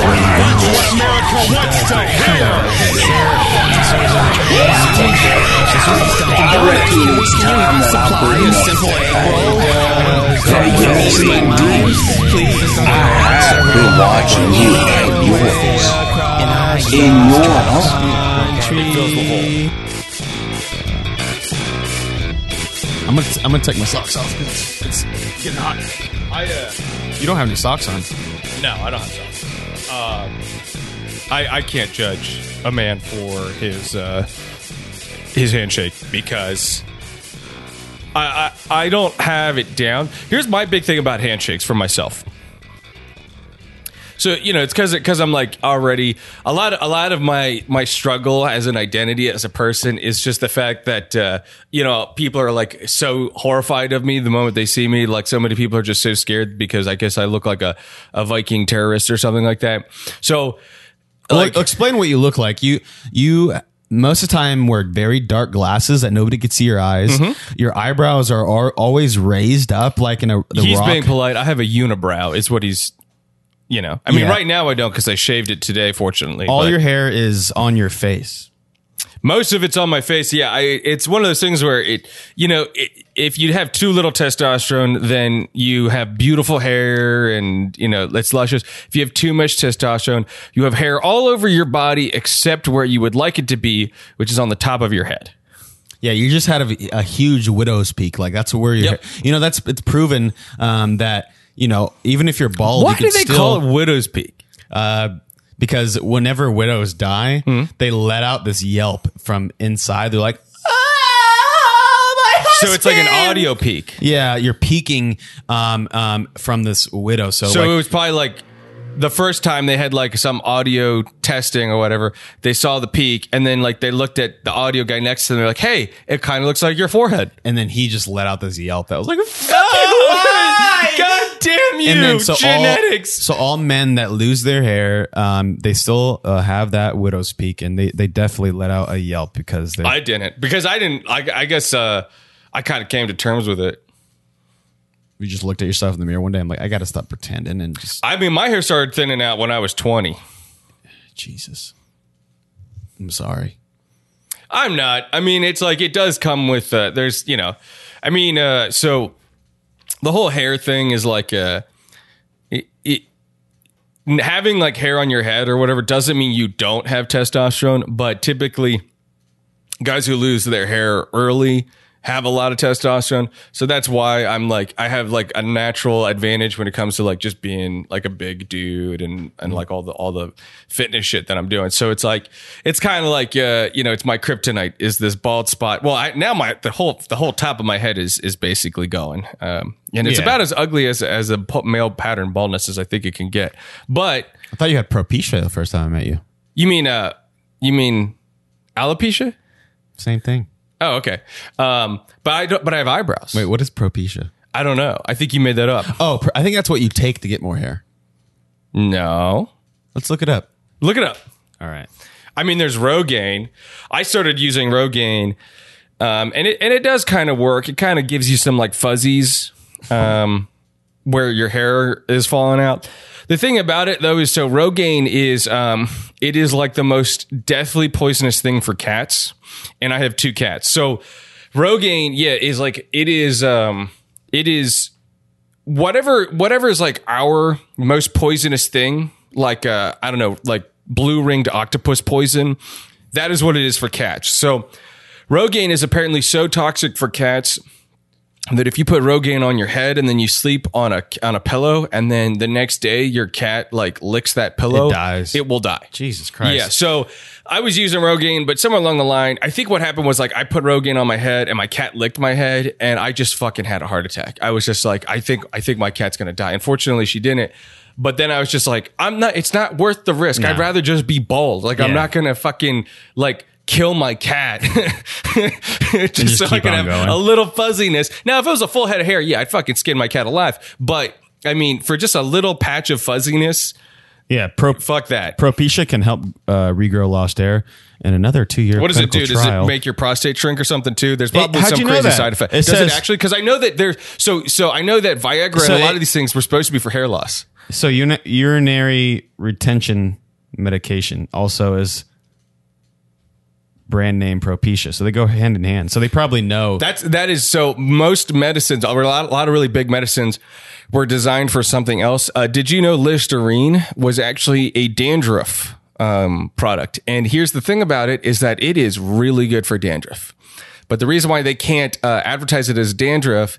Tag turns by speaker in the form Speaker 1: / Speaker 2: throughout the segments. Speaker 1: America, what the hell? I reckon it was time that I put in simple I have been watching you and yours in your home.
Speaker 2: I'm gonna I'm gonna take my socks off. 'cause It's, it's getting hot. I uh, you don't have any socks on.
Speaker 3: No, I don't have socks. Uh, I I can't judge a man for his uh, his handshake because I, I I don't have it down. Here's my big thing about handshakes for myself. So you know, it's because because I'm like already a lot a lot of my my struggle as an identity as a person is just the fact that uh, you know people are like so horrified of me the moment they see me. Like so many people are just so scared because I guess I look like a a Viking terrorist or something like that. So
Speaker 2: Like, explain what you look like. You you most of the time wear very dark glasses that nobody could see your eyes. Your eyebrows are, al- always raised up like in a the
Speaker 3: he's
Speaker 2: rock.
Speaker 3: being polite. I have a unibrow. It's what he's. You know, I mean,
Speaker 2: Yeah.
Speaker 3: right now I don't because I shaved it today. Fortunately,
Speaker 2: All
Speaker 3: but-
Speaker 2: your hair is on your face.
Speaker 3: Most of it's on my face. Yeah, I, it's one of those things where it, you know, it, if you have too little testosterone, then you have beautiful hair and you know it's luscious. If you have too much testosterone, you have hair all over your body except where you would like it to be, which is on the top of your head.
Speaker 2: Yeah, you just had a, a huge widow's peak. Like that's where you.
Speaker 3: Yep.
Speaker 2: You know that's it's proven um, that you know even if you're bald,
Speaker 3: Why
Speaker 2: you
Speaker 3: do
Speaker 2: can
Speaker 3: they
Speaker 2: still,
Speaker 3: call it widow's peak?
Speaker 2: Uh, because whenever widows die,
Speaker 3: Hmm.
Speaker 2: they let out this yelp from inside. They're like, "Ah, my husband!"
Speaker 3: So it's like an audio peak.
Speaker 2: Yeah, you're peeking um, um, from this widow. So,
Speaker 3: So
Speaker 2: like,
Speaker 3: it was probably like the first time they had like some audio testing or whatever. They saw the peak and then like they looked at the audio guy next to them. They're like, "Hey, it kind of looks like your forehead."
Speaker 2: and then he just let out this yelp that was like,
Speaker 3: God damn you!
Speaker 2: and then so
Speaker 3: genetics.
Speaker 2: All, so all men that lose their hair, um, they still uh, have that widow's peak, and they, they definitely let out a yelp because they.
Speaker 3: I didn't because I didn't. I, I guess uh, I kind of came to terms with it.
Speaker 2: you just looked at yourself in the mirror one day. I'm like, I gotta stop pretending and just
Speaker 3: I mean, my hair started thinning out when I was twenty.
Speaker 2: Jesus. I'm sorry.
Speaker 3: I'm not. I mean, it's like it does come with. Uh, there's you know, I mean, uh, so the whole hair thing is like uh, it, it, having like hair on your head or whatever doesn't mean you don't have testosterone, but typically guys who lose their hair early have a lot of testosterone. So that's why I'm like I have like a natural advantage when it comes to like just being like a big dude and and like all the all the fitness shit that I'm doing. So it's like it's kind of like uh you know it's my kryptonite is this bald spot. Well, I now my the whole the whole top of my head is is basically going. Um and it's
Speaker 2: Yeah.
Speaker 3: about as ugly as as a pu- male pattern baldness as I think it can get. But
Speaker 2: I thought you had propecia the first time I met you.
Speaker 3: you mean uh you mean alopecia?
Speaker 2: Same thing.
Speaker 3: Oh, okay. Um, but I don't, but I have eyebrows.
Speaker 2: Wait, what is propecia?
Speaker 3: I don't know. I think you made that up.
Speaker 2: Oh, pr- I think that's what you take to get more hair.
Speaker 3: No,
Speaker 2: Let's look it up.
Speaker 3: look it up.
Speaker 2: All right.
Speaker 3: I mean, there's Rogaine. I started using Rogaine, um, and it and it does kind of work. It kind of gives you some like fuzzies, um, where your hair is falling out. The thing about it though is, so Rogaine is um, it is like the most deathly poisonous thing for cats, and I have two cats. So Rogaine, yeah, is like it is um, it is whatever whatever is like our most poisonous thing, like uh, I don't know, like blue ringed octopus poison. That is what it is for cats. So Rogaine is apparently so toxic for cats that if you put Rogaine on your head and then you sleep on a on a pillow and then the next day your cat like licks that pillow,
Speaker 2: It dies.
Speaker 3: It will die.
Speaker 2: Jesus Christ.
Speaker 3: Yeah. So I was using Rogaine, but somewhere along the line, I think what happened was like I put Rogaine on my head and my cat licked my head and I just fucking had a heart attack. I was just like, I think, I think my cat's going to die. Unfortunately, she didn't. But then I was just like, I'm not, it's not worth the risk. I'd rather just be bald. Like, I'm
Speaker 2: Yeah.
Speaker 3: not going to fucking like, Kill my cat, just, so I
Speaker 2: keep
Speaker 3: can
Speaker 2: on
Speaker 3: have
Speaker 2: going.
Speaker 3: a little fuzziness. Now, if it was a full head of hair, yeah, I'd fucking skin my cat alive. But I mean, for just a little patch of fuzziness,
Speaker 2: Yeah. Pro-
Speaker 3: fuck that.
Speaker 2: propecia can help uh, regrow lost hair in another two year
Speaker 3: What does it do?
Speaker 2: Trial.
Speaker 3: Does it make your prostate shrink or something too? There's probably
Speaker 2: how'd
Speaker 3: some
Speaker 2: you know
Speaker 3: crazy
Speaker 2: that?
Speaker 3: side effect. does
Speaker 2: It says-
Speaker 3: it actually? Because I know that there's so so. I know that Viagra
Speaker 2: So
Speaker 3: and a lot
Speaker 2: it-
Speaker 3: of these things were supposed to be for hair loss.
Speaker 2: So uni- urinary retention medication also is brand name Propecia. So they go hand in hand. So they probably know.
Speaker 3: That's that is so. Most medicines, a lot, a lot of really big medicines, were designed for something else. Uh, did you know Listerine was actually a dandruff um, product? And here's the thing about it is that it is really good for dandruff. But the reason why they can't uh, advertise it as dandruff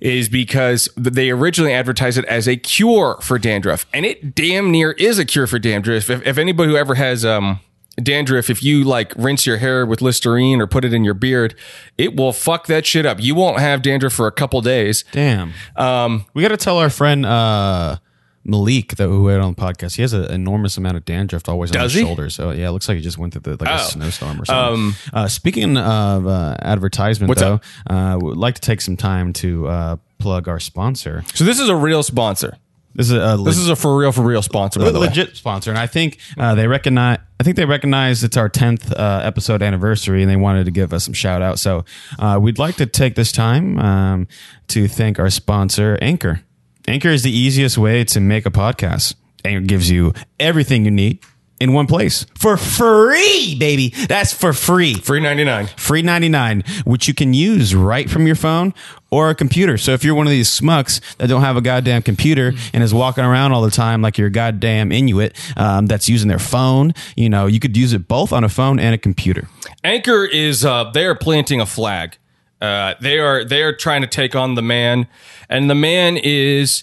Speaker 3: is because they originally advertised it as a cure for dandruff, and it damn near is a cure for dandruff. If, if anybody who ever has um, dandruff, if you like rinse your hair with Listerine or put it in your beard, it will fuck that shit up. You won't have dandruff for a couple days.
Speaker 2: Damn. Um, we got to tell our friend uh, Malik that we had on the podcast. He has an enormous amount of dandruff always on his
Speaker 3: he?
Speaker 2: shoulders. So yeah, it looks like he just went through the, like
Speaker 3: Oh.
Speaker 2: a snowstorm or something. uh, speaking of uh, advertisement, though,
Speaker 3: up?
Speaker 2: uh, would like to take some time to uh, plug our sponsor.
Speaker 3: So this is a real sponsor.
Speaker 2: This is a
Speaker 3: This is a for real, for real sponsor, by the way.
Speaker 2: legit sponsor, and I think uh, they recognize. I think they recognize it's our tenth uh, episode anniversary, and they wanted to give us some shout out. So uh, we'd like to take this time um, to thank our sponsor, Anchor. Anchor is the easiest way to make a podcast. Anchor gives you everything you need in one place for free, baby. That's for free
Speaker 3: Free 99.
Speaker 2: free 99 which you can use right from your phone or a computer so if you're one of these smucks that don't have a goddamn computer and is walking around all the time like your goddamn inuit um, that's using their phone you know you could use it both on a phone and a computer
Speaker 3: Anchor is uh, they are planting a flag. Uh, they are they are trying to take on the man, and the man is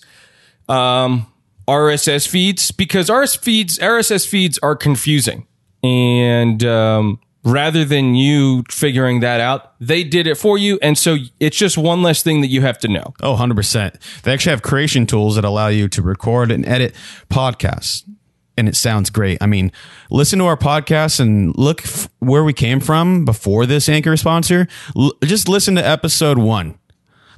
Speaker 3: um, RSS feeds because RSS feeds RSS feeds are confusing, and um, rather than you figuring that out, they did it for you, and so it's just one less thing that you have to know.
Speaker 2: oh 100% they actually have creation tools that allow you to record and edit podcasts and it sounds great. I mean, listen to our podcast and look f- where we came from before this anchor sponsor. L- just listen to episode one.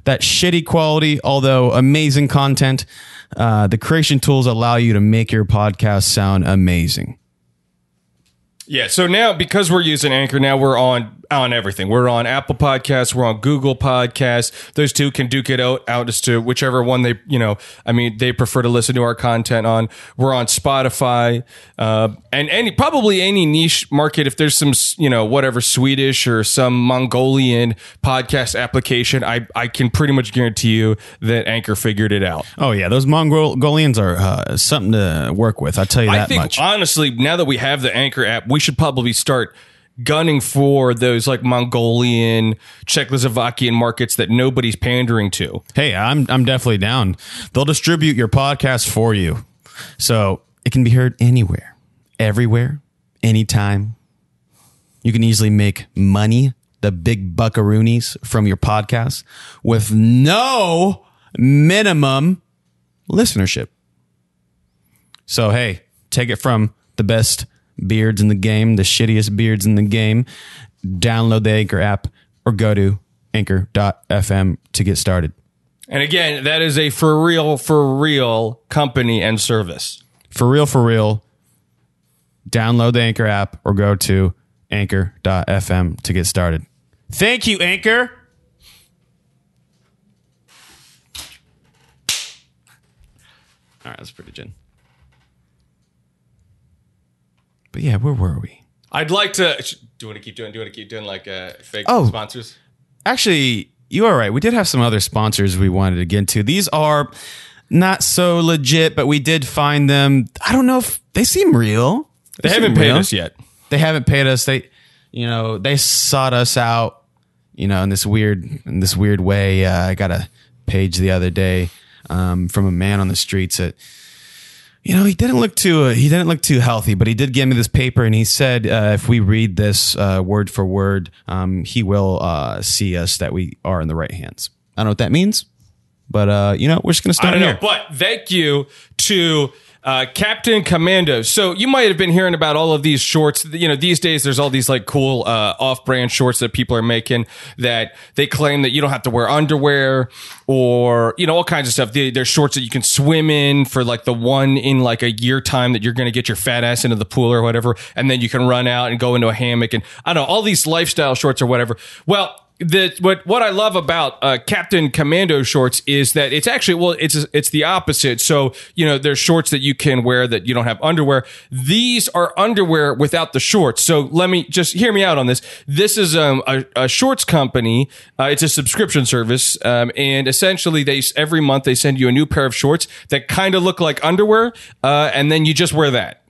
Speaker 2: that shitty quality, although amazing content. Uh, the creation tools allow you to make your podcast sound amazing.
Speaker 3: Yeah, so now because we're using Anchor, now we're on on everything. We're on Apple Podcasts, we're on Google Podcasts. Those two can duke it out, out as to whichever one they, you know, I mean, they prefer to listen to our content on. We're on Spotify, uh, and any probably any niche market. If there's some, s- you know, whatever Swedish or some Mongolian podcast application, I I can pretty much guarantee you that Anchor figured it out.
Speaker 2: Oh yeah, those Mongolians are uh, something to work with. I tell you
Speaker 3: I
Speaker 2: that
Speaker 3: think
Speaker 2: much.
Speaker 3: honestly, now that we have the Anchor app, we should probably start gunning for those like Mongolian, Czechoslovakian markets that nobody's pandering to.
Speaker 2: hey, I'm I'm definitely down. They'll distribute your podcast for you, so it can be heard anywhere, everywhere, anytime. You can easily make money, the big buckaroonies from your podcast, with no minimum listenership. So hey, take it from the best beards in the game, the shittiest beards in the game. Download the Anchor app or go to anchor.fm to get started.
Speaker 3: And again, that is a for real, for real company and service.
Speaker 2: For real, for real, download the Anchor app or go to anchor.fm to get started. Thank you, Anchor. All right, that's pretty gin. But yeah, where were we?
Speaker 3: I'd like to. Do you want to keep doing? Do you want to keep doing like uh, fake
Speaker 2: Oh.
Speaker 3: sponsors?
Speaker 2: actually, you are right. We did have some other sponsors we wanted to get to. These are not so legit, but we did find them. I don't know if they seem real.
Speaker 3: They
Speaker 2: seem
Speaker 3: haven't paid
Speaker 2: real.
Speaker 3: us yet.
Speaker 2: They haven't paid us. They, you know, they sought us out. You know, in this weird, in this weird way. Uh, I got a page the other day um, from a man on the streets that you know, he didn't look too uh, he didn't look too healthy, but he did give me this paper, and he said uh, if we read this uh, word for word, um, he will uh, see us that we are in the right hands. I don't know what that means, but uh, you know, we're just gonna
Speaker 3: I
Speaker 2: start
Speaker 3: don't know.
Speaker 2: here.
Speaker 3: But thank you to uh, Captain Commando. So you might have been hearing about all of these shorts. You know, these days there's all these like cool uh, off-brand shorts that people are making that they claim that you don't have to wear underwear or you know all kinds of stuff. They, they're shorts that you can swim in for like the one in like a year time that you're going to get your fat ass into the pool or whatever, and then you can run out and go into a hammock and I don't know all these lifestyle shorts or whatever. Well. the what what I love about uh, Captain Commando shorts is that it's actually well it's it's the opposite. So you know there's shorts that you can wear that you don't have underwear. These are underwear without the shorts. So let me just hear me out on this. This is um, a, a shorts company. Uh, it's a subscription service, um, and essentially they every month they send you a new pair of shorts that kind of look like underwear, uh, and then you just wear that.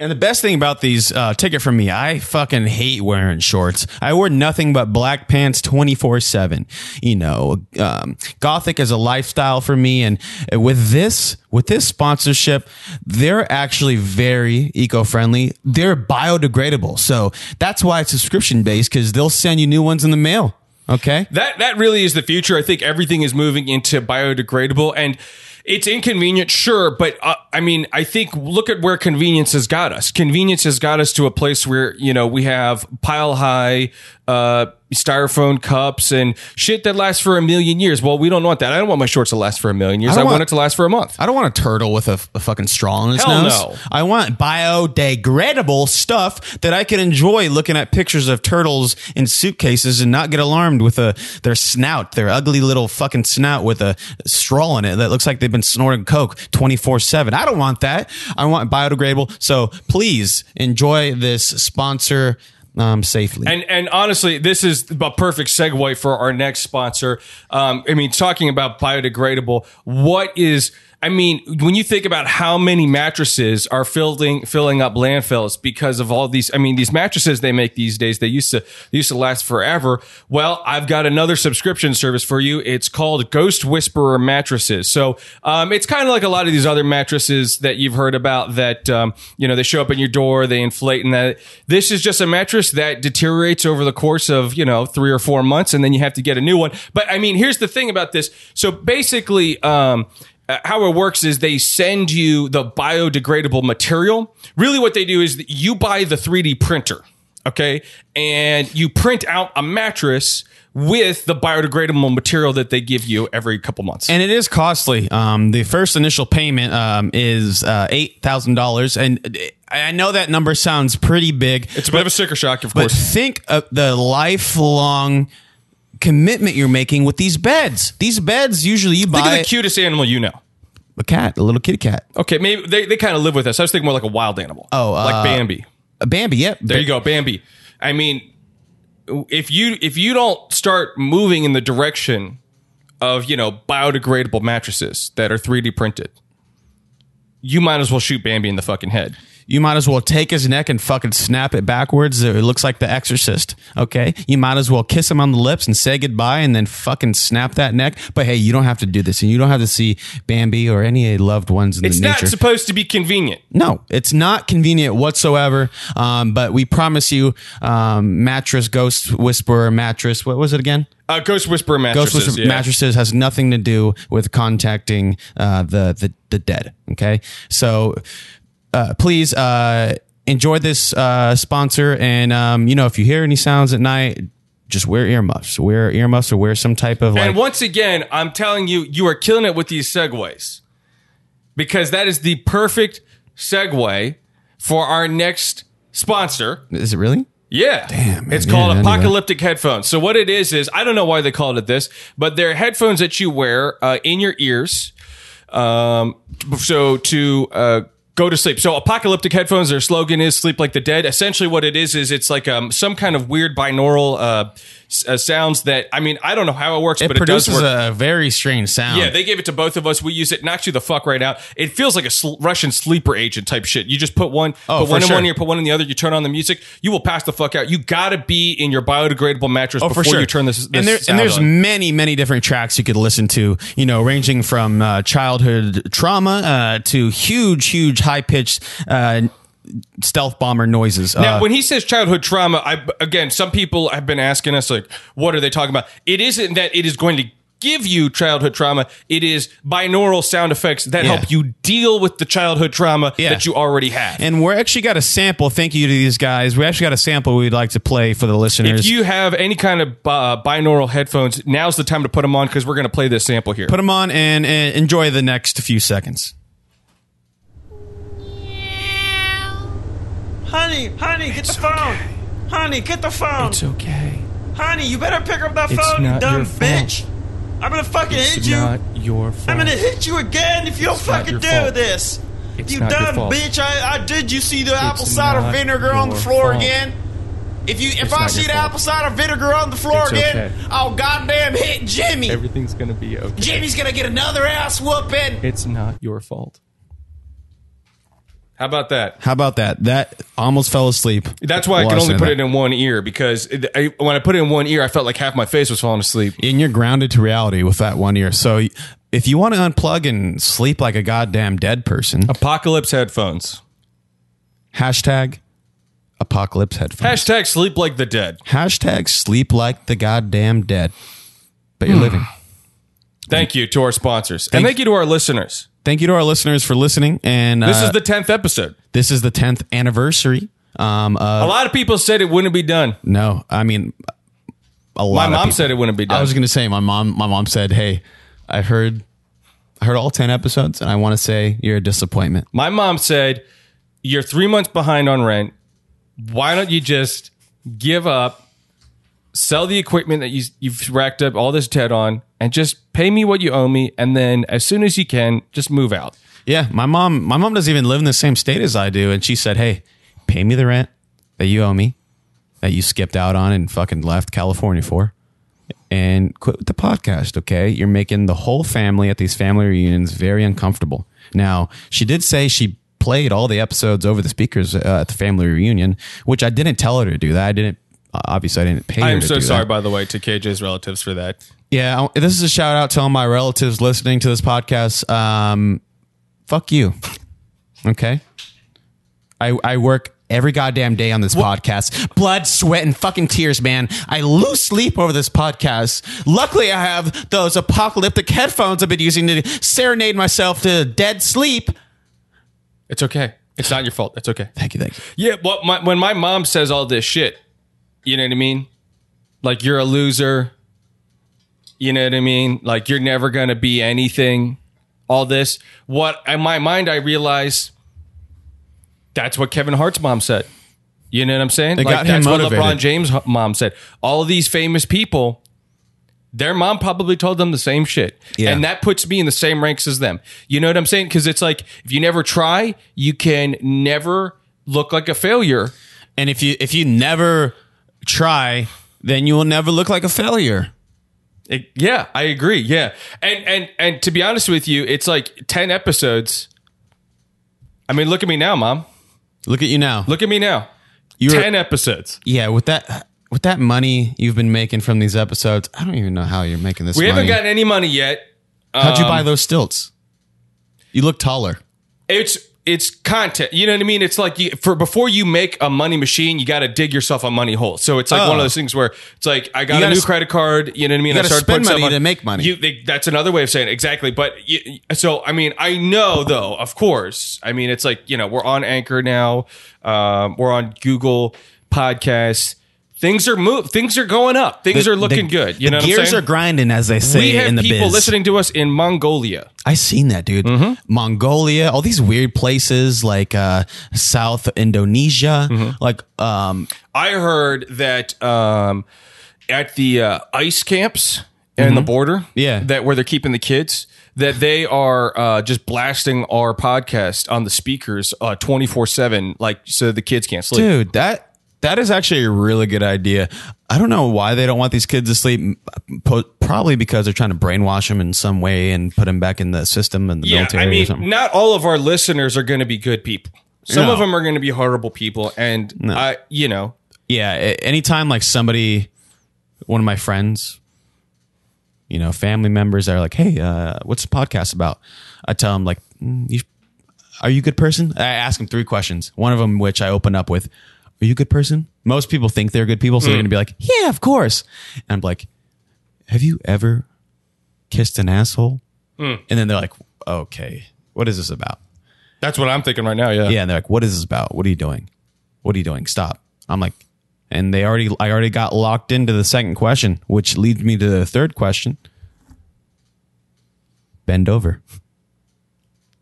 Speaker 2: And the best thing about these, uh, take it from me, I fucking hate wearing shorts. I wear nothing but black pants 24 7. You know, um, gothic is a lifestyle for me. And uh, with this, with this sponsorship, they're actually very eco friendly. They're biodegradable. So that's why it's subscription based because they'll send you new ones in the mail. Okay.
Speaker 3: That that really is the future. I think everything is moving into biodegradable and it's inconvenient, sure, but uh, I mean, I think look at where convenience has got us. Convenience has got us to a place where you know we have pile high uh, styrofoam cups and shit that lasts for a million years. Well, we don't want that. I don't want my shorts to last for a million years. I,
Speaker 2: don't
Speaker 3: want,
Speaker 2: want-
Speaker 3: it to last for a month.
Speaker 2: I don't want a turtle with a, a fucking straw in his
Speaker 3: Hell
Speaker 2: nose.
Speaker 3: no.
Speaker 2: I want biodegradable stuff that I can enjoy looking at pictures of turtles in suitcases and not get alarmed with a their snout, their ugly little fucking snout with a straw in it that looks like they've been snorting coke 24/7. I don't want that. I want biodegradable. So please enjoy this sponsor um, safely.
Speaker 3: And and honestly, this is a perfect segue for our next sponsor. Um, I mean, talking about biodegradable, what is? I mean, when you think about how many mattresses are filling filling up landfills because of all these, I mean, these mattresses they make these days they used to they used to last forever. Well, I've got another subscription service for you. It's called Ghost Whisperer mattresses. So um, it's kind of like a lot of these other mattresses that you've heard about that um, you know they show up in your door, they inflate, and that this is just a mattress that deteriorates over the course of you know three or four months, and then you have to get a new one. But I mean, here's the thing about this. So basically. Um, uh, how it works is they send you the biodegradable material. Really, what they do is that you buy the 3D printer, okay, and you print out a mattress with the biodegradable material that they give you every couple months.
Speaker 2: and it is costly. Um, the first initial payment um, is uh, eight thousand dollars, and uh, I I know that number sounds pretty big.
Speaker 3: it's a bit of a sticker shock, of
Speaker 2: But
Speaker 3: course.
Speaker 2: think of the lifelong commitment you're making with these beds. These beds usually you
Speaker 3: Think of
Speaker 2: buy
Speaker 3: the cutest animal you know.
Speaker 2: a cat, a little kitty cat,
Speaker 3: Okay, maybe they, they kind of live with us. I was thinking more like a wild animal.
Speaker 2: Oh,
Speaker 3: like
Speaker 2: uh,
Speaker 3: Bambi.
Speaker 2: a Bambi. Yep,
Speaker 3: There you go, Bambi. I mean, if you if you don't start moving in the direction of you know biodegradable mattresses that are 3D printed, you might as well shoot Bambi in the fucking head.
Speaker 2: You might as well take his neck and fucking snap it backwards. It looks like The Exorcist. Okay, you might as well kiss him on the lips and say goodbye, and then fucking snap that neck. But hey, you don't have to do this, and you don't have to see Bambi or any loved ones in
Speaker 3: It's
Speaker 2: the
Speaker 3: not
Speaker 2: nature.
Speaker 3: supposed to be convenient.
Speaker 2: No, it's not convenient whatsoever. Um, but we promise you, um, mattress ghost whisperer mattress. What was it again?
Speaker 3: Uh, Ghost Whisperer mattresses.
Speaker 2: Ghost whisperer
Speaker 3: yeah.
Speaker 2: mattresses has nothing to do with contacting uh, the, the the dead. Okay, so uh, please uh, enjoy this uh, sponsor, and um, you know if you hear any sounds at night, just wear earmuffs. Wear earmuffs or wear some type of like.
Speaker 3: And once again, I'm telling you, you are killing it with these segues because that is the perfect segue for our next sponsor.
Speaker 2: is it really?
Speaker 3: Yeah.
Speaker 2: Damn, man.
Speaker 3: It's called
Speaker 2: Yeah, anyway.
Speaker 3: apocalyptic headphones. So what it is is I don't know why they called it this, but they're headphones that you wear uh, in your ears. Um, so to uh, go to sleep. So apocalyptic headphones. Their slogan is "Sleep like the dead." Essentially, what it is is it's like um, some kind of weird binaural uh, s- uh, sounds that I mean I don't know how it works,
Speaker 2: It
Speaker 3: but it does
Speaker 2: produces
Speaker 3: work.
Speaker 2: a very strange sound.
Speaker 3: yeah, they gave it to both of us. We use it, knocks you the fuck right out. It feels like a sl- Russian sleeper agent type shit. You just put one,
Speaker 2: Oh,
Speaker 3: put
Speaker 2: for
Speaker 3: one in
Speaker 2: sure.
Speaker 3: one ear, put one in the other. You turn on the music, you will pass the fuck out. You gotta be in your biodegradable mattress
Speaker 2: Oh,
Speaker 3: before
Speaker 2: for sure.
Speaker 3: you turn this. this
Speaker 2: and, there- and
Speaker 3: sound
Speaker 2: there's
Speaker 3: on.
Speaker 2: many, many different tracks you could listen to. You know, ranging from uh, childhood trauma uh, to huge, huge, high pitched uh, stealth bomber noises.
Speaker 3: Now,
Speaker 2: Uh,
Speaker 3: when he says childhood trauma, I again, some people have been asking us like, what are they talking about? It isn't that it is going to give you childhood trauma. It is binaural sound effects that
Speaker 2: Yeah.
Speaker 3: help you deal with the childhood trauma
Speaker 2: Yeah.
Speaker 3: that you already have.
Speaker 2: and we're actually got a sample. Thank you to these guys. We actually got a sample we'd like to play for the listeners.
Speaker 3: If you have any kind of uh, binaural headphones, now's the time to put them on because we're going to play this sample here.
Speaker 2: Put them on and, and enjoy the next few seconds.
Speaker 4: Honey, honey, get the phone. Honey, get the phone.
Speaker 5: It's okay.
Speaker 4: Honey, you better pick up that
Speaker 3: It's
Speaker 4: phone, you
Speaker 3: not
Speaker 4: dumb
Speaker 3: your fault.
Speaker 4: bitch. I'm gonna fucking hit
Speaker 3: It's
Speaker 4: you.
Speaker 3: not your fault.
Speaker 4: I'm gonna hit you again if you don't
Speaker 3: It's not
Speaker 4: fucking
Speaker 3: your
Speaker 4: do
Speaker 3: fault.
Speaker 4: this.
Speaker 3: It's
Speaker 4: you
Speaker 3: not your
Speaker 4: dumb
Speaker 3: fault.
Speaker 4: bitch! I, I did. You see the apple cider
Speaker 3: not
Speaker 4: vinegar on the
Speaker 3: your
Speaker 4: floor
Speaker 3: fault.
Speaker 4: again? If you if
Speaker 3: It's
Speaker 4: I
Speaker 3: not
Speaker 4: see
Speaker 3: your
Speaker 4: the
Speaker 3: fault.
Speaker 4: apple cider vinegar on the floor
Speaker 3: It's
Speaker 4: again,
Speaker 3: okay.
Speaker 4: I'll goddamn hit Jimmy.
Speaker 3: Everything's gonna be okay.
Speaker 4: Jimmy's gonna get another ass whooping.
Speaker 3: It's not your fault. How about that?
Speaker 2: How about that? That almost fell asleep.
Speaker 3: That's why I
Speaker 2: while
Speaker 3: could only
Speaker 2: said
Speaker 3: put
Speaker 2: that.
Speaker 3: it in one ear because it, I, when I put it in one ear, I felt like half my face was falling asleep.
Speaker 2: and you're grounded to reality with that one ear. So y- if you want to unplug and sleep like a goddamn dead person,
Speaker 3: Apocalypse headphones.
Speaker 2: hashtag apocalypse headphones.
Speaker 3: Hashtag sleep like the dead.
Speaker 2: hashtag sleep like the goddamn dead, but
Speaker 3: Hmm.
Speaker 2: you're living.
Speaker 3: Thank you to our sponsors. and thank you to our listeners.
Speaker 2: Thank you to our listeners for listening. And
Speaker 3: This
Speaker 2: uh,
Speaker 3: is the 10th episode.
Speaker 2: this is the 10th anniversary. Um,
Speaker 3: A
Speaker 2: of,
Speaker 3: lot of people said it wouldn't be done.
Speaker 2: no, I mean, a lot
Speaker 3: My
Speaker 2: of
Speaker 3: mom
Speaker 2: people-
Speaker 3: said it wouldn't be done.
Speaker 2: I was going to say my mom. My mom said, "Hey, I heard, I heard all ten episodes, and I want to say you're a disappointment."
Speaker 3: My mom said, You're three months behind on rent. Why don't you just give up, sell the equipment that you, you've racked up all this debt on, and just pay me what you owe me? And then as soon as you can, just move out.
Speaker 2: Yeah, my mom. My mom doesn't even live in the same state as I do, and she said, "Hey, pay me the rent that you owe me, that you skipped out on and fucking left California for, and quit with the podcast." Okay, you're making the whole family at these family reunions very uncomfortable. Now, she did say she played all the episodes over the speakers uh, at the family reunion, which I didn't tell her to do that. I didn't. Obviously, I didn't pay.
Speaker 3: I
Speaker 2: her
Speaker 3: am
Speaker 2: to
Speaker 3: so
Speaker 2: do that.
Speaker 3: sorry, by the way, to KJ's relatives for that.
Speaker 2: Yeah, I- this is a shout out to all my relatives listening to this podcast. Um, fuck you. Okay. I, I work every goddamn day on this podcast. Blood, sweat, and fucking tears, man. I lose sleep over this podcast. Luckily, I have those apocalyptic headphones I've been using to serenade myself to dead sleep.
Speaker 3: It's okay. It's not your fault. It's okay.
Speaker 2: Thank you, thank you.
Speaker 3: Yeah, well, my, when my mom says all this shit, you know what I mean? Like you're a loser. You know what I mean? Like you're never gonna be anything. All this. What in my mind, I realize that's what Kevin Hart's mom said. You know what I'm saying?
Speaker 2: It
Speaker 3: like
Speaker 2: got him
Speaker 3: that's
Speaker 2: motivated.
Speaker 3: what LeBron James' h- mom said. All these famous people, their mom probably told them the same shit.
Speaker 2: Yeah.
Speaker 3: And that puts me in the same ranks as them. You know what I'm saying? Because it's like if you never try, you can never look like a failure.
Speaker 2: And if you if you never try, then you will never look like a failure.
Speaker 3: It- yeah, I agree. Yeah, and and and to be honest with you, it's like ten episodes. I mean, look at me now, mom.
Speaker 2: Look at you now.
Speaker 3: Look at me now.
Speaker 2: You're-
Speaker 3: ten episodes.
Speaker 2: Yeah, with that with that money you've been making from these episodes, I don't even know how you're making this.
Speaker 3: We
Speaker 2: money.
Speaker 3: haven't gotten um, any money yet.
Speaker 2: How'd you buy those stilts? You look taller.
Speaker 3: It's it's content. You know what I mean? It's like you, for before you make a money machine, you got to dig yourself a money hole. So it's like
Speaker 2: Oh.
Speaker 3: one of those things where it's like I got
Speaker 2: You
Speaker 3: a
Speaker 2: gotta
Speaker 3: new
Speaker 2: s-
Speaker 3: credit card. You know what I mean?
Speaker 2: you
Speaker 3: I
Speaker 2: gotta
Speaker 3: started
Speaker 2: spend
Speaker 3: putting stuff
Speaker 2: money to make money.
Speaker 3: You, they, that's another way of saying it. exactly. But you, so I mean, I know though. Of course, I mean it's like you know we're on Anchor now. Um, we're on Google Podcasts. Things are move. Things are going up. Things are looking good. You know, what I'm
Speaker 2: gears
Speaker 3: saying?
Speaker 2: are grinding, as they say
Speaker 3: We have
Speaker 2: in the
Speaker 3: people
Speaker 2: biz.
Speaker 3: listening Mm-hmm. to us in Mongolia.
Speaker 2: I seen that, dude. Mongolia, all these weird places like uh, South Indonesia,
Speaker 3: Mm-hmm.
Speaker 2: like um,
Speaker 3: I heard that um, at the uh, ice camps and the border,
Speaker 2: Mm-hmm. Yeah.
Speaker 3: that where they're keeping the kids, that they are uh, just blasting our podcast on the speakers twenty four seven, like so the kids can't sleep.
Speaker 2: dude that that is actually a really good idea i don't know why they don't want these kids to sleep Po- probably because they're trying to brainwash them in some way and put them back in the system and the
Speaker 3: yeah,
Speaker 2: military
Speaker 3: I
Speaker 2: or something
Speaker 3: mean, not all of our listeners are going to be good people. Some
Speaker 2: No.
Speaker 3: of them are going to be horrible people, and I, you know,
Speaker 2: yeah a- anytime like somebody one of my friends you know family members that are like hey uh, what's the podcast about i tell them like "Mm, you, are you a good person i ask them three questions one of them which i open up with are you a good person most people think they're good people so they're gonna be like yeah of course and i'm like have you ever kissed an asshole and then they're like okay what is this about
Speaker 3: that's what I'm thinking right now. Yeah,
Speaker 2: yeah, and they're like, "What is this about? What are you doing? What are you doing? Stop!" I'm like, and they already, I already got locked into the second question, which leads me to the third question. Bend over.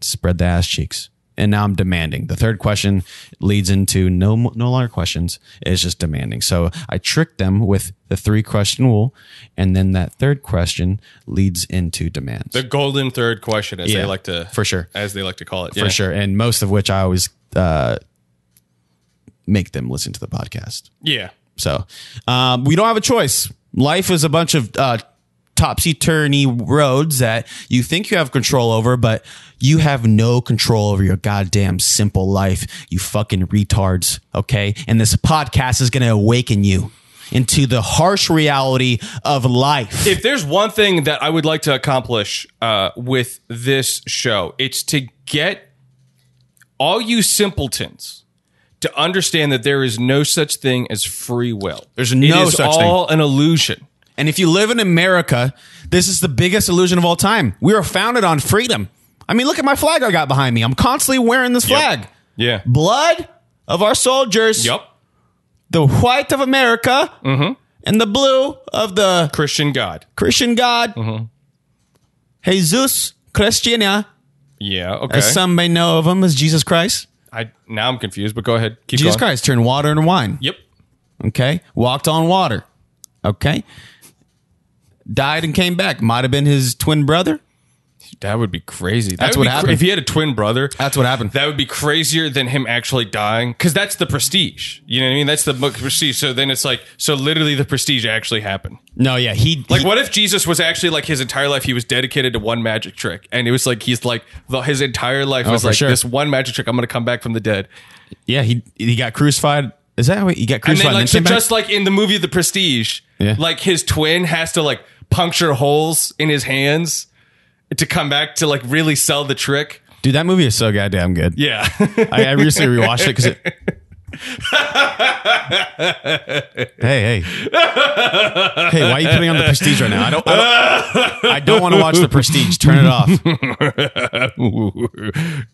Speaker 2: Spread the ass cheeks. and now I'm demanding. The third question leads into no mo- no longer questions. It's just demanding. So I tricked them with the three question rule, and then that third question leads into demands.
Speaker 3: The golden third question, as they
Speaker 2: Yeah,
Speaker 3: like to
Speaker 2: for sure.
Speaker 3: as they like to call it,
Speaker 2: for sure, and most of which I always uh, make them listen to the podcast.
Speaker 3: Yeah,
Speaker 2: So um, we don't have a choice. Life is a bunch of uh, topsy turny roads that you think you have control over, but you have no control over your goddamn simple life. You fucking retards. Okay. And this podcast is going to awaken you into the harsh reality of life.
Speaker 3: if there's one thing that I would like to accomplish uh, with this show, it's to get all you simpletons to understand that there is no such thing as free will.
Speaker 2: There's no
Speaker 3: it is
Speaker 2: such thing.
Speaker 3: all an illusion.
Speaker 2: And if you live in America, this is the biggest illusion of all time. We were founded on freedom. I mean, look at my flag I got behind me. I'm constantly wearing this flag.
Speaker 3: Yeah.
Speaker 2: Blood of our soldiers.
Speaker 3: Yep. Mm-hmm.
Speaker 2: the white of America and the blue of the
Speaker 3: Christian God.
Speaker 2: Christian God,
Speaker 3: Mm-hmm.
Speaker 2: Jesus Christiana,
Speaker 3: Yeah. Okay.
Speaker 2: as some may know of him as Jesus Christ.
Speaker 3: I now I'm confused, but go ahead. Keep
Speaker 2: Jesus
Speaker 3: going.
Speaker 2: Christ turned water into wine.
Speaker 3: Yep.
Speaker 2: Okay. Walked on water. Okay. Died and came back. Might have been his twin brother.
Speaker 3: That would be crazy. That
Speaker 2: That's
Speaker 3: would be
Speaker 2: what
Speaker 3: cra-
Speaker 2: happened.
Speaker 3: If he had a twin brother,
Speaker 2: That's what happened.
Speaker 3: that would be crazier than him actually dying because that's the prestige. You know what I mean? That's the book prestige. So then it's like, so literally the prestige actually happened.
Speaker 2: no, yeah. He
Speaker 3: Like,
Speaker 2: he-
Speaker 3: what if Jesus was actually like his entire life, he was dedicated to one magic trick. And it was like, he's like, the, his entire life was
Speaker 2: Oh, for
Speaker 3: like
Speaker 2: sure.
Speaker 3: this one magic trick. I'm going to come back from the dead.
Speaker 2: Yeah, he he got crucified. Is that how he, he got
Speaker 3: And
Speaker 2: crucified?
Speaker 3: then, like, so
Speaker 2: came back?
Speaker 3: just like in the movie The Prestige,
Speaker 2: Yeah.
Speaker 3: like his twin has to like puncture holes in his hands to come back to like really sell the trick.
Speaker 2: dude, that movie is so goddamn good.
Speaker 3: Yeah.
Speaker 2: I, I recently rewatched it because it. hey, hey, hey! Why are you putting on the Prestige right now? I don't, I don't, I don't want to watch the Prestige. Turn it off.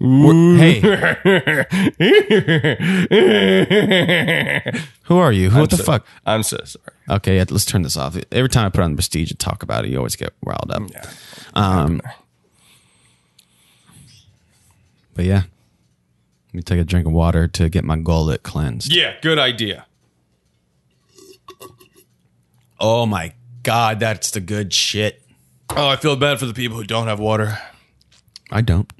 Speaker 2: We're- hey, who are you? Who, what the fuck?
Speaker 3: I'm so sorry.
Speaker 2: Okay, yeah, let's turn this off. Every time I put on the Prestige and talk about it, you always get riled up. Um, but yeah, let me take a drink of water to get my gullet cleansed.
Speaker 3: Yeah, good idea.
Speaker 2: Oh my god, that's the good shit.
Speaker 3: Oh, I feel bad for the people who don't have water.
Speaker 2: I don't.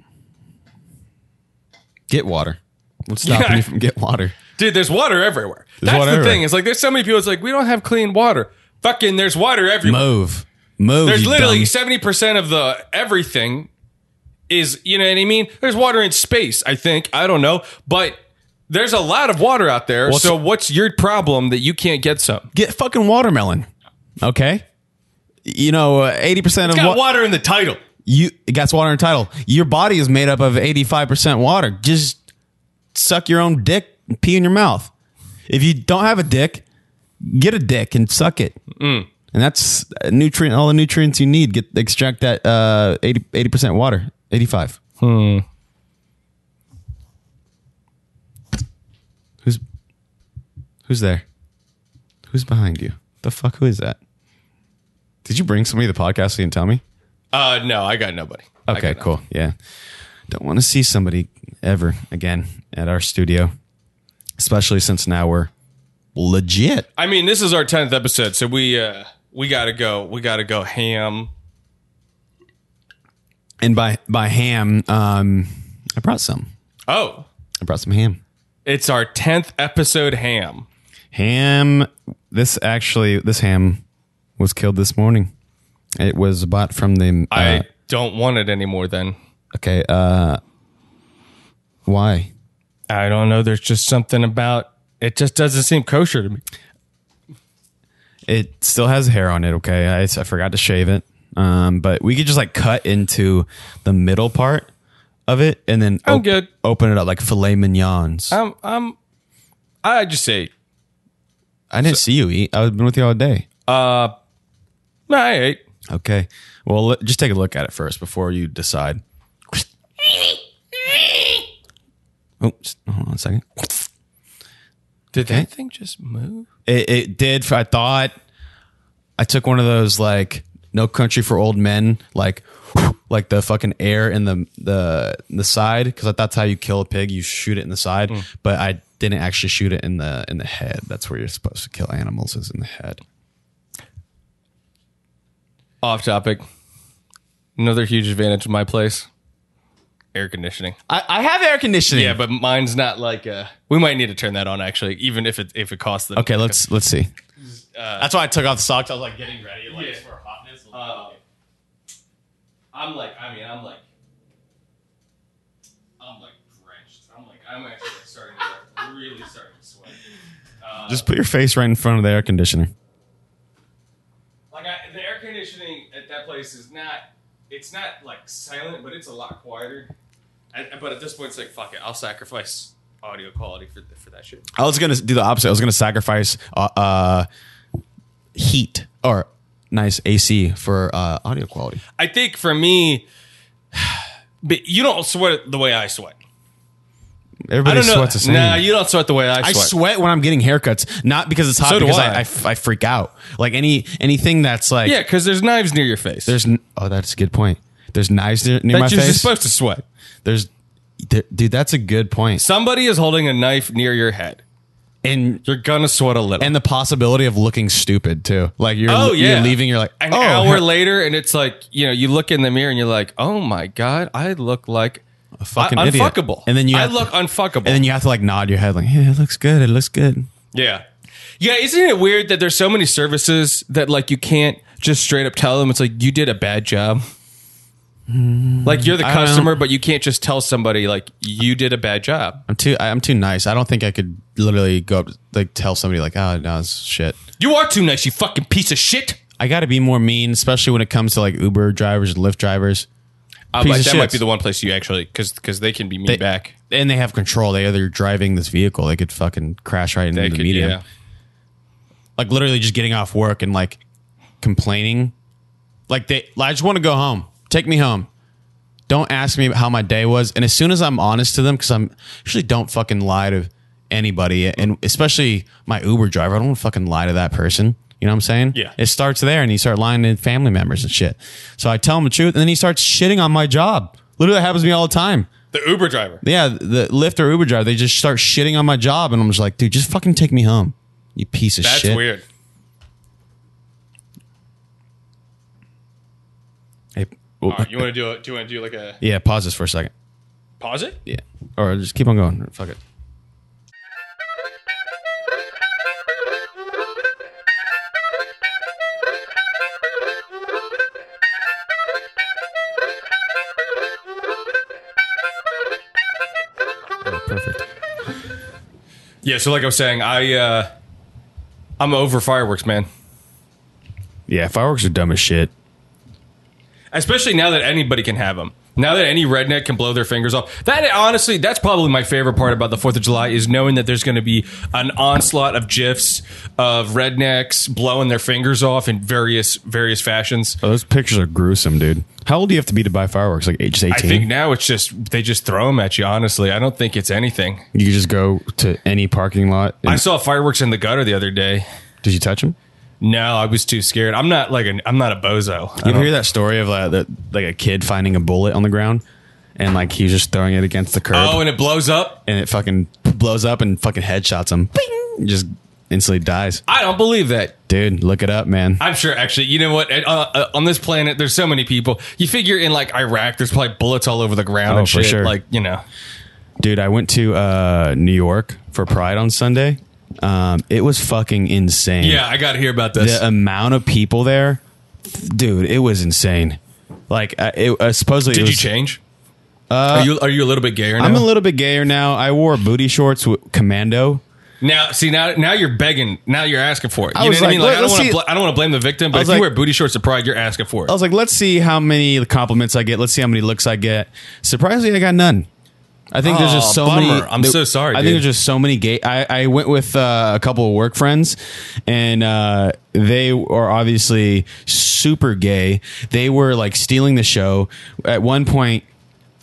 Speaker 2: Get water. What's stopping
Speaker 3: Yeah.
Speaker 2: you from get water?
Speaker 3: Dude, there's water everywhere. That's
Speaker 2: water
Speaker 3: the
Speaker 2: everywhere.
Speaker 3: thing. It's like there's so many people. It's like we don't have clean water. Fucking, there's water everywhere.
Speaker 2: Move. Move.
Speaker 3: there's
Speaker 2: you
Speaker 3: literally
Speaker 2: dumb-
Speaker 3: seventy percent of the everything is. You know what I mean? There's water in space. I think. I don't know, but there's a lot of water out there. so what's your problem that you can't get some?
Speaker 2: get fucking watermelon. Okay? You know, uh, eighty percent of
Speaker 3: Got
Speaker 2: wa-
Speaker 3: water in the title.
Speaker 2: you it got water in title. Your body is made up of eighty five percent water. Just suck your own dick and pee in your mouth. If you don't have a dick, get a dick and suck it. And that's uh, nutrient all the nutrients you need. Get extract that uh 80 percent water. Eighty five. Hmm. Who's who's there? Who's behind you? The fuck who is that? Did you bring somebody to the podcast so you didn't tell me?
Speaker 3: Uh, no, I got nobody. I
Speaker 2: Okay,
Speaker 3: got
Speaker 2: cool. Yeah. Don't want to see somebody ever again at our studio, especially since now we're legit.
Speaker 3: I mean, this is our tenth episode, so we uh we gotta go. We gotta go ham.
Speaker 2: And by by ham, um, I brought some.
Speaker 3: Oh,
Speaker 2: I brought some ham.
Speaker 3: it's our tenth episode ham.
Speaker 2: Ham. This actually, this ham was killed this morning. It was bought from the. Uh,
Speaker 3: I don't want it anymore. Then
Speaker 2: okay. Uh, why?
Speaker 3: I don't know. There's just something about it. Just doesn't seem kosher to me.
Speaker 2: It still has hair on it. Okay, I, I forgot to shave it. Um, but we could just like cut into the middle part of it and then
Speaker 3: I'm good. Oh,
Speaker 2: open it up like filet mignons.
Speaker 3: I'm. I'm. I just say.
Speaker 2: I didn't see you eat. I've been with you all day.
Speaker 3: Nah, I ate.
Speaker 2: Okay. Well, let, just take a look at it first before you decide. Oh, s- hold on a second.
Speaker 3: Did that thing just move?
Speaker 2: It, it did. for- I thought I took one of those like No Country for Old Men, like like the fucking air in the the the side because that's how you kill a pig. You shoot it in the side, but I didn't actually shoot it in the in the head. That's where you're supposed to kill animals is in the head.
Speaker 3: Off topic. Another huge advantage of my place air conditioning.
Speaker 2: I, I have air conditioning.
Speaker 3: Yeah, but mine's not like a. We might need to turn that on actually, even if it if it costs them.
Speaker 2: okay, let's let's see. that's why I took off the socks. I was like getting ready, like
Speaker 3: Yeah. Uh,
Speaker 2: for hotness.
Speaker 3: I'm like, I mean, I'm like, I'm like drenched. I'm like, I'm actually starting to like, really starting to sweat.
Speaker 2: Just put your face right in front of the air conditioner.
Speaker 3: Like I, the air conditioning at that place is not. It's not like silent, but it's a lot quieter. I, but at this point, it's like fuck it. I'll sacrifice audio quality for for that shit.
Speaker 2: I was gonna do the opposite. I was gonna sacrifice uh, uh, heat or nice AC for uh, audio quality.
Speaker 3: I think for me, but you don't sweat the way I sweat. I
Speaker 2: Everybody
Speaker 3: don't know.
Speaker 2: sweats the same.
Speaker 3: Nah, you don't sweat the way I
Speaker 2: I
Speaker 3: sweat.
Speaker 2: sweat when I'm getting haircuts, not because it's hot,
Speaker 3: So do
Speaker 2: because I.
Speaker 3: I.
Speaker 2: I f- I freak out. Like any anything that's like
Speaker 3: yeah, because there's knives near your face.
Speaker 2: there's n- oh that's a good point. There's knives near, near
Speaker 3: that
Speaker 2: my
Speaker 3: you're
Speaker 2: face.
Speaker 3: just supposed to sweat.
Speaker 2: there's there, dude, that's a good point.
Speaker 3: Somebody is holding a knife near your head.
Speaker 2: And
Speaker 3: You're gonna sweat a little.
Speaker 2: and the possibility of looking stupid too. Like you're
Speaker 3: Oh, yeah.
Speaker 2: you're leaving. You're like
Speaker 3: an
Speaker 2: oh,
Speaker 3: hour
Speaker 2: hair-
Speaker 3: later, and it's like you know, you look in the mirror and you're like, oh my god, I look like a
Speaker 2: fucking idiot.
Speaker 3: unfuckable.
Speaker 2: And then you
Speaker 3: I
Speaker 2: have-
Speaker 3: look unfuckable.
Speaker 2: and then you have to like nod your head like yeah, it looks good. It looks good.
Speaker 3: Yeah. Yeah, isn't it weird that there's so many services that like you can't just straight up tell them it's like you did a bad job. Like you're the
Speaker 2: Hmm. I don't-
Speaker 3: customer, but you can't just tell somebody like you did a bad job.
Speaker 2: I'm too. I- I'm too nice. I don't think I could literally go up like tell somebody like, oh no, it's shit.
Speaker 3: You are too nice, you fucking piece of shit.
Speaker 2: I got to be more mean, especially when it comes to like Uber drivers, Lyft drivers,
Speaker 3: Uh,
Speaker 2: Piece
Speaker 3: but
Speaker 2: of
Speaker 3: that might
Speaker 2: shits.
Speaker 3: be the one place you actually because because they can be mean
Speaker 2: They-
Speaker 3: back.
Speaker 2: and they have control. They they're driving this vehicle. They could fucking crash right into
Speaker 3: They
Speaker 2: the
Speaker 3: could-
Speaker 2: medium.
Speaker 3: yeah.
Speaker 2: Like literally just getting off work and like complaining. Like they, I just want to go home. Take me home. Don't ask me how my day was. And as soon as I'm honest to them, because I'm usually don't fucking lie to anybody, and especially my Uber driver, I don't want to fucking lie to that person. You know what I'm saying?
Speaker 3: Yeah.
Speaker 2: It starts there, and you start lying to family members and shit. So I tell him the truth, and then he starts shitting on my job. Literally, that happens to me all the time
Speaker 3: The Uber driver.
Speaker 2: yeah, the Lyft or Uber driver, they just start shitting on my job, and I'm just like, dude, just fucking take me home, you piece of
Speaker 3: That's
Speaker 2: shit.
Speaker 3: weird.
Speaker 2: Hey, well,
Speaker 3: All right, you want to do a, do you want to do like a
Speaker 2: yeah, pause this for a second.
Speaker 3: pause it?
Speaker 2: Yeah, or just keep on going. Fuck it. Oh, Perfect.
Speaker 3: Yeah. So like I was saying, I uh I'm over fireworks, man.
Speaker 2: Yeah, fireworks are dumb as shit.
Speaker 3: especially now that anybody can have them. Now that any redneck can blow their fingers off. That honestly, that's probably my favorite part about the Fourth of July is knowing that there's going to be an onslaught of gifs of rednecks blowing their fingers off in various various fashions.
Speaker 2: Oh, those pictures are gruesome, dude. How old do you have to be to buy fireworks? Like age eighteen?
Speaker 3: I think now it's just they just throw them at you. Honestly, I don't think it's anything.
Speaker 2: You could just go to any parking lot. And,
Speaker 3: I saw fireworks in the gutter the other day.
Speaker 2: did you touch him?
Speaker 3: No, I was too scared. I'm not like an, I'm not a bozo. I
Speaker 2: You
Speaker 3: don't-
Speaker 2: ever hear that story of uh, the, like a kid finding a bullet on the ground and like he's just throwing it against the curb
Speaker 3: Oh, and it blows up.
Speaker 2: and it fucking blows up and fucking headshots him. Bing! Just instantly dies.
Speaker 3: I don't believe that.
Speaker 2: Dude, look it up, man.
Speaker 3: I'm sure. Actually, you know what? Uh, uh, on this planet, there's so many people. You figure in like Iraq, there's probably bullets all over the ground
Speaker 2: Oh,
Speaker 3: and
Speaker 2: for
Speaker 3: shit.
Speaker 2: sure.
Speaker 3: Like you know,
Speaker 2: Dude, I went to uh, New York for Pride on Sunday. Um, it was fucking insane.
Speaker 3: yeah. I got to hear about this.
Speaker 2: the amount of people there, dude, it was insane. Like, uh, it, uh, supposedly, it
Speaker 3: Did you
Speaker 2: was- Uh,
Speaker 3: change? are you are you a little bit gayer now?
Speaker 2: I'm a little bit gayer now. I wore booty shorts with commando.
Speaker 3: now see now now you're begging. Now you're asking for it. You
Speaker 2: I
Speaker 3: know
Speaker 2: was
Speaker 3: what I
Speaker 2: like,
Speaker 3: mean? Like I
Speaker 2: let's
Speaker 3: don't want to
Speaker 2: see-
Speaker 3: bl- I don't want to blame the victim, but
Speaker 2: I
Speaker 3: if
Speaker 2: was
Speaker 3: you
Speaker 2: like-
Speaker 3: wear booty shorts to pride, you're asking for it.
Speaker 2: I was like, let's see how many compliments I get. Let's see how many looks I get. Surprisingly, I got none. I think there's
Speaker 3: Aw,
Speaker 2: just so
Speaker 3: Oh, bummer.
Speaker 2: many.
Speaker 3: I'm so sorry,
Speaker 2: I
Speaker 3: dude.
Speaker 2: think there's just so many gay. I, I went with uh, a couple of work friends, and uh, they are obviously super gay. They were like stealing the show. At one point,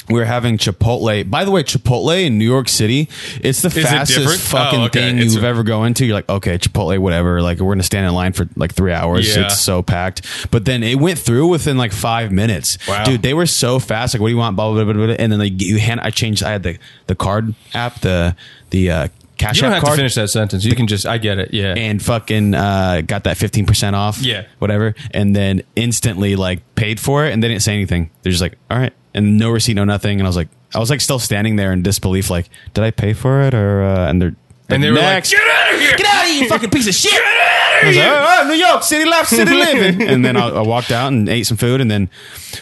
Speaker 2: we were having Chipotle. By the way, Chipotle in New York City, it's the
Speaker 3: it
Speaker 2: fastest
Speaker 3: different?
Speaker 2: fucking
Speaker 3: Oh, okay.
Speaker 2: thing
Speaker 3: It's-
Speaker 2: you've ever go into. You're like, okay, Chipotle, whatever. Like we're gonna stand in line for like three hours.
Speaker 3: Yeah.
Speaker 2: It's so packed. But then it went through within like five minutes.
Speaker 3: Wow.
Speaker 2: Dude, they were so fast. Like, what do you want? Blah blah blah blah. blah. And then like you hand. I changed. I had the the card app, the the uh, cash
Speaker 3: You don't
Speaker 2: app
Speaker 3: have
Speaker 2: card
Speaker 3: to finish that sentence. You can just. I get it. Yeah.
Speaker 2: and fucking uh, got that 15% off.
Speaker 3: Yeah.
Speaker 2: Whatever. And then instantly like paid for it and they didn't say anything. They're just like, all right. And no receipt, no nothing. And I was like, I was like still standing there in disbelief, like, did I pay for it? Or, uh, and they're,
Speaker 3: And they were
Speaker 2: next.
Speaker 3: like, "Get out of here!
Speaker 2: Get out of here, you fucking piece of shit! I was like, "Oh, oh, New York, city life, city living. and then I, I walked out and ate some food, and then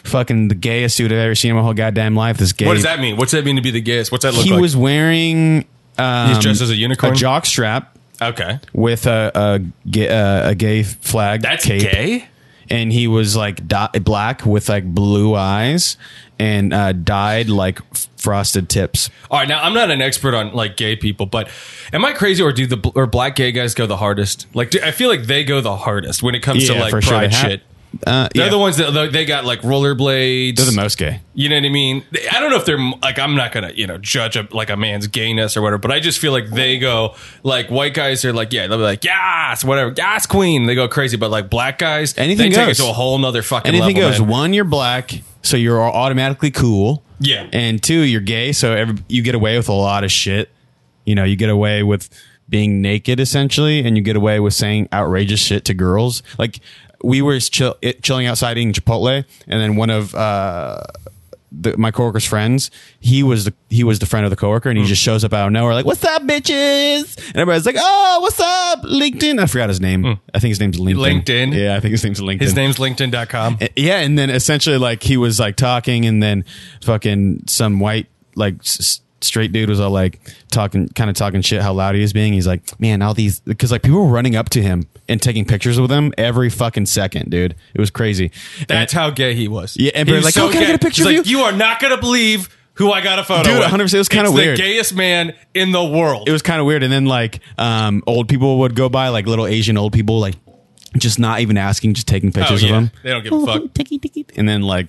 Speaker 2: fucking the gayest suit I've ever seen in my whole goddamn life. This gay,
Speaker 3: What does that mean? What's that mean to be the gayest? What's that look
Speaker 2: he
Speaker 3: like?
Speaker 2: was wearing um,
Speaker 3: He's dressed as a
Speaker 2: a
Speaker 3: unicorn.
Speaker 2: jock strap
Speaker 3: okay,
Speaker 2: with a a, ga- uh, a gay flag.
Speaker 3: that's
Speaker 2: cape.
Speaker 3: gay.
Speaker 2: And he was like di- black with like blue eyes and uh, dyed like f- frosted tips.
Speaker 3: All right, now I'm not an expert on like gay people, but am I crazy or do the or black gay guys go the hardest? Like, do, I feel like they go the hardest when it comes to like
Speaker 2: for sure they
Speaker 3: pride
Speaker 2: have-
Speaker 3: shit.
Speaker 2: Uh,
Speaker 3: They're
Speaker 2: yeah,
Speaker 3: the ones that they- they got like rollerblades.
Speaker 2: they're the most gay.
Speaker 3: You know what I mean? They- I don't know if they're like I'm not gonna you know judge a, like a man's gayness or whatever, but I just feel like they go like white guys are like yeah they'll be like yes whatever yes queen they go crazy, but like black guys
Speaker 2: Anything
Speaker 3: they take it
Speaker 2: goes.
Speaker 3: to a whole nother fucking
Speaker 2: Anything
Speaker 3: level,
Speaker 2: goes.
Speaker 3: man.
Speaker 2: One, you're black, so you're automatically cool.
Speaker 3: Yeah.
Speaker 2: And two, you're gay, so every, you get away with a lot of shit. You know, you get away with being naked essentially, and you get away with saying outrageous shit to girls. Like we were chill, it, chilling outside eating Chipotle, and then one of uh, the, my coworker's friends, he was the he was the friend of the coworker,
Speaker 3: Hmm.
Speaker 2: and he just shows up out of nowhere, like "What's up, bitches?" And everybody's like, "Oh, what's up, LinkedIn?" I forgot his name. I think his name's LinkedIn.
Speaker 3: Hmm. LinkedIn?
Speaker 2: Yeah, I think his name's LinkedIn.
Speaker 3: His name's LinkedIn.com.
Speaker 2: Eh, Yeah, and then essentially like he was like talking, and then fucking some white like s- straight dude was all like talking, kind of talking shit how loud he is being. He's like, man, all these because like people were running up to him and taking pictures with him every fucking second, dude. It was crazy.
Speaker 3: That's how gay he was.
Speaker 2: Yeah, and
Speaker 3: He
Speaker 2: they're
Speaker 3: was
Speaker 2: like, "Oh, can I
Speaker 3: gay."
Speaker 2: get a picture
Speaker 3: He's
Speaker 2: of
Speaker 3: like,
Speaker 2: you?"
Speaker 3: You are not gonna believe who I got a photo.
Speaker 2: Dude,
Speaker 3: with.
Speaker 2: 100% it was kinda
Speaker 3: It's
Speaker 2: weird.
Speaker 3: The gayest man in the world.
Speaker 2: it was kind of weird. And then like um, old people would go by, like little Asian old people, like just not even asking, just taking
Speaker 3: oh,
Speaker 2: pictures
Speaker 3: yeah.
Speaker 2: of them.
Speaker 3: They don't give a fuck.
Speaker 2: and then like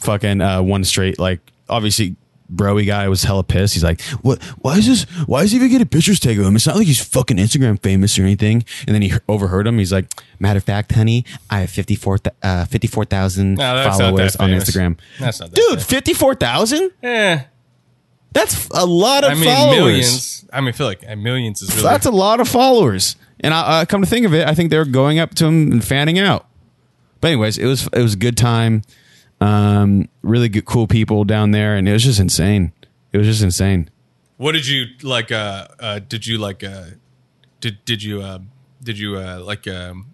Speaker 2: fucking uh, one straight like obviously broy guy was hella pissed he's like what why is this why is he even getting pictures taken of him it's not like he's fucking instagram famous or anything and then he he- overheard him he's like matter of fact honey i have 54 th- uh 54,000
Speaker 3: No, that's not that
Speaker 2: followers on
Speaker 3: famous.
Speaker 2: instagram
Speaker 3: That's not that
Speaker 2: dude 54,000
Speaker 3: Eh,
Speaker 2: that's a lot of
Speaker 3: I mean
Speaker 2: followers
Speaker 3: millions. I mean, I feel like uh, millions is really.
Speaker 2: that's a lot of followers. And I, I come to think of it, I think they're going up to him and fanning out. But anyways, it was it was a good time. Um, really good, cool people down there, and it was just insane. It was just insane.
Speaker 3: what did you like? Uh, uh, did you like? Uh, did did you uh, did you uh, like? Um,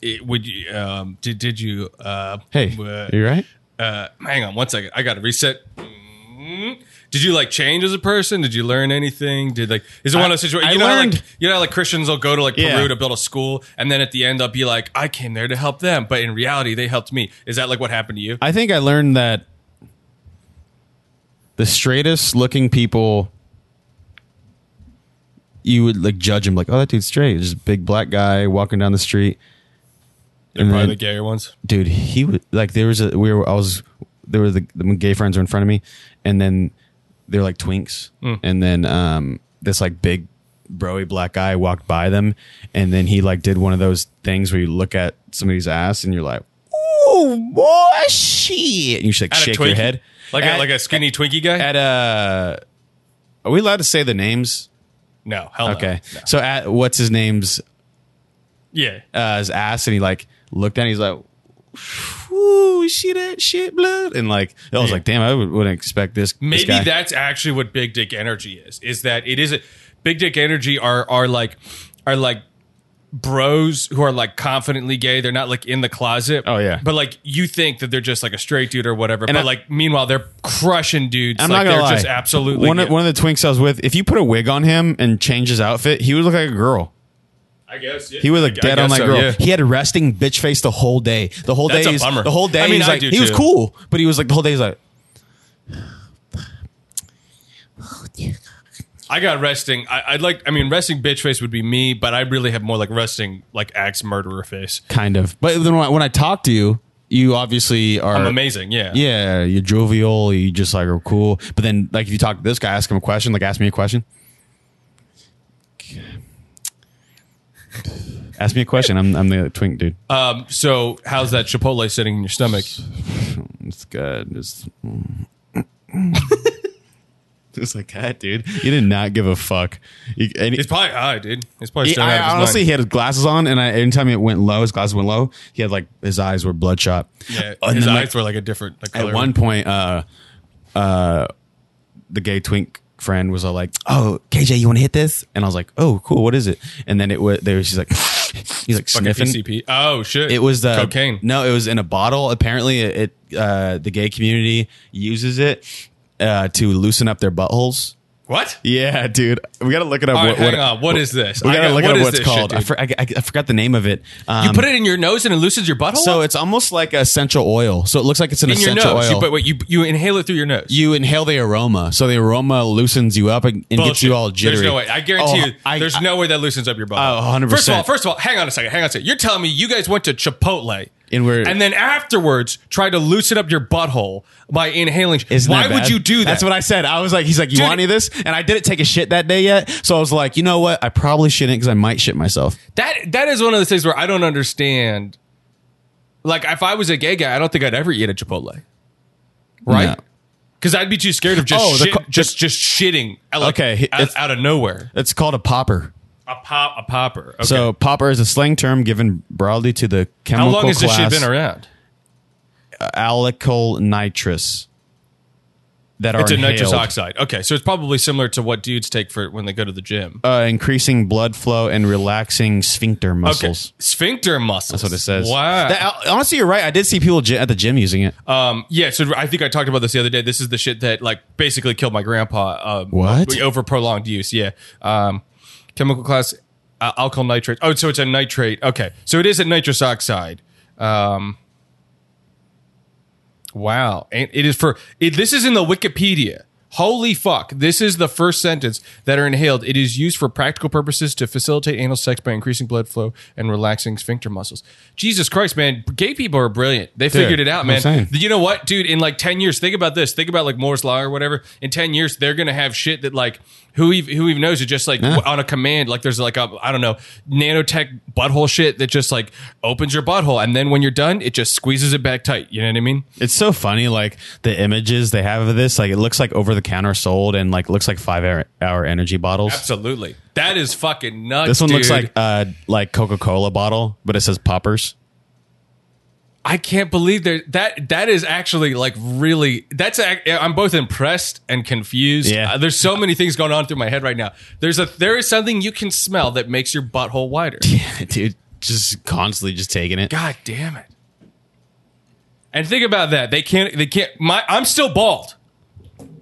Speaker 3: it, would you um, did did you? Uh,
Speaker 2: Hey,
Speaker 3: uh,
Speaker 2: are you right?
Speaker 3: uh, hang on one second. I got to reset. Mm. Did you like change as a person? Did you learn anything? Did like is it one of those
Speaker 2: I
Speaker 3: situations? You know, how,
Speaker 2: learned-
Speaker 3: like you know, how, like Christians will go to like Peru
Speaker 2: Yeah.
Speaker 3: to build a school, and then at the end, they'll be like, "I came there to help them," but in reality, they helped me. Is that like what happened to you?
Speaker 2: I think I learned that the straightest looking people you would like judge him like, oh, that dude's straight. Just a big black guy walking down the street.
Speaker 3: They're
Speaker 2: and
Speaker 3: probably
Speaker 2: then-
Speaker 3: the gayer ones.
Speaker 2: dude, he was like, there was a, we were, I was, there were the, the gay friends were in front of me and then they were like twinks.
Speaker 3: Mm.
Speaker 2: And then, um, this like big broy black guy walked by them. And then he like did one of those things where you look at somebody's ass and you're like, Ooh, boy, shit. And you should like
Speaker 3: At a
Speaker 2: shake
Speaker 3: Twinkie?
Speaker 2: your head.
Speaker 3: like
Speaker 2: at,
Speaker 3: a, like a skinny Twinkie guy.
Speaker 2: at a, are we allowed to say the names?
Speaker 3: no, hell no.
Speaker 2: Okay.
Speaker 3: Uh, no.
Speaker 2: So at what's his name's
Speaker 3: Yeah,
Speaker 2: uh, his ass and he like looked at it, he's like Ooh, see that shit, blood, and like I was
Speaker 3: Yeah.
Speaker 2: like, damn, I would, wouldn't expect this. this
Speaker 3: maybe
Speaker 2: guy.
Speaker 3: that's actually what big dick energy is is that it is a big dick energy are are like are like bros who are like confidently gay they're not like in the closet
Speaker 2: Oh, yeah.
Speaker 3: but like you think that they're just like a straight dude or whatever
Speaker 2: And
Speaker 3: but
Speaker 2: I-
Speaker 3: like meanwhile they're crushing dudes
Speaker 2: I'm
Speaker 3: like
Speaker 2: not gonna
Speaker 3: they're
Speaker 2: lie.
Speaker 3: just absolutely
Speaker 2: one. Of,
Speaker 3: gay.
Speaker 2: one of the twinks I was with, if you put a wig on him and change his outfit, he would look like a girl.
Speaker 3: i guess yeah.
Speaker 2: He was
Speaker 3: I
Speaker 2: like
Speaker 3: guess
Speaker 2: dead on that
Speaker 3: so,
Speaker 2: girl.
Speaker 3: yeah.
Speaker 2: He had a resting bitch face the whole day. The whole
Speaker 3: That's
Speaker 2: day,
Speaker 3: a
Speaker 2: he's-
Speaker 3: bummer.
Speaker 2: the whole day.
Speaker 3: I mean,
Speaker 2: he's
Speaker 3: I
Speaker 2: like,
Speaker 3: do
Speaker 2: he was
Speaker 3: too.
Speaker 2: cool, but he was like the whole day. He's like,
Speaker 3: i got resting I, i'd like i mean resting bitch face would be me but i really have more like resting like axe murderer face
Speaker 2: kind of. But then when I, when I talk to you, you obviously are
Speaker 3: I'm amazing. Yeah.
Speaker 2: Yeah, you're jovial. You just like are cool. But then, like, if you talk to this guy, ask him a question. Like, ask me a question. ask me a question. I'm I'm the twink dude.
Speaker 3: Um, so how's that Chipotle sitting in your stomach?
Speaker 2: It's good. It's just like that, dude. He did not give a fuck. He- and he-
Speaker 3: It's probably high, dude. It's probably
Speaker 2: he-
Speaker 3: straight out of his
Speaker 2: I, honestly,
Speaker 3: mind.
Speaker 2: he had his glasses on, and I, anytime it went low, his glasses went low. He had like his eyes were bloodshot.
Speaker 3: Yeah,
Speaker 2: And
Speaker 3: his
Speaker 2: then,
Speaker 3: eyes
Speaker 2: like,
Speaker 3: were like a different like,
Speaker 2: at
Speaker 3: color.
Speaker 2: one point, uh, uh, the gay twink friend was all like, "Oh, KJ, you want to hit this?" And I was like, "Oh, cool. What is it?" And then it was there. She's like, he's like
Speaker 3: Fucking
Speaker 2: sniffing.
Speaker 3: PCP. Oh shit!
Speaker 2: It was uh, the
Speaker 3: cocaine.
Speaker 2: No, it was in a bottle. Apparently, it, it uh, the gay community uses it uh, to loosen up their buttholes.
Speaker 3: What?
Speaker 2: Yeah, dude, we gotta look it up.
Speaker 3: All right,
Speaker 2: what,
Speaker 3: hang
Speaker 2: what-
Speaker 3: on. What is this?
Speaker 2: We
Speaker 3: I
Speaker 2: gotta
Speaker 3: got-
Speaker 2: look
Speaker 3: what
Speaker 2: it
Speaker 3: is
Speaker 2: up. What it's
Speaker 3: this shit,
Speaker 2: called? I,
Speaker 3: dude?
Speaker 2: for, I, I forgot the name of it. Um,
Speaker 3: You put it in your nose and it loosens your butthole.
Speaker 2: so it's almost like essential oil. So it looks like it's an
Speaker 3: in your
Speaker 2: essential
Speaker 3: nose.
Speaker 2: oil.
Speaker 3: You, but wait, you you inhale it through your nose.
Speaker 2: you inhale the aroma, so the aroma loosens you up and, and gets
Speaker 3: Bullshit.
Speaker 2: you all jittery.
Speaker 3: There's no way. I guarantee
Speaker 2: Oh,
Speaker 3: you.
Speaker 2: I-
Speaker 3: there's
Speaker 2: I-
Speaker 3: no way that loosens up your body.
Speaker 2: Oh, 100%.
Speaker 3: First of all, first of all, hang on a second. Hang on a second. You're telling me you guys went to Chipotle
Speaker 2: And we're-
Speaker 3: then afterwards tried to loosen up your butthole by inhaling. sh-
Speaker 2: Isn't
Speaker 3: Why
Speaker 2: that
Speaker 3: would
Speaker 2: bad?
Speaker 3: you do that?
Speaker 2: That's what I said. I was like, he's like, you
Speaker 3: Dude-
Speaker 2: want any of this? And I didn't take a shit that day yet, so I was like, you know what? I probably shouldn't because I might shit myself.
Speaker 3: that that is one of those things where I don't understand. Like if I was a gay guy, I don't think I'd ever eat at Chipotle. Right?
Speaker 2: No.
Speaker 3: Because I'd be too scared of just
Speaker 2: Oh, the
Speaker 3: shit-
Speaker 2: co-
Speaker 3: just just shitting. uh, Like,
Speaker 2: Okay,
Speaker 3: okay, out,
Speaker 2: it's-
Speaker 3: out of nowhere,
Speaker 2: It's called a popper.
Speaker 3: a pop, a popper. Okay.
Speaker 2: So popper is a slang term given broadly to the
Speaker 3: how
Speaker 2: chemical
Speaker 3: long has this
Speaker 2: class
Speaker 3: shit been around?
Speaker 2: alkyl nitrous that are
Speaker 3: It's a nitrous
Speaker 2: inhaled,
Speaker 3: oxide. Okay, so it's probably similar to what dudes take for when they go to the gym.
Speaker 2: uh, increasing blood flow and relaxing sphincter
Speaker 3: okay,
Speaker 2: muscles.
Speaker 3: sphincter muscles.
Speaker 2: That's what it says.
Speaker 3: Wow.
Speaker 2: That- uh, honestly, you're right. I did see people gy- at the gym using it. Uh,
Speaker 3: um, yeah. So I think I talked about this the other day. This is the shit that like basically killed my grandpa. Um,
Speaker 2: What?
Speaker 3: over prolonged use? Yeah. Um, chemical class uh, alkyl nitrate. Oh, so it's a nitrate. Okay, so it is a nitrous oxide. Um, Wow. And it is for it, this is in the Wikipedia. Holy fuck. This is the first sentence that are inhaled. It is used for practical purposes to facilitate anal sex by increasing blood flow and relaxing sphincter muscles. Jesus Christ, man. Gay people are brilliant. They figured it out,
Speaker 2: I'm
Speaker 3: man.
Speaker 2: saying.
Speaker 3: You know what, dude? In like 10 years, think about this. Think about like Moore's Law or whatever. In 10 years, they're going to have shit that like who even, who even knows it just like w- on a command. Like there's like a, I don't know, nanotech butthole shit that just like opens your butthole. And then when you're done, it just squeezes it back tight. You know what I mean?
Speaker 2: It's so funny, like the images they have of this. Like it looks like over the counter sold, and like looks like five hour, hour energy bottles.
Speaker 3: Absolutely. That is fucking nuts.
Speaker 2: This one looks
Speaker 3: dude.
Speaker 2: like uh like Coca Cola bottle, but it says poppers.
Speaker 3: I can't believe there that that is actually like really that's ac- I'm both impressed and confused.
Speaker 2: Yeah.
Speaker 3: Uh, there's so many things going on through my head right now. There's a there is something you can smell that makes your butthole wider.
Speaker 2: Dude, just constantly just taking it.
Speaker 3: God damn it. And think about that. They can't they can't my I'm still bald.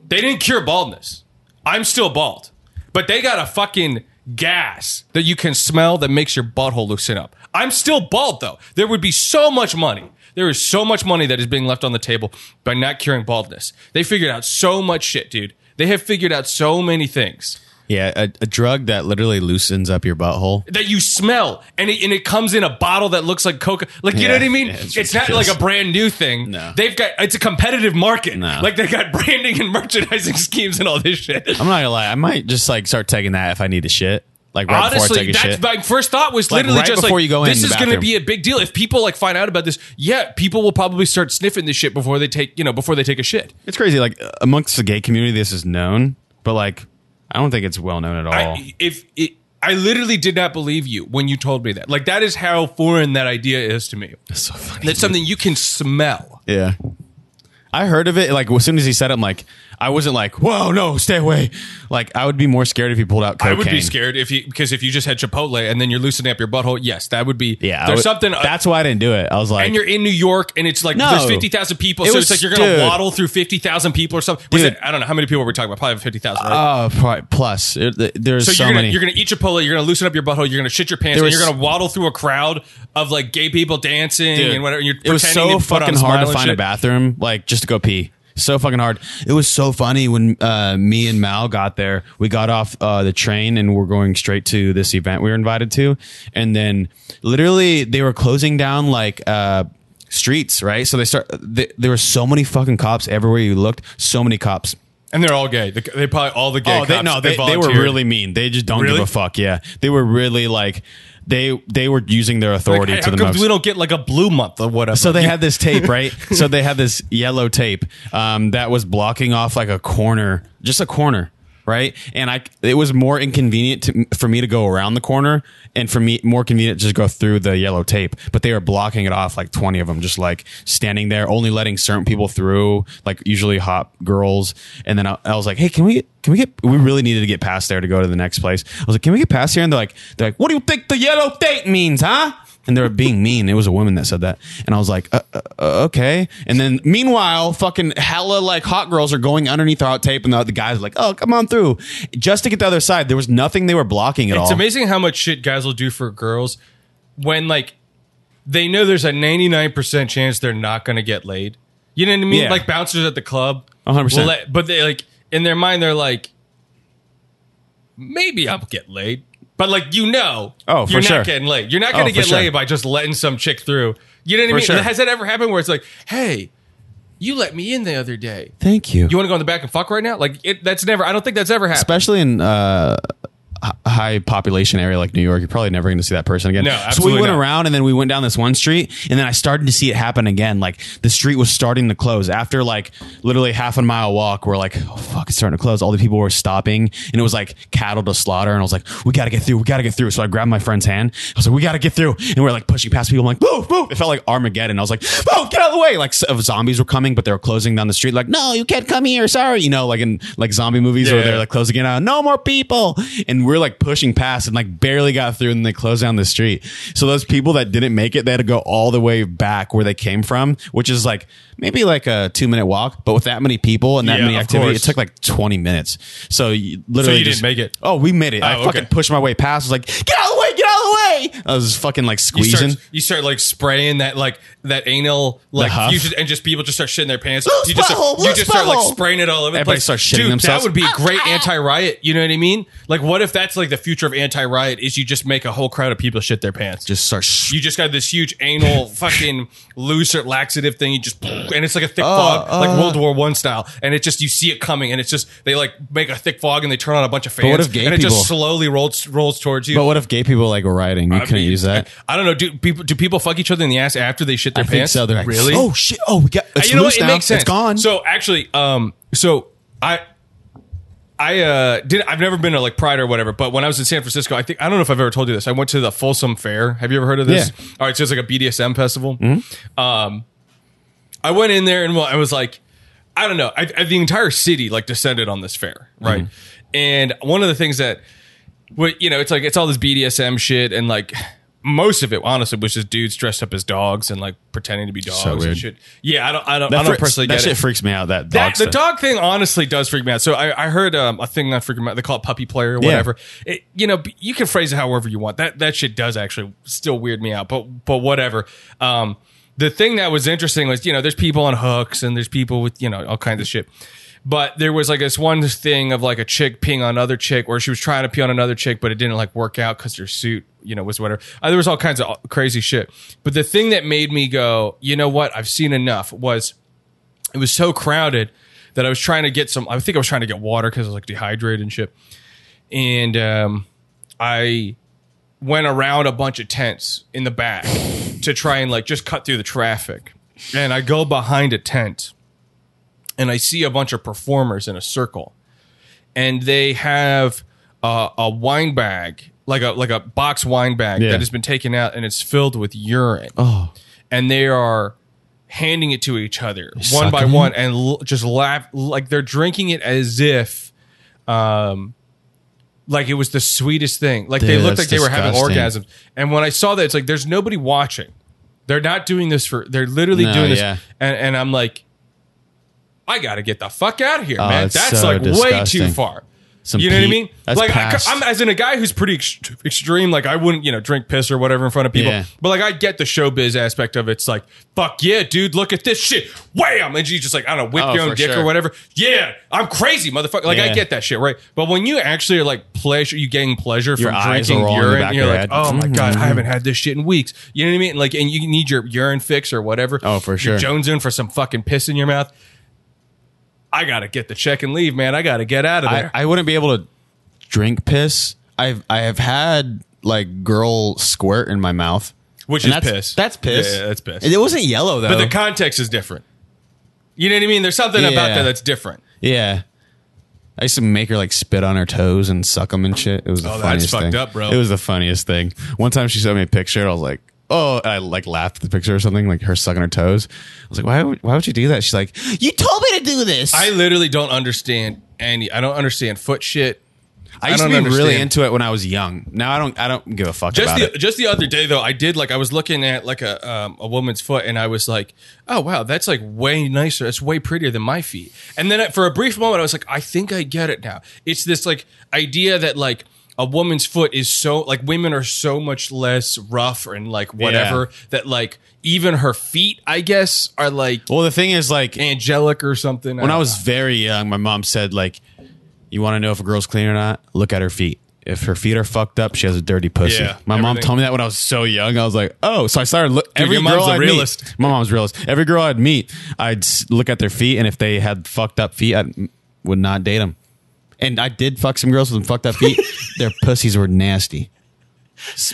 Speaker 3: They didn't cure baldness. I'm still bald. But they got a fucking gas that you can smell that makes your butthole loosen up. I'm still bald though. There would be so much money. There is so much money that is being left on the table by not curing baldness. They figured out so much shit, dude. They have figured out so many things
Speaker 2: Yeah, a, a drug that literally loosens up your butthole.
Speaker 3: that you smell and it, and it comes in a bottle that looks like coca like you know
Speaker 2: Yeah.
Speaker 3: what i mean
Speaker 2: Yeah,
Speaker 3: it's,
Speaker 2: it's
Speaker 3: not like
Speaker 2: ridiculous.
Speaker 3: a brand new thing
Speaker 2: No.
Speaker 3: they've got it's a competitive market
Speaker 2: No.
Speaker 3: like they got branding and merchandising schemes and all this shit
Speaker 2: I'm not gonna lie, I might just like start taking that if I need to shit. Like right before I
Speaker 3: Honestly,
Speaker 2: take a
Speaker 3: that's
Speaker 2: shit.
Speaker 3: my first thought was
Speaker 2: Like,
Speaker 3: literally
Speaker 2: right
Speaker 3: just
Speaker 2: before
Speaker 3: like
Speaker 2: you go in
Speaker 3: this
Speaker 2: the
Speaker 3: is going to
Speaker 2: bathroom.
Speaker 3: be a big deal. If people like find out about this, yeah, people will probably start sniffing this shit before they take you know before they take a shit.
Speaker 2: It's crazy. Like amongst the gay community, this is known, but like I don't think it's well known at all.
Speaker 3: I, if it, I literally did not believe you when you told me that. Like that is how foreign that idea is to me. That's
Speaker 2: so funny.
Speaker 3: something you can smell.
Speaker 2: Yeah. I heard of it. Like as soon as he said, it, I'm like, I wasn't like, whoa, no, stay away. Like I would be more scared if he pulled out cocaine.
Speaker 3: I would be scared if you because if you just had Chipotle and then you're loosening up your butthole, yes, that would be.
Speaker 2: Yeah, I
Speaker 3: there's
Speaker 2: would-
Speaker 3: something. uh,
Speaker 2: That's why I didn't do it. I was like,
Speaker 3: and you're in New York, and it's like
Speaker 2: No.
Speaker 3: there's fifty thousand people,
Speaker 2: It
Speaker 3: so
Speaker 2: was-
Speaker 3: it's like you're gonna
Speaker 2: dude.
Speaker 3: waddle through fifty thousand people or something. Was
Speaker 2: Dude.
Speaker 3: it, I don't know how many people were we talking about. Probably fifty thousand. Right?
Speaker 2: oh, probably, plus it- th- there's
Speaker 3: so
Speaker 2: so,
Speaker 3: you're gonna,
Speaker 2: many.
Speaker 3: you're gonna eat Chipotle, you're gonna loosen up your butthole, you're gonna shit your pants,
Speaker 2: There
Speaker 3: and you're
Speaker 2: was-
Speaker 3: gonna waddle through a crowd of like gay people dancing
Speaker 2: Dude,
Speaker 3: and whatever. and You're
Speaker 2: it was
Speaker 3: pretending
Speaker 2: so
Speaker 3: to put on
Speaker 2: fucking
Speaker 3: a smile
Speaker 2: hard
Speaker 3: and
Speaker 2: to find a
Speaker 3: shit.
Speaker 2: bathroom, like just to go pee. So fucking hard. It was so funny when uh, me and Mal got there. We got off uh, the train and we're going straight to this event we were invited to, and then literally they were closing down like uh, streets, right? So they start. Th- there were so many fucking cops everywhere you looked. So many cops.
Speaker 3: And they're all gay. The- They probably all the gay
Speaker 2: oh, they,
Speaker 3: cops,
Speaker 2: no, they, they were
Speaker 3: volunteered.
Speaker 2: really mean. They just don't
Speaker 3: Really?
Speaker 2: give a fuck. Yeah, they were really like they they were using their
Speaker 3: Like,
Speaker 2: authority
Speaker 3: hey,
Speaker 2: to
Speaker 3: how
Speaker 2: the
Speaker 3: come
Speaker 2: most.
Speaker 3: we don't get like a blue month or whatever.
Speaker 2: So they had this tape, right? so they had this yellow tape um, that was blocking off like a corner, just a corner, right? And I, it was more inconvenient to, for me to go around the corner, and for me more convenient to just go through the yellow tape. But they were blocking it off, like twenty of them, just like standing there, only letting certain people through, like usually hot girls. And then I, I was like, hey, can we? Can we get? We really needed to get past there to go to the next place. I was like, can we get past here? And they're like, they're like, what do you think the yellow tape means, huh? and they were being mean. It was a woman that said that, and I was like, uh, uh, uh, okay. And then meanwhile, fucking hella like hot girls are going underneath our hot tape, and the, the guys are like, oh, come on through, just to get the other side. There was nothing they were blocking at
Speaker 3: It's
Speaker 2: all.
Speaker 3: amazing how much shit guys will do for girls when like they know there's a 99% chance they're not going to get laid. You know what I mean?
Speaker 2: Yeah.
Speaker 3: Like bouncers at the club.
Speaker 2: 100%.
Speaker 3: will let- But they like in their mind they're like maybe I'll get laid. But like you know,
Speaker 2: Oh, for
Speaker 3: you're
Speaker 2: sure.
Speaker 3: not getting laid. You're not
Speaker 2: Oh,
Speaker 3: going to
Speaker 2: for
Speaker 3: get
Speaker 2: sure.
Speaker 3: laid by just letting some chick through. You know what I
Speaker 2: For
Speaker 3: mean?
Speaker 2: sure.
Speaker 3: Has that ever happened where it's like, "Hey, you let me in the other day.
Speaker 2: Thank you.
Speaker 3: You want to go in the back and fuck right now?" Like it, that's never I don't think that's ever happened.
Speaker 2: Especially in uh, h- high population area like New York, you're probably never going to see that person again.
Speaker 3: No,
Speaker 2: so we
Speaker 3: absolutely
Speaker 2: went
Speaker 3: not.
Speaker 2: around and then we went down this one street, and then I started to see it happen again. Like the street was starting to close after like literally half a mile walk. We're like, oh fuck, it's starting to close. All the people were stopping, and it was like cattle to slaughter. And I was like, we got to get through. We got to get through. So I grabbed my friend's hand. I was like, we got to get through. And we are like pushing past people. I'm like, move, move. It felt like Armageddon. I was like, oh, get out of the way. Like s- of zombies were coming, but they were closing down the street. Like, no, you can't come here. Sorry, you know, like in like zombie movies where
Speaker 3: Yeah.
Speaker 2: they're like closing it out. No more people. And we're like pushing past and like barely got through and they closed down the street. So those people that didn't make it, they had to go all the way back where they came from, which is like maybe like a two minute walk. But with that many people and that
Speaker 3: Yeah,
Speaker 2: many
Speaker 3: of
Speaker 2: activity,
Speaker 3: course.
Speaker 2: it took like 20 minutes. So you literally
Speaker 3: you didn't
Speaker 2: just-
Speaker 3: make it?
Speaker 2: Oh, we made it. I
Speaker 3: Oh,
Speaker 2: fucking
Speaker 3: okay.
Speaker 2: pushed my way past. I was like, get out of the way, get out of the way. I was fucking like
Speaker 3: you
Speaker 2: squeezing.
Speaker 3: start, you start like spraying that like that anal like
Speaker 2: huff.
Speaker 3: fusion, and just people just start shitting their pants.
Speaker 2: Loose
Speaker 3: you just
Speaker 2: butthole,
Speaker 3: start, you
Speaker 2: loose
Speaker 3: just start like
Speaker 2: butthole. Oh,
Speaker 3: spraying it all over. the
Speaker 2: Everybody
Speaker 3: place.
Speaker 2: starts shitting
Speaker 3: Dude,
Speaker 2: themselves.
Speaker 3: That would be a great anti-riot. You know what I mean? Like, what if that's like the future of anti-riot? Is you just make a whole crowd of people shit their pants?
Speaker 2: just start. Sh-
Speaker 3: you just got this huge anal fucking looser laxative thing. You just and it's like a
Speaker 2: Oh,
Speaker 3: thick fog,
Speaker 2: uh.
Speaker 3: like World War One style. And it just you see it coming, and it's just they like make a thick fog and they turn on a bunch of fans.
Speaker 2: what if gay
Speaker 3: and it
Speaker 2: people-
Speaker 3: just slowly rolls rolls towards you.
Speaker 2: but what if gay people like were rioting? You couldn't
Speaker 3: mean,
Speaker 2: use that.
Speaker 3: I don't know. Do people do people fuck each other in the ass after they shit their
Speaker 2: I
Speaker 3: pants?
Speaker 2: think so. They're like,
Speaker 3: really?
Speaker 2: oh shit, oh we got. It's
Speaker 3: you know what?
Speaker 2: loose
Speaker 3: It
Speaker 2: now.
Speaker 3: makes sense.
Speaker 2: It's gone.
Speaker 3: So actually, um, so I. I uh, did. I've never been to like Pride or whatever, but when I was in San Francisco, I think I don't know if I've ever told you this. I went to the Folsom Fair. Have you ever heard of this?
Speaker 2: Yeah. Mm-hmm.
Speaker 3: All right, so it's like a BDSM festival. Um, I went in there and well, I was like, I don't know. I, I, the entire city like descended on this fair, right?
Speaker 2: Mm-hmm.
Speaker 3: And one of the things that, well, you know, it's like it's all this BDSM shit, and like most of it, honestly, was just dudes dressed up as dogs and like pretending to be dogs
Speaker 2: weird.
Speaker 3: and shit. Yeah, I don't, I don't,
Speaker 2: That
Speaker 3: I don't
Speaker 2: fr-
Speaker 3: personally
Speaker 2: that
Speaker 3: get
Speaker 2: shit
Speaker 3: it.
Speaker 2: freaks me out. That, dog
Speaker 3: That, the
Speaker 2: stuff.
Speaker 3: dog thing honestly does freak me out. So I, I heard um, a thing that freaked me out. They call it puppy play or whatever. It, you know, b- you can phrase it however you want. That that shit does actually still weird me out. But but whatever. Um, the thing that was interesting was you know there's people on hooks and there's people with you know all kinds of shit. But there was like this one thing of like a chick peeing on another chick, or she was trying to pee on another chick, but it didn't like work out because her suit, you know, was whatever. Uh, there was all kinds of crazy shit. But the thing that made me go, you know what, I've seen enough was it was so crowded that I was trying to get some. I think I was trying to get water because I was like dehydrated and shit. And um, I went around a bunch of tents in the back to try and like just cut through the traffic. And I go behind a tent and I see a bunch of performers in a circle, and they have uh, a wine bag, like a like a box wine bag
Speaker 2: Yeah.
Speaker 3: that has been taken out and it's filled with urine. And they are handing it to each other one by
Speaker 2: sucking
Speaker 3: one and l- just laugh like they're drinking it as if um like it was the sweetest thing like they
Speaker 2: Dude,
Speaker 3: looked like
Speaker 2: that's
Speaker 3: they were having
Speaker 2: disgusting.
Speaker 3: orgasms and when i saw that it's like there's nobody watching they're not doing this for they're literally
Speaker 2: No,
Speaker 3: doing this
Speaker 2: yeah.
Speaker 3: and, and i'm like i gotta get the fuck out of here man
Speaker 2: Oh, it's
Speaker 3: that's
Speaker 2: so
Speaker 3: like way too
Speaker 2: disgusting.
Speaker 3: far
Speaker 2: Some
Speaker 3: You know what I
Speaker 2: pee-
Speaker 3: mean?
Speaker 2: That's
Speaker 3: like, I,
Speaker 2: past.
Speaker 3: am as in a guy who's pretty ex- extreme. Like, I wouldn't, you know, drink piss or whatever in front of people.
Speaker 2: Yeah.
Speaker 3: But like, I get the showbiz aspect of it. It's like, fuck yeah, dude, look at this shit, wham, and you just like, I don't know, whip
Speaker 2: Oh,
Speaker 3: your own
Speaker 2: for
Speaker 3: dick
Speaker 2: sure.
Speaker 3: or whatever. Yeah, I'm crazy, motherfucker. Like,
Speaker 2: Yeah.
Speaker 3: I get that shit, right? But when you actually are like pleasure, you getting pleasure
Speaker 2: Your
Speaker 3: from
Speaker 2: eyes
Speaker 3: drinking
Speaker 2: are all in the
Speaker 3: urine,
Speaker 2: back
Speaker 3: and you're
Speaker 2: of
Speaker 3: like,
Speaker 2: your head. Mm-hmm.
Speaker 3: oh my god, I haven't had this shit in weeks. You know what I mean? Like, and you need your urine fix or whatever.
Speaker 2: Oh, for sure.
Speaker 3: You're jonesing for some fucking piss in your mouth. I gotta get the check and leave, man. I gotta get out of there.
Speaker 2: I, I wouldn't be able to drink piss. I've I have had like girl squirt in my mouth,
Speaker 3: Which
Speaker 2: And
Speaker 3: is
Speaker 2: that's,
Speaker 3: piss.
Speaker 2: That's piss. Oh.
Speaker 3: Yeah, yeah, that's piss.
Speaker 2: It wasn't yellow though.
Speaker 3: But the context is different. You know what I mean? There's something
Speaker 2: Yeah.
Speaker 3: about that that's different.
Speaker 2: yeah. I used to make her like spit on her toes and suck them and shit. It was the
Speaker 3: Oh, that's
Speaker 2: funniest
Speaker 3: fucked
Speaker 2: thing.
Speaker 3: up, bro.
Speaker 2: It was the funniest thing. One time she sent me a picture. I was like, oh, I like laughed at the picture or something, like her sucking her toes. I was like, why? Would, why would you do that? She's like, you told me to do this.
Speaker 3: I literally don't understand any. I don't understand foot shit.
Speaker 2: I used
Speaker 3: I
Speaker 2: to be
Speaker 3: don't
Speaker 2: really
Speaker 3: understand.
Speaker 2: into it when I was young. Now I don't. I don't give a fuck
Speaker 3: Just
Speaker 2: about
Speaker 3: the
Speaker 2: it.
Speaker 3: just the other day though, I did like I was looking at like a um, a woman's foot, and I was like, oh wow, that's like way nicer. That's way prettier than my feet. And then uh, for a brief moment, I was like, I think I get it now. It's this like idea that like. A woman's foot is so like women are so much less rough and like whatever that like even her feet I guess are like
Speaker 2: Well, the thing is, like,
Speaker 3: angelic or something.
Speaker 2: when I was very young, my mom said, like, you want to know if a girl's clean or not? Look at her feet. If her feet are fucked up, she has a dirty pussy.
Speaker 3: Yeah,
Speaker 2: my mom
Speaker 3: everything.
Speaker 2: told me that when I was so young. I was like, oh, so I started look. Every
Speaker 3: your mom's
Speaker 2: girl
Speaker 3: a
Speaker 2: I'd
Speaker 3: realist.
Speaker 2: meet, my mom's realist. Every girl I'd meet, I'd s- look at their feet, and if they had fucked up feet, I would not date them. And I did fuck some girls with them fucked up feet. their pussies were nasty. S-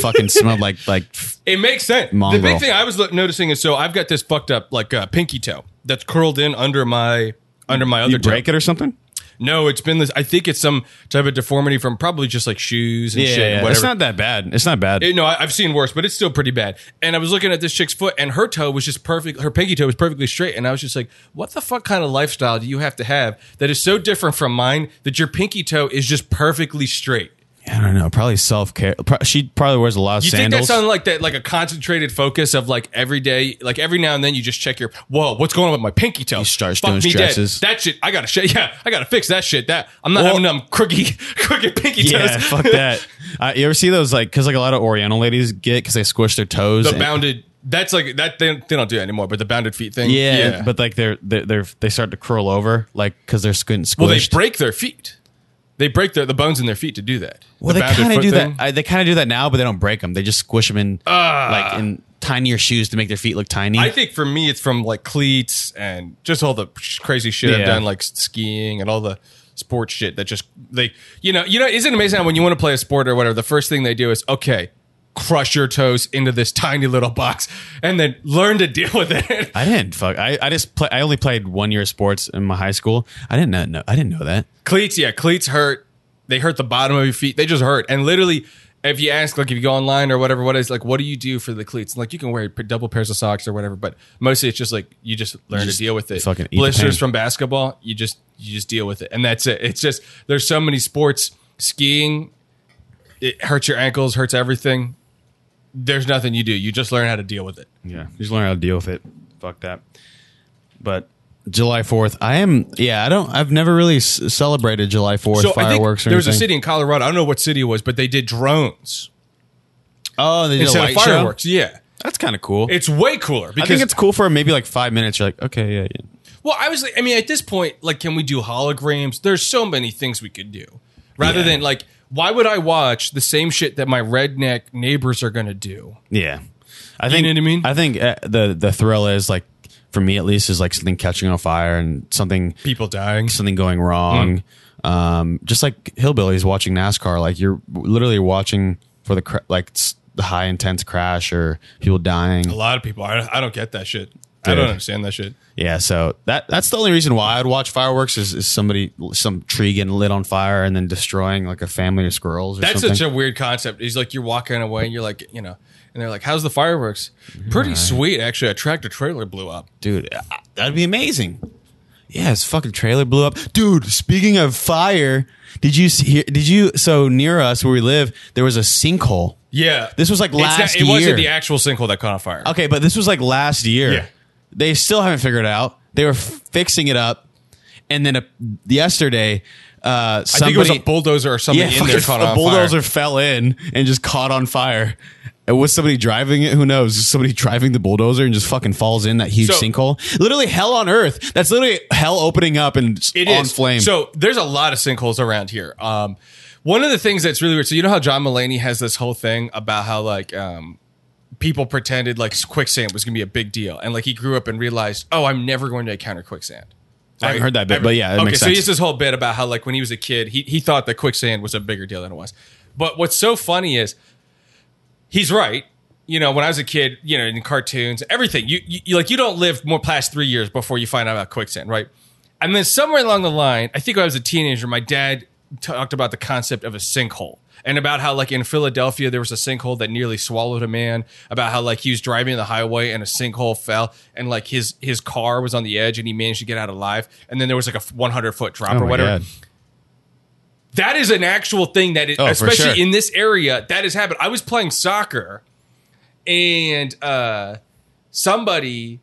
Speaker 2: fucking smelled like like
Speaker 3: It makes sense.
Speaker 2: Mongrel.
Speaker 3: The big thing I was lo- noticing is so I've got this fucked up like uh, pinky toe that's curled in under my under my other
Speaker 2: you break
Speaker 3: toe.
Speaker 2: it or something.
Speaker 3: No, it's been this. I think it's some type of deformity from probably just like shoes and shit. and whatever.
Speaker 2: it's not that bad. It's not bad.
Speaker 3: It- no, I, I've seen worse, but it's still pretty bad. And I was looking at this chick's foot, and her toe was just perfect. Her pinky toe was perfectly straight, and I was just like, "What the fuck kind of lifestyle do you have to have that is so different from mine that your pinky toe is just perfectly straight?"
Speaker 2: I don't know. Probably self care. Pro- she probably wears a lot of
Speaker 3: You
Speaker 2: sandals.
Speaker 3: think that sounded like that, like a concentrated focus of like every day, like every now and then you just check your whoa, what's going on with my pinky toe? You
Speaker 2: starts doing stretches.
Speaker 3: That shit, I gotta shit. Yeah, I gotta fix that shit. That I'm not
Speaker 2: Well-
Speaker 3: having them crooked, crooked pinky
Speaker 2: yeah,
Speaker 3: toes.
Speaker 2: fuck that. Uh, you ever see those like because like a lot of Oriental ladies get because they squish their toes.
Speaker 3: the
Speaker 2: and-
Speaker 3: bounded. That's like that. They, they don't do that anymore. But the bounded feet thing.
Speaker 2: Yeah, but like they're they're, they're they start to curl over like because they're squinting squished.
Speaker 3: well, they break their feet. They break their, the bones in their feet to do that.
Speaker 2: Well,
Speaker 3: The
Speaker 2: they
Speaker 3: bounded
Speaker 2: kind of
Speaker 3: foot
Speaker 2: do
Speaker 3: thing. Ah.
Speaker 2: that. I, they kind of do that now, but they don't break them. They just squish them in like in tinier shoes to make their feet look tiny.
Speaker 3: I think for me, it's from like cleats and just all the crazy shit
Speaker 2: Yeah.
Speaker 3: I've done, like skiing and all the sports shit that just they, you know, you know, isn't it amazing how when you want to play a sport or whatever, the first thing they do is okay, crush your toes into this tiny little box and then learn to deal with it.
Speaker 2: I didn't fuck. I, I just play. I only played one year of sports in my high school. I didn't know. No, I didn't know that.
Speaker 3: cleats, yeah, cleats hurt. They hurt the bottom of your feet. They just hurt. And literally, if you ask, like, if you go online or whatever, what is like, what do you do for the cleats? Like, you can wear p- double pairs of socks or whatever, but mostly it's just like you just learn
Speaker 2: just
Speaker 3: to deal with it.
Speaker 2: fucking eat the pain.
Speaker 3: Blisters from basketball, you just you just deal with it, and that's it. It's just there's so many sports. Skiing, it hurts your ankles, hurts everything. There's nothing you do. You just learn how to deal with it.
Speaker 2: Yeah, just learn how to deal with it. Fuck that. But July Fourth, I am. Yeah, I don't. I've never really s- celebrated July Fourth fireworks
Speaker 3: I think
Speaker 2: or
Speaker 3: there was a
Speaker 2: anything.
Speaker 3: city in Colorado. I don't know what city it was, but they did drones
Speaker 2: Oh, they did a
Speaker 3: instead
Speaker 2: light
Speaker 3: of
Speaker 2: show?
Speaker 3: fireworks. Yeah.
Speaker 2: That's kind of cool.
Speaker 3: It's way cooler
Speaker 2: I
Speaker 3: because
Speaker 2: think it's cool for maybe like five minutes. You're like, okay, yeah, yeah.
Speaker 3: Well, I was like, I mean, at this point, like, can we do holograms? There's so many things we could do rather than like, why would I watch the same shit that my redneck neighbors are going to do?
Speaker 2: Yeah. I think
Speaker 3: know what I mean?
Speaker 2: I think uh, the the thrill is like for me at least is like something catching on fire and something
Speaker 3: People dying.
Speaker 2: something going wrong.
Speaker 3: Mm.
Speaker 2: Um, just like hillbillies watching NASCAR, like you're literally watching for the cra- like s- the high intense crash or people dying.
Speaker 3: A lot of people. I, I don't get that shit. I
Speaker 2: Dude.
Speaker 3: don't understand that shit.
Speaker 2: Yeah, so that that's the only reason why I'd watch fireworks is, is somebody some tree getting lit on fire and then destroying like a family of squirrels. Or
Speaker 3: That's
Speaker 2: something.
Speaker 3: such a weird concept. Is like you're walking away and you're like, you know, and they're like, how's the fireworks? Pretty sweet, actually. A tractor trailer blew up.
Speaker 2: dude. I- That'd be amazing. Yeah, his fucking trailer blew up, dude. Speaking of fire, did you see? here- Did you so near us where we live? There was a sinkhole.
Speaker 3: Yeah.
Speaker 2: This was, like,
Speaker 3: It's not-
Speaker 2: last
Speaker 3: It
Speaker 2: year.
Speaker 3: wasn't the actual sinkhole that caught on fire.
Speaker 2: Okay, but this was like last year.
Speaker 3: Yeah.
Speaker 2: They still haven't figured it out. They were f- fixing it up, And then a, yesterday, uh,
Speaker 3: I think
Speaker 2: somebody,
Speaker 3: it was a bulldozer or something
Speaker 2: yeah,
Speaker 3: in there
Speaker 2: fucking
Speaker 3: caught
Speaker 2: a
Speaker 3: on
Speaker 2: bulldozer
Speaker 3: fire.
Speaker 2: fell in and just caught on fire. And was somebody driving it? Who knows? Just somebody driving the bulldozer and just fucking falls in that huge
Speaker 3: So-
Speaker 2: sinkhole. Literally hell on earth. That's literally hell opening up and s-
Speaker 3: It
Speaker 2: on
Speaker 3: is.
Speaker 2: flame.
Speaker 3: So there's a lot of sinkholes around here. Um, one of the things that's really weird. So you know how John Mulaney has this whole thing about how like um, people pretended like quicksand was going to be a big deal, and like he grew up and realized, oh, I'm never going to encounter quicksand.
Speaker 2: I haven't heard that bit, but yeah, it
Speaker 3: okay.
Speaker 2: makes
Speaker 3: so
Speaker 2: sense.
Speaker 3: he has this whole bit about how like when he was a kid, he he thought that quicksand was a bigger deal than it was. But what's so funny is he's right. You know, when I was a kid, you know, in cartoons, everything you, you you- like, you don't live more past three years before you find out about quicksand, right? And then somewhere along the line, I think when I was a teenager, my dad talked about the concept of a sinkhole and about how like in Philadelphia there was a sinkhole that nearly swallowed a man. About how like he was driving the highway and a sinkhole fell and like his his car was on the edge and he managed to get out alive. And then there was like a 100 foot drop
Speaker 2: Oh
Speaker 3: or
Speaker 2: my
Speaker 3: whatever
Speaker 2: God.
Speaker 3: that is an actual thing that, is,
Speaker 2: Oh, for
Speaker 3: especially
Speaker 2: sure.
Speaker 3: in this area, that has happened. I was playing soccer, and uh, somebody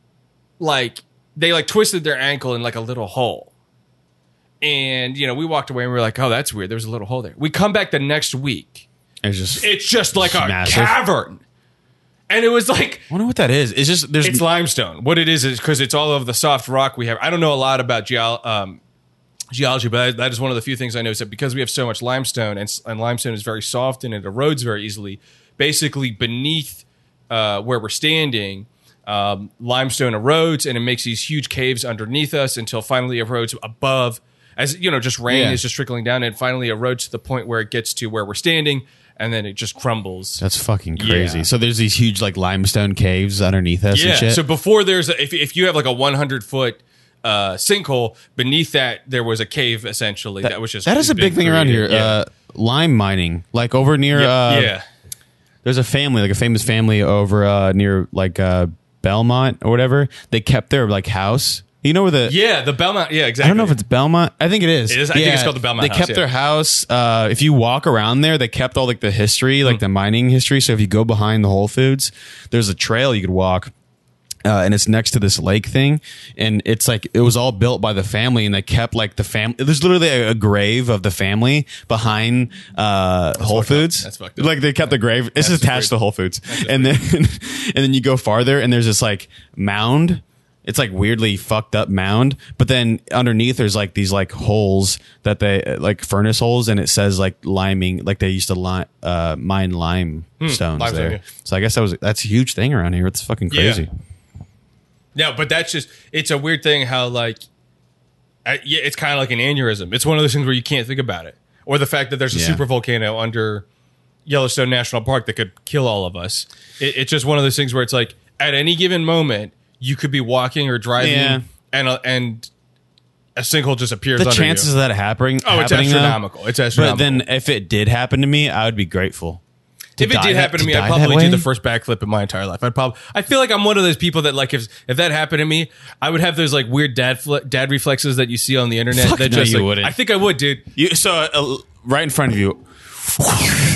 Speaker 3: like they like twisted their ankle in like a little hole, and you know we walked away and we were like, oh, that's weird. There was a little hole there. We come back the next week.
Speaker 2: It's just.
Speaker 3: It's just like a
Speaker 2: Massive.
Speaker 3: cavern, and it was like
Speaker 2: I wonder what that is. It's just there's
Speaker 3: it's limestone. What it is is because it's all of the soft rock we have. I don't know a lot about geol um, geology, but that- that is one of the few things I know is that because we have so much limestone and, s- and limestone is very soft and it erodes very easily. Basically, beneath uh, where we're standing, um, limestone erodes and it makes these huge caves underneath us until finally erodes above. As you know, just rain
Speaker 2: Yeah.
Speaker 3: is just trickling down and finally erodes to the point where it gets to where we're standing, and then it just crumbles.
Speaker 2: that's fucking crazy.
Speaker 3: Yeah.
Speaker 2: So there's these huge like limestone caves underneath us and shit.
Speaker 3: So before there's a, if if you have like a 100 foot uh, sinkhole beneath that, there was a cave essentially that, was just
Speaker 2: that is a big thing around here.
Speaker 3: created. Yeah.
Speaker 2: Uh, lime mining, like over near.
Speaker 3: yeah.
Speaker 2: Uh,
Speaker 3: yeah.
Speaker 2: There's a family, like a famous family over uh, near like uh, Belmont or whatever. They kept their like house. You know where the
Speaker 3: Yeah, the Belmont. Yeah, exactly.
Speaker 2: I don't know if it's Belmont. I think it is.
Speaker 3: It is? I think it's called the Belmont
Speaker 2: They
Speaker 3: House,
Speaker 2: kept
Speaker 3: yeah.
Speaker 2: their house. Uh, if you walk around there, they kept all like the history,
Speaker 3: Mm.
Speaker 2: like the mining history. So if you go behind the Whole Foods, there's a trail you could walk. Uh, and it's next to this lake thing, and it's like it was all built by the family, and they kept like the family. There's literally a, a grave of the family behind uh, Whole
Speaker 3: fucked up.
Speaker 2: Foods.
Speaker 3: That's fucked up.
Speaker 2: Like they kept the grave. It's
Speaker 3: That's
Speaker 2: attached
Speaker 3: great.
Speaker 2: to Whole Foods, and then and then you go farther, and there's this like mound. It's like weirdly fucked up mound, but then underneath there's like these like holes that they like furnace holes, and it says like liming, like they used to li- uh, mine lime
Speaker 3: Hmm.
Speaker 2: stones
Speaker 3: limestone,
Speaker 2: there.
Speaker 3: yeah.
Speaker 2: So I guess that was that's a huge thing around here. It's fucking
Speaker 3: Yeah.
Speaker 2: crazy.
Speaker 3: No, but that's just it's a weird thing how like I, yeah, it's kind of like an aneurysm. It's one of those things where you can't think about it, or the fact that there's a
Speaker 2: Yeah.
Speaker 3: super volcano under Yellowstone National Park that could kill all of us. It, it's just one of those things where it's like at any given moment you could be walking or driving,
Speaker 2: Yeah.
Speaker 3: and a, and a sinkhole just appears.
Speaker 2: The
Speaker 3: under you.
Speaker 2: chances of that happening,
Speaker 3: oh, it's
Speaker 2: happening, though-
Speaker 3: astronomical. It's astronomical.
Speaker 2: But then if it did happen to me, I would be grateful. To
Speaker 3: if it
Speaker 2: die
Speaker 3: did
Speaker 2: that-
Speaker 3: happen to me,
Speaker 2: die
Speaker 3: I'd
Speaker 2: that
Speaker 3: probably do
Speaker 2: way?
Speaker 3: the first backflip in my entire life. I'd probably, I feel like I'm one of those people that like if if that happened to me, I would have those like weird dad fl- dad reflexes that you see on the internet.
Speaker 2: Fuck
Speaker 3: that
Speaker 2: no, you
Speaker 3: like-
Speaker 2: wouldn't.
Speaker 3: I think I would, dude.
Speaker 2: You, so uh, right in front of you,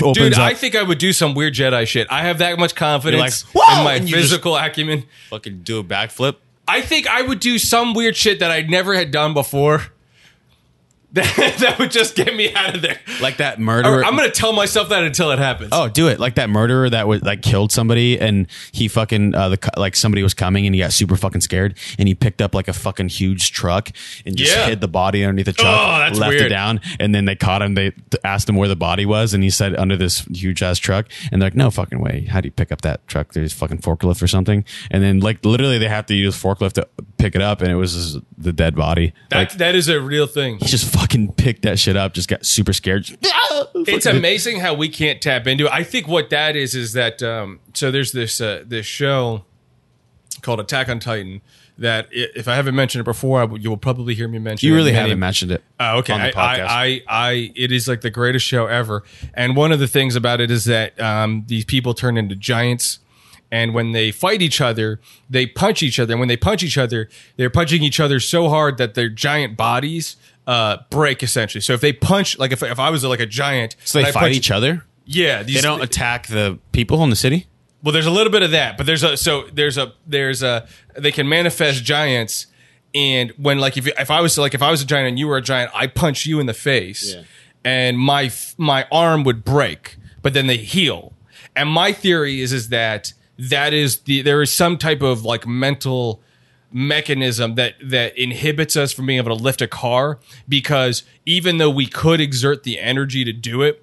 Speaker 2: opens
Speaker 3: Dude,
Speaker 2: up.
Speaker 3: I think I would do some weird Jedi shit. I have that much confidence
Speaker 2: You're like,
Speaker 3: in my
Speaker 2: "Whoa!" and you just-
Speaker 3: physical acumen.
Speaker 2: fucking do a backflip.
Speaker 3: I think I would do some weird shit that I never had done before. That, that would just get me out of there.
Speaker 2: Like that
Speaker 3: Or
Speaker 2: murderer.
Speaker 3: I'm gonna tell myself that until it happens.
Speaker 2: Oh, do it like that murderer that was like killed somebody, and he fucking uh, the co- like somebody was coming, and he got super fucking scared, and he picked up like a fucking huge truck and just
Speaker 3: Yeah.
Speaker 2: hid the body underneath the truck,
Speaker 3: Oh, that's
Speaker 2: left it
Speaker 3: weird.
Speaker 2: down, and then they caught him. They t- asked him where the body was, and he said under this huge ass truck, and they're like, "No fucking way! How do you pick up that truck? There's fucking forklift or something." And then like literally, they have to use forklift to pick it up, and it was just the dead body.
Speaker 3: that,
Speaker 2: like
Speaker 3: that is a real thing.
Speaker 2: he just fucking picked that shit up, just got super scared. Just,
Speaker 3: it's amazing how we can't tap into it. I think what that is is that um, so there's this uh, this show called Attack on Titan that i- if I haven't mentioned it before, I w you will probably hear me mention.
Speaker 2: you
Speaker 3: it
Speaker 2: really
Speaker 3: many-
Speaker 2: haven't mentioned it.
Speaker 3: Oh, okay.
Speaker 2: on the
Speaker 3: I,
Speaker 2: podcast.
Speaker 3: I, I, I, it is like the greatest show ever. And one of the things about it is that um, these people turn into giants. And when they fight each other, they punch each other. And when they punch each other, they're punching each other so hard that their giant bodies uh, break essentially. So if they punch, like if, if I was like a giant,
Speaker 2: so they
Speaker 3: and I
Speaker 2: fight
Speaker 3: punch-
Speaker 2: each other.
Speaker 3: Yeah, these,
Speaker 2: they don't attack the people in the city.
Speaker 3: well, there's a little bit of that, but there's a so there's a there's a they can manifest giants, And when like if if I was like if I was a giant and you were a giant, I punch you in the face, and my f- my arm would break, but then they heal. And my theory is is that that is the there is some type of like mental mechanism that that inhibits us from being able to lift a car because even though we could exert the energy to do it,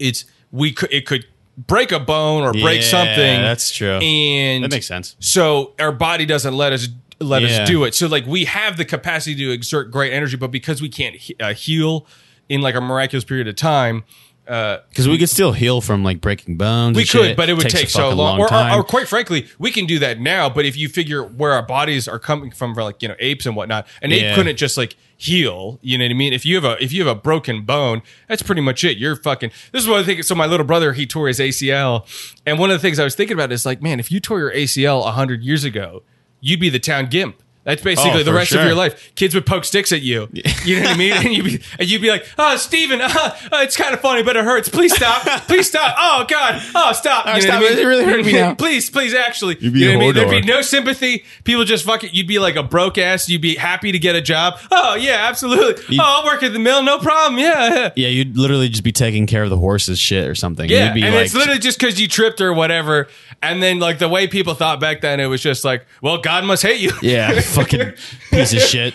Speaker 3: it's we could it could break a bone or break
Speaker 6: Yeah,
Speaker 3: something.
Speaker 6: that's true.
Speaker 3: And
Speaker 6: That makes sense.
Speaker 3: So our body doesn't let us let
Speaker 6: Yeah.
Speaker 3: us do it. So like we have the capacity to exert great energy, but because we can't he- uh, heal in like a miraculous period of time,
Speaker 6: Because we could still heal from like breaking bones.
Speaker 3: we
Speaker 6: and
Speaker 3: could,
Speaker 6: shit.
Speaker 3: but it would
Speaker 6: Takes a
Speaker 3: take so
Speaker 6: fucking
Speaker 3: long. or, or,
Speaker 6: time.
Speaker 3: or quite frankly, we can do that now. But if you figure where our bodies are coming from, for like you know apes and whatnot, an
Speaker 6: Yeah.
Speaker 3: ape couldn't just like heal. You know what I mean? If you have a if you have a broken bone, that's pretty much it. You're fucking. This is what I think. So my little brother he tore his ACL, and one of the things I was thinking about is like, man, if you tore your ACL hundred years ago, you'd be the town gimp. That's basically
Speaker 6: Oh,
Speaker 3: the
Speaker 6: for
Speaker 3: rest of
Speaker 6: sure.
Speaker 3: your life. Kids would poke sticks at you. You know what I mean? And you'd be, and you'd be like, oh, Steven, uh, uh, it's kind of funny, but it hurts. Please stop. Please stop. Oh, God. Oh, stop. You know
Speaker 6: stop.
Speaker 3: what I mean?
Speaker 6: It really hurt me now.
Speaker 3: please, please, actually. You'd
Speaker 6: be a
Speaker 3: what I mean?
Speaker 6: whore
Speaker 3: There'd be
Speaker 6: door.
Speaker 3: no sympathy. People just fucking, you'd be like a broke ass. You'd be happy to get a job. Oh, yeah, absolutely. oh, I'll work at the mill. No problem. Yeah.
Speaker 6: yeah, you'd literally just be taking care of the horses, shit, or something.
Speaker 3: Yeah,
Speaker 6: You'd be
Speaker 3: and
Speaker 6: like,
Speaker 3: it's literally just because you tripped or whatever. And then, like the way people thought back then, it was just like, "Well, God must hate you."
Speaker 6: yeah, fucking piece of shit.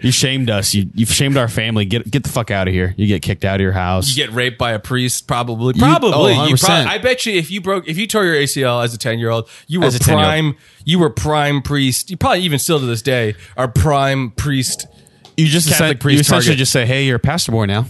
Speaker 6: You shamed us. You you've shamed our family. Get get the fuck out of here. You get kicked out of your house.
Speaker 3: You get raped by a priest, probably.
Speaker 6: oh,
Speaker 3: Probably. You
Speaker 6: 100%.
Speaker 3: prob- I bet you if you broke, if you tore your ACL as a ten year old, you were
Speaker 6: As a 10-year-old.
Speaker 3: prime. You were prime priest. You probably even still to this day are prime priest.
Speaker 6: You just
Speaker 3: Catholic
Speaker 6: essen-
Speaker 3: priest
Speaker 6: you essentially
Speaker 3: target.
Speaker 6: just say, "Hey, you're a pastor boy now."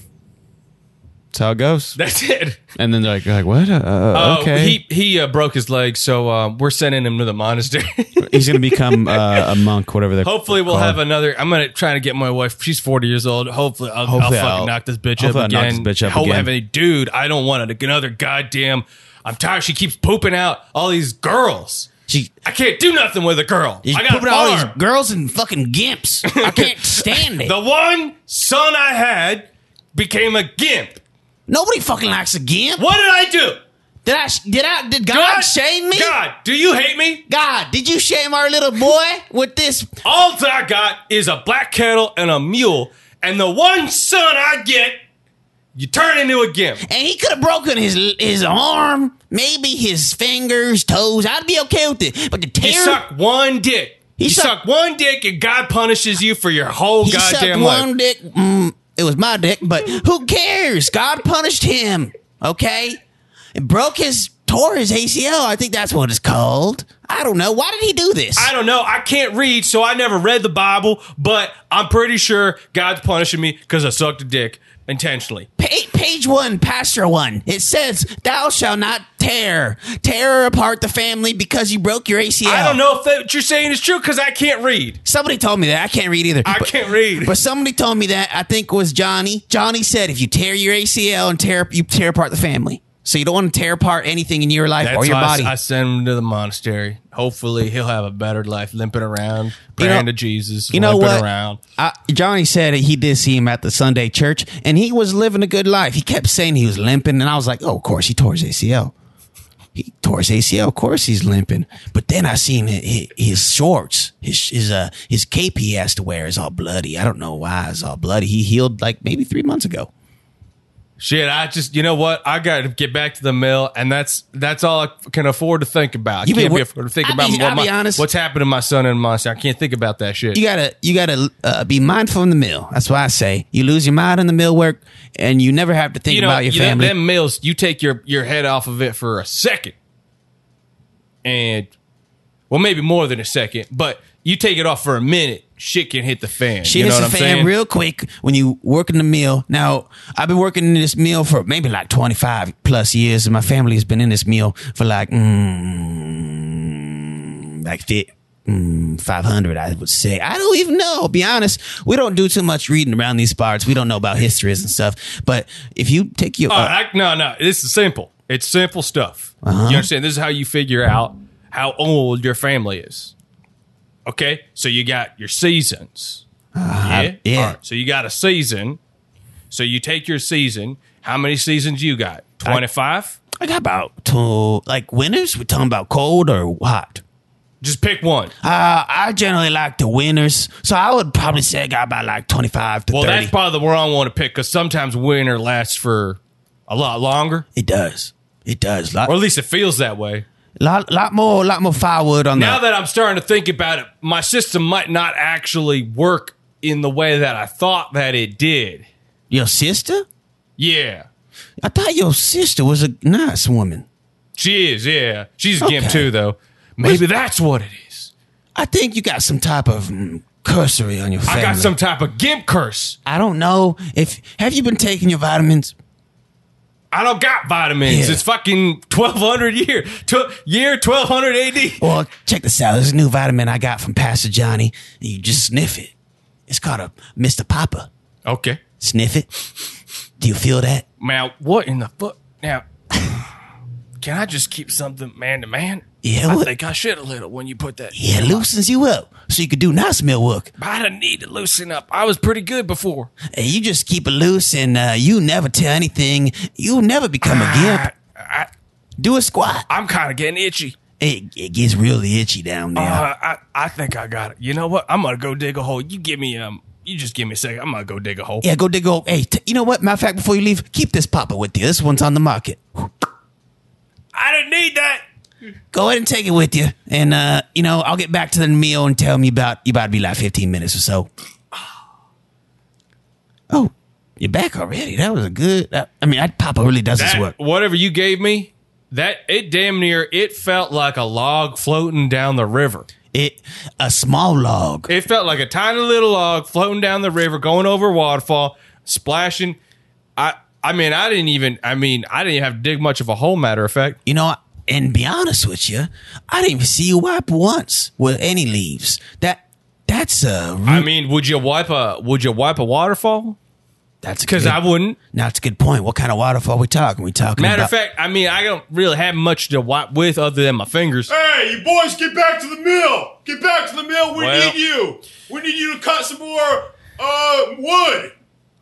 Speaker 6: That's how it goes.
Speaker 3: That's it.
Speaker 6: And then they're like, like "What? Uh, Uh,
Speaker 3: Oh,
Speaker 6: okay."
Speaker 3: He he uh, broke his leg, so um, we're sending him to the monastery.
Speaker 6: He's gonna become uh, a monk, whatever. they're
Speaker 3: Hopefully, we'll
Speaker 6: called.
Speaker 3: have another. I'm gonna try to get my wife. She's 40 years old. Hopefully, I'll,
Speaker 6: Hopefully
Speaker 3: I'll fucking
Speaker 6: I'll-
Speaker 3: knock this bitch up
Speaker 6: hopefully I'll
Speaker 3: again.
Speaker 6: knock this bitch up
Speaker 3: Hope-
Speaker 6: again.
Speaker 3: have a- dude, I don't want another goddamn. I'm tired. She keeps pooping out all these girls.
Speaker 6: She-
Speaker 3: I can't do nothing with a girl. I got
Speaker 6: pooping out all these
Speaker 3: arm.
Speaker 2: Girls and fucking gimps. I can't stand it.
Speaker 3: The one son I had became a gimp.
Speaker 2: Nobody fucking likes a gimp.
Speaker 3: What did I do?
Speaker 2: Did I? Did I? Did God, shame me?
Speaker 3: God, do you hate me?
Speaker 2: God, did you shame our little boy with this?
Speaker 3: All I got is a black kettle and a mule, and the one son I get, you turn into a gimp.
Speaker 2: And he could have broken his his arm, maybe his fingers, toes. I'd be okay with it, but to tear
Speaker 3: You suck one dick.
Speaker 2: He
Speaker 3: you
Speaker 2: suck-
Speaker 3: suck, one dick, and God punishes you for your whole
Speaker 2: he sucked
Speaker 3: goddamn life.
Speaker 2: one dick. Mm, it was my dick, but who cares? God punished him. Okay, and broke his tore his ACL. I think that's what it's called. I don't know. Why did he do this?
Speaker 3: I don't know. I can't read, so I never read the Bible, but I'm pretty sure God's punishing me because I sucked a dick intentionally.
Speaker 2: Pa- page one, pastor one. It says, "Thou shalt not tear tear apart the family because you broke your ACL."
Speaker 3: I don't know if that, what you're saying is true because I can't read.
Speaker 2: Somebody told me that. I can't read either.
Speaker 3: I
Speaker 2: But-
Speaker 3: can't read.
Speaker 2: But somebody told me that. I think it was Johnny. Johnny said, "If you tear your ACL and tear you tear apart the family, so you don't want to tear apart anything in your life or your
Speaker 3: why I-
Speaker 2: body."
Speaker 3: I, send him to the monastery. Hopefully, he'll have a better life, limping around,
Speaker 2: You
Speaker 3: praying to
Speaker 2: know-
Speaker 3: Jesus,
Speaker 2: you know
Speaker 3: limping
Speaker 2: what?
Speaker 3: around.
Speaker 2: I, Johnny said he did see him at the Sunday church, and he was living a good life. He kept saying he was limping, and I was like, "Oh, of course he tore his ACL. He tore his ACL. Of course he's limping." But then I seen hi- hi- his shorts, his his uh his cape he has to wear is all bloody. I don't know why it's all bloody. He healed like maybe three months ago.
Speaker 3: Shit, I just you know what? I got to get back to the mill, and that's that's all I can afford to think about. I
Speaker 2: You mean,
Speaker 3: can't be
Speaker 2: what-
Speaker 3: afford to think
Speaker 2: I'll
Speaker 3: about
Speaker 2: be-
Speaker 3: what
Speaker 2: I'll
Speaker 3: my-
Speaker 2: be honest.
Speaker 3: what's happened to my son and my son. I can't think about that shit.
Speaker 2: You gotta you gotta uh, be mindful in the mill. That's why I say you lose your mind in the mill work, and you never have to think
Speaker 3: You know,
Speaker 2: about your
Speaker 3: you know,
Speaker 2: family.
Speaker 3: them mills, you take your your head off of it for a second, and well, maybe more than a second, but you take it off for a minute, shit can hit the fan.
Speaker 2: She
Speaker 3: you know
Speaker 2: hits
Speaker 3: what
Speaker 2: the
Speaker 3: I'm
Speaker 2: fan
Speaker 3: saying?
Speaker 2: real quick when you work in the mill. Now, I've been working in this mill for maybe like 25 plus years, and my family has been in this mill for like, mm, like fi- mm, 500, I would say. I don't even know, be honest. We don't do too much reading around these parts. We don't know about histories and stuff. But if you take your.
Speaker 3: Oh,
Speaker 2: uh,
Speaker 3: I, no, no. This is simple. It's simple stuff.
Speaker 2: Uh-huh.
Speaker 3: You understand? This is how you figure out how old your family is. Okay, so you got your seasons. yeah.
Speaker 2: Uh-huh. yeah.
Speaker 3: All right, So you got a season. So you take your season. How many seasons you got? Twenty five.
Speaker 2: I got about two, like winters, we're talking about cold or hot.
Speaker 3: Just pick one.
Speaker 7: Uh, I generally like the winners, so I would probably say I got about like twenty five to
Speaker 3: Well,
Speaker 7: thirty.
Speaker 3: that's probably the wrong one to pick because sometimes winter lasts for a lot longer,
Speaker 7: it does. It does. Lot,
Speaker 3: or at least it feels that way.
Speaker 7: lot, lot more, lot more firewood on
Speaker 3: Now
Speaker 7: that.
Speaker 3: that I'm starting to think about it, my system might not actually work in the way that I thought that it did.
Speaker 7: Your sister?
Speaker 3: Yeah.
Speaker 7: I thought your sister was a nice woman.
Speaker 3: She is, yeah. She's a gimp
Speaker 7: Okay.
Speaker 3: too, though. Maybe that's what it is.
Speaker 7: I think you got some type of mm, cursory on your family.
Speaker 3: I got some type of gimp curse.
Speaker 7: I don't know if have you been taking your vitamins?
Speaker 3: I don't got vitamins.
Speaker 7: Yeah.
Speaker 3: It's fucking 1200 year, tw- year 1200 AD.
Speaker 7: Well, check this out. There's a new vitamin I got from Pastor Johnny. You just sniff it. It's called a Mr. Papa.
Speaker 3: Okay.
Speaker 7: Sniff it. Do you feel that?
Speaker 3: Now, what in the fuck? Now, can I just keep something man to man?
Speaker 7: Yeah,
Speaker 3: I
Speaker 7: what-
Speaker 3: think I should a little when you put that.
Speaker 7: Yeah, it loosens you up so you can do nice meal work.
Speaker 3: I don't need to loosen up. I was pretty good before.
Speaker 7: And you just keep it loose and uh, you never tell anything. You'll never become a
Speaker 3: Ah.
Speaker 7: gimp. Do a squat.
Speaker 3: I'm kind of getting itchy.
Speaker 7: It, it gets really itchy down there.
Speaker 3: Uh, I, I think I got it. You know what? I'm gonna go dig a hole. You give me um. You just give me a second. I'm gonna go dig a hole.
Speaker 7: Yeah, go dig go. Hey, t- you know what? Matter of fact, before you leave, keep this popper with you. This one's on the market.
Speaker 3: I didn't need that.
Speaker 7: Go ahead and take it with you, and uh, you know I'll get back to the meal and tell me about you about to be like fifteen minutes or so. Oh, you're back already. That was a good. I, I mean, that popper really does this
Speaker 3: That-
Speaker 7: work.
Speaker 3: Whatever you gave me, that it damn near it felt like a log floating down the river.
Speaker 7: It a small log.
Speaker 3: It felt like a tiny little log floating down the river, going over a waterfall, splashing. I I mean, I didn't even. I mean, I didn't have to dig much of a hole. Matter of fact,
Speaker 7: You know, and be honest with you, I didn't even see you wipe once with any leaves. That that's a. re-
Speaker 3: I mean, would you wipe a would you wipe a waterfall?
Speaker 7: that's a
Speaker 3: Because
Speaker 7: good-
Speaker 3: I wouldn't.
Speaker 7: Now it's a good point. What kind of waterfall we talking? We talking
Speaker 3: Matter
Speaker 7: about,
Speaker 3: of fact, I mean, I don't really have much to wipe with other than my fingers.
Speaker 8: Hey, you boys, get back to the mill. Get back to the mill. We
Speaker 3: Well-
Speaker 8: need you. We need you to cut some more uh, wood.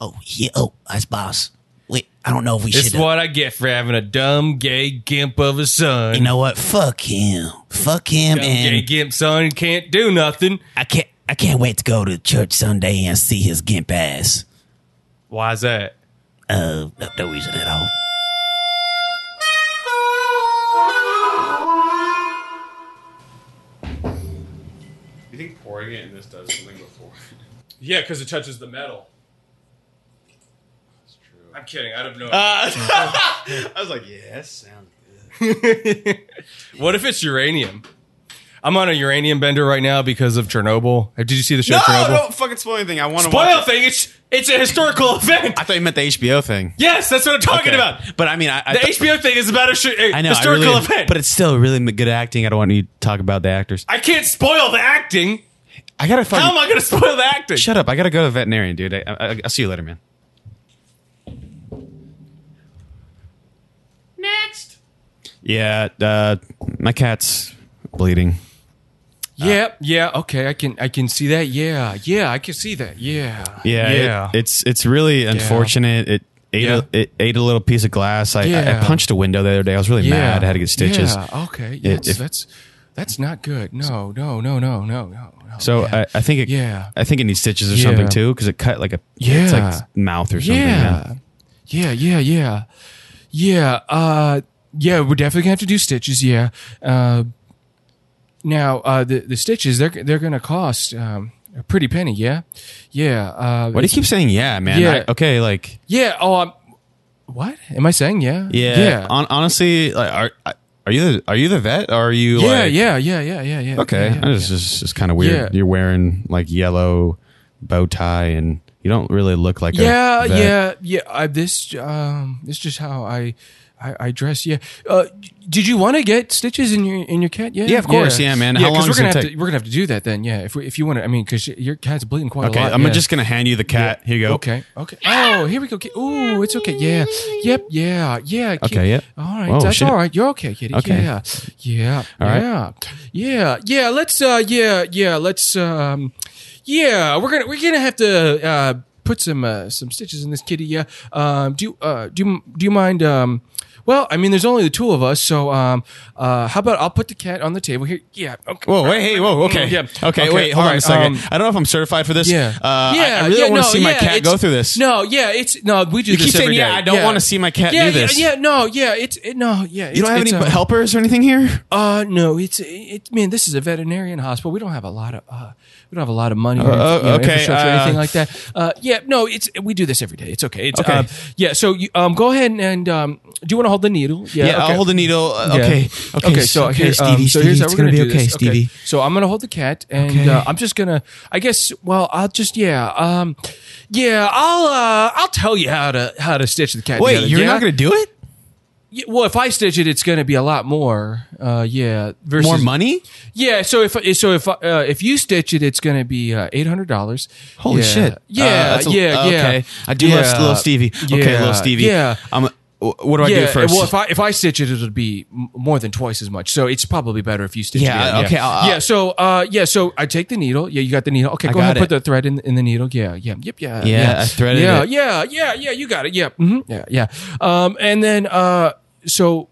Speaker 7: Oh yeah. Oh, that's boss. Wait, I don't know if we
Speaker 3: It's
Speaker 7: should.
Speaker 3: what I get for having a dumb gay gimp of a son.
Speaker 7: you know what? Fuck him. Fuck him.
Speaker 3: dumb gay
Speaker 7: and
Speaker 3: gimp son can't do nothing.
Speaker 7: I can't. I can't wait to go to church Sunday and see his gimp ass.
Speaker 3: Why's that?
Speaker 7: Uh, no, no reason at all.
Speaker 3: You think pouring it in this does something before? yeah, because it touches the metal. I'm kidding. I don't know.
Speaker 8: I was like, yes.
Speaker 3: what if it's uranium? I'm on a uranium bender right now because of Chernobyl. Did you see the show
Speaker 2: No,
Speaker 3: Chernobyl?
Speaker 2: don't fucking spoil anything. I want to
Speaker 3: Ah, Spoil
Speaker 2: watch. It.
Speaker 3: thing. It's it's a historical event.
Speaker 2: I thought you meant the HBO thing.
Speaker 3: Yes, that's what I'm talking about.
Speaker 2: But I mean, I, I
Speaker 3: The
Speaker 2: thought-
Speaker 3: HBO thing is about a, sh- a
Speaker 2: I know I
Speaker 3: historical
Speaker 2: really-
Speaker 3: event.
Speaker 2: but it's still really m- good acting. I don't want you to talk about the actors.
Speaker 3: I can't spoil the acting.
Speaker 2: I gotta fucking
Speaker 3: How am I going to spoil the acting?
Speaker 2: shut up. I gotta go to the veterinarian, dude. I, I, I'll see you later, man. Next. Yeah, uh, my cat's bleeding.
Speaker 3: yeah, yeah, okay, I can, I can see that. Yeah, yeah, I can see that. Yeah,
Speaker 2: Yeah, it-
Speaker 3: yeah.
Speaker 2: it's it's really unfortunate. It ate
Speaker 3: Yeah.
Speaker 2: a, it ate a little piece of glass. I, I- I,
Speaker 3: Yeah.
Speaker 2: punched a window the other day. I was really mad. I had to get stitches.
Speaker 3: Yeah, okay, yes,
Speaker 2: if-
Speaker 3: that's that's not good. No, no, no, no, no, no. no.
Speaker 2: So
Speaker 3: yeah.
Speaker 2: I, I think it,
Speaker 3: Yeah.
Speaker 2: I think it needs stitches or
Speaker 3: Yeah.
Speaker 2: something too because it cut like a
Speaker 3: Yeah.
Speaker 2: it's like mouth or something.
Speaker 3: yeah, yeah, yeah, yeah, yeah. Uh, yeah, we're definitely gonna have to do stitches. Yeah. Uh, now uh, the the stitches they're they're gonna cost um, a pretty penny. Yeah, yeah. Uh,
Speaker 2: Why do you keep saying yeah, man?
Speaker 3: Yeah.
Speaker 2: I- okay, like
Speaker 3: yeah. Oh, I'm, what am I saying? Yeah,
Speaker 2: yeah.
Speaker 3: yeah.
Speaker 2: Hon- honestly, like are are you the are you the vet? Or are you
Speaker 3: yeah,
Speaker 2: like,
Speaker 3: yeah, yeah, yeah, yeah, yeah.
Speaker 2: Okay,
Speaker 3: yeah, yeah.
Speaker 2: it's just it's kind of weird.
Speaker 3: Yeah.
Speaker 2: You're wearing like yellow bow tie and you don't really look like
Speaker 3: yeah,
Speaker 2: a vet.
Speaker 3: yeah, yeah. I, this, um, this is just how I, I, I dress. Yeah. Uh, did you want to get stitches in your in your cat? Yeah,
Speaker 2: Yeah, of course. Yeah, man. How
Speaker 3: 'cause
Speaker 2: long
Speaker 3: we're
Speaker 2: does it
Speaker 3: gonna have
Speaker 2: take?
Speaker 3: To, we're gonna have to do that then. Yeah, if we, if you want to, I mean, because your cat's bleeding quite
Speaker 2: Okay,
Speaker 3: a lot.
Speaker 2: I'm
Speaker 3: yeah.
Speaker 2: just gonna hand you the cat. Here you go.
Speaker 3: Okay. Okay. Oh, here we go. ki- Ooh, it's okay. Yeah. Yep. Yeah. Yeah. ki-
Speaker 2: Okay, yep.
Speaker 3: All right.
Speaker 2: Whoa,
Speaker 3: that's
Speaker 2: shit.
Speaker 3: all right. You're okay, kitty.
Speaker 2: Okay.
Speaker 3: Yeah. Yeah.
Speaker 2: right.
Speaker 3: Yeah. Yeah. Yeah. Let's. Uh. Yeah. Yeah. Let's. Um. Yeah. We're gonna. We're gonna have to. Uh. Put some. Uh, some stitches in this kitty. Yeah. Um. Do. you- Uh. Do. you- Do you mind? Um. well, I mean, there's only the two of us, so um, uh, how about I'll put the cat on the table here? Yeah. Okay.
Speaker 2: Whoa, wait, hey, whoa, okay.
Speaker 3: Yeah.
Speaker 2: Okay, wait, hold
Speaker 3: all
Speaker 2: on a
Speaker 3: right,
Speaker 2: second.
Speaker 3: um,
Speaker 2: I don't know if I'm certified for this.
Speaker 3: yeah.
Speaker 2: Uh, I- I, really don't want to
Speaker 3: no,
Speaker 2: see my
Speaker 3: yeah,
Speaker 2: cat go
Speaker 3: it's-
Speaker 2: through this.
Speaker 3: No, yeah, it's no. We do.
Speaker 2: You
Speaker 3: this
Speaker 2: keep saying,
Speaker 3: every
Speaker 2: "Yeah,
Speaker 3: day.
Speaker 2: I don't wanna see my cat
Speaker 3: yeah,
Speaker 2: do
Speaker 3: yeah,
Speaker 2: this."
Speaker 3: Yeah, no, yeah, it's it, no, yeah.
Speaker 2: You don't have any
Speaker 3: it's, uh,
Speaker 2: helpers or anything here?
Speaker 3: Uh, no, it's it, it. Man, this is a veterinarian hospital. We don't have a lot of uh, we don't have a lot of money. Or,
Speaker 2: uh,
Speaker 3: you know,
Speaker 2: okay,
Speaker 3: infrastructure or
Speaker 2: uh,
Speaker 3: anything like that. Uh, yeah, no, it's we do this every day. It's okay. It's
Speaker 2: Okay.
Speaker 3: Um, yeah. So you, um, go ahead and, and um, do you want to hold the needle?
Speaker 2: Yeah,
Speaker 3: okay.
Speaker 2: I'll hold the needle. Uh,
Speaker 3: Yeah.
Speaker 2: Okay. Okay,
Speaker 3: so,
Speaker 2: okay,
Speaker 3: here, um,
Speaker 2: Stevie,
Speaker 3: so
Speaker 2: Stevie,
Speaker 3: here's how
Speaker 2: it's
Speaker 3: we're
Speaker 2: going to
Speaker 3: gonna
Speaker 2: be
Speaker 3: do
Speaker 2: okay,
Speaker 3: this.
Speaker 2: Stevie.
Speaker 3: So I'm gonna hold the cat, and
Speaker 2: Okay.
Speaker 3: uh, I'm just gonna, I guess, well, I'll just, yeah, um, yeah, I'll, uh, I'll tell you how to how to stitch the cat.
Speaker 2: Wait,
Speaker 3: together,
Speaker 2: you're
Speaker 3: yeah?
Speaker 2: not going to do it?
Speaker 3: Yeah, well, if I stitch it, it's gonna be a lot more. Uh, yeah, versus
Speaker 2: More money?
Speaker 3: Yeah, so if so if uh, if you stitch it, it's gonna be uh, eight hundred dollars.
Speaker 2: Holy
Speaker 3: yeah.
Speaker 2: shit!
Speaker 3: Yeah,
Speaker 2: Uh, that's a-
Speaker 3: yeah,
Speaker 2: uh,
Speaker 3: yeah.
Speaker 2: Okay, I do
Speaker 3: yeah,
Speaker 2: love little Stevie. Okay,
Speaker 3: yeah,
Speaker 2: little Stevie.
Speaker 3: Yeah.
Speaker 2: I'm. wh- What do I
Speaker 3: yeah,
Speaker 2: do first?
Speaker 3: Well, if I if I stitch it, it'll be m- more than twice as much. So it's probably better if you stitch
Speaker 2: Yeah,
Speaker 3: it. in.
Speaker 2: okay,
Speaker 3: Yeah.
Speaker 2: I'll- I'll-
Speaker 3: yeah. So uh, yeah. So I take the needle. Yeah, you got the needle. Okay, go
Speaker 2: got
Speaker 3: ahead. and Put
Speaker 2: it.
Speaker 3: the thread in, in the needle. Yeah. Yeah. Yep. Yeah.
Speaker 2: Yeah, I threaded
Speaker 3: yeah,
Speaker 2: it.
Speaker 3: Yeah. Yeah. Yeah. You got it. Yeah. mhm, Yeah. Yeah. Um, and then uh, so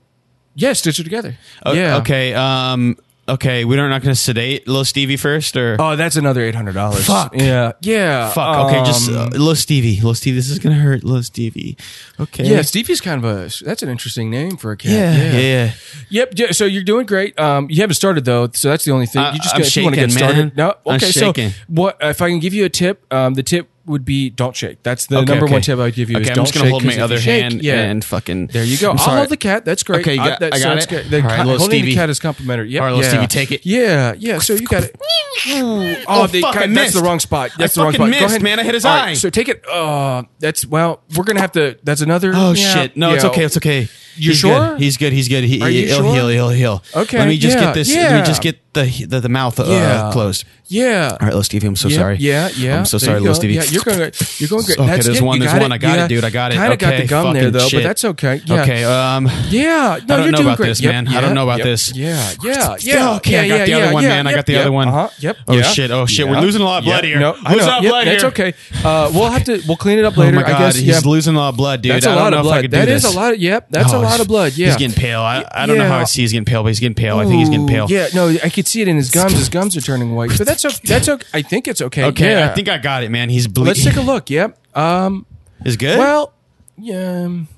Speaker 3: yeah, stitch it together.
Speaker 2: O-
Speaker 3: yeah.
Speaker 2: Okay. Um. Okay. We're not going to sedate little Stevie first, or
Speaker 3: Oh, that's another eight hundred dollars.
Speaker 2: Fuck.
Speaker 3: Yeah. Yeah.
Speaker 2: fuck. Okay. Just
Speaker 3: um,
Speaker 2: uh, little Stevie. Little Stevie. This is going to hurt. Little Stevie. Okay.
Speaker 3: Yeah, Stevie's kind of a that's an interesting name for a cat.
Speaker 2: Yeah. Yeah. yeah.
Speaker 3: Yep. yeah, So you're doing great. Um, you haven't started though, so that's the only thing.
Speaker 2: I-
Speaker 3: You just
Speaker 2: Uh, I'm
Speaker 3: got to get
Speaker 2: shaking, man.
Speaker 3: started. No. Okay.
Speaker 2: I'm
Speaker 3: so
Speaker 2: shaking.
Speaker 3: what if I can give you a tip? Um, the tip would be don't shake. That's the
Speaker 2: Okay,
Speaker 3: number
Speaker 2: okay.
Speaker 3: one tip I would give you.
Speaker 2: Okay,
Speaker 3: is
Speaker 2: I'm
Speaker 3: don't
Speaker 2: just gonna
Speaker 3: shake,
Speaker 2: hold my
Speaker 3: 'cause if
Speaker 2: other
Speaker 3: you shake,
Speaker 2: hand
Speaker 3: yeah.
Speaker 2: and fucking.
Speaker 3: there you go.
Speaker 2: I'm
Speaker 3: I'll
Speaker 2: sorry.
Speaker 3: hold the cat. That's great.
Speaker 2: Okay, you
Speaker 3: Uh,
Speaker 2: got-
Speaker 3: that
Speaker 2: I got
Speaker 3: sounds
Speaker 2: it.
Speaker 3: good. The
Speaker 2: All right,
Speaker 3: cat-
Speaker 2: little
Speaker 3: holding
Speaker 2: Stevie.
Speaker 3: the cat is complimentary. Yep,
Speaker 2: All right, little
Speaker 3: yeah.
Speaker 2: Stevie, take it.
Speaker 3: Yeah. Yeah. So you got it. Oh,
Speaker 2: Oh,
Speaker 3: they
Speaker 2: fuck, I
Speaker 3: kind-
Speaker 2: missed.
Speaker 3: that's the wrong spot.
Speaker 2: I
Speaker 3: That's the wrong
Speaker 2: fucking
Speaker 3: spot.
Speaker 2: missed, man. I hit his
Speaker 3: All right,
Speaker 2: eye.
Speaker 3: so take it. Uh, that's well. We're gonna have to. That's another.
Speaker 2: Oh
Speaker 3: yeah,
Speaker 2: shit! No,
Speaker 3: yeah.
Speaker 2: it's okay. It's okay.
Speaker 3: You
Speaker 2: He's
Speaker 3: sure?
Speaker 2: Good. He's good. He's good. He,
Speaker 3: Are you
Speaker 2: he'll
Speaker 3: sure?
Speaker 2: heal. He'll heal.
Speaker 3: Okay,
Speaker 2: Let me just
Speaker 3: yeah,
Speaker 2: get this. Let
Speaker 3: yeah.
Speaker 2: me just get the the, the mouth uh,
Speaker 3: Yeah.
Speaker 2: closed.
Speaker 3: Yeah.
Speaker 2: All right, little Stevie. I'm so
Speaker 3: yeah,
Speaker 2: sorry.
Speaker 3: Yeah, yeah.
Speaker 2: I'm so
Speaker 3: There
Speaker 2: sorry,
Speaker 3: you
Speaker 2: little
Speaker 3: go.
Speaker 2: Stevie.
Speaker 3: Yeah, you're going. You're going great.
Speaker 2: Okay,
Speaker 3: that's
Speaker 2: there's
Speaker 3: it.
Speaker 2: one,
Speaker 3: You
Speaker 2: there's
Speaker 3: got
Speaker 2: one.
Speaker 3: it.
Speaker 2: I got it,
Speaker 3: Yeah.
Speaker 2: dude. I got it.
Speaker 3: Kinda got
Speaker 2: Okay,
Speaker 3: the gum there
Speaker 2: fucking
Speaker 3: though,
Speaker 2: shit.
Speaker 3: but that's okay. Yeah.
Speaker 2: Okay. Um.
Speaker 3: Yeah. No,
Speaker 2: I don't
Speaker 3: you're
Speaker 2: know
Speaker 3: doing
Speaker 2: about
Speaker 3: great.
Speaker 2: this,
Speaker 3: Yep,
Speaker 2: man. I
Speaker 3: yeah,
Speaker 2: don't know about
Speaker 3: yep,
Speaker 2: this.
Speaker 3: Yeah. Yeah. Yeah.
Speaker 2: Okay,
Speaker 3: yeah,
Speaker 2: I got the
Speaker 3: yeah,
Speaker 2: other
Speaker 3: yeah,
Speaker 2: one,
Speaker 3: yeah,
Speaker 2: man. I
Speaker 3: yep,
Speaker 2: got the
Speaker 3: yep,
Speaker 2: other one.
Speaker 3: uh-huh, Yep.
Speaker 2: Oh
Speaker 3: yeah.
Speaker 2: shit! Oh shit!
Speaker 3: Yeah.
Speaker 2: We're losing a lot of blood
Speaker 3: Yeah,
Speaker 2: here.
Speaker 3: No, I
Speaker 2: Who's
Speaker 3: know.
Speaker 2: out
Speaker 3: Yep,
Speaker 2: blood
Speaker 3: That's
Speaker 2: here?
Speaker 3: okay. Uh, we'll have to. We'll clean it up
Speaker 2: Oh
Speaker 3: later.
Speaker 2: my god,
Speaker 3: I guess.
Speaker 2: he's
Speaker 3: yeah.
Speaker 2: losing a lot of blood, dude.
Speaker 3: That's
Speaker 2: I
Speaker 3: a
Speaker 2: don't
Speaker 3: lot
Speaker 2: know
Speaker 3: of
Speaker 2: if I
Speaker 3: blood.
Speaker 2: could do
Speaker 3: That
Speaker 2: this.
Speaker 3: is a lot. of- Yep. That's a
Speaker 2: Oh,
Speaker 3: lot
Speaker 2: he's-
Speaker 3: of blood. Yeah.
Speaker 2: He's getting pale. I, I don't know how I
Speaker 3: Yeah.
Speaker 2: see he's getting pale, but he's getting pale. I think he's getting
Speaker 3: Ooh,
Speaker 2: pale.
Speaker 3: Yeah, no, I could see it in his gums. His gums are turning white. But that's okay. That's okay. I think it's okay.
Speaker 2: Okay,
Speaker 3: yeah.
Speaker 2: I think I got it, man. He's bleeding.
Speaker 3: Let's take a look. Yep. Um.
Speaker 2: Is good?
Speaker 3: Well, yeah, um,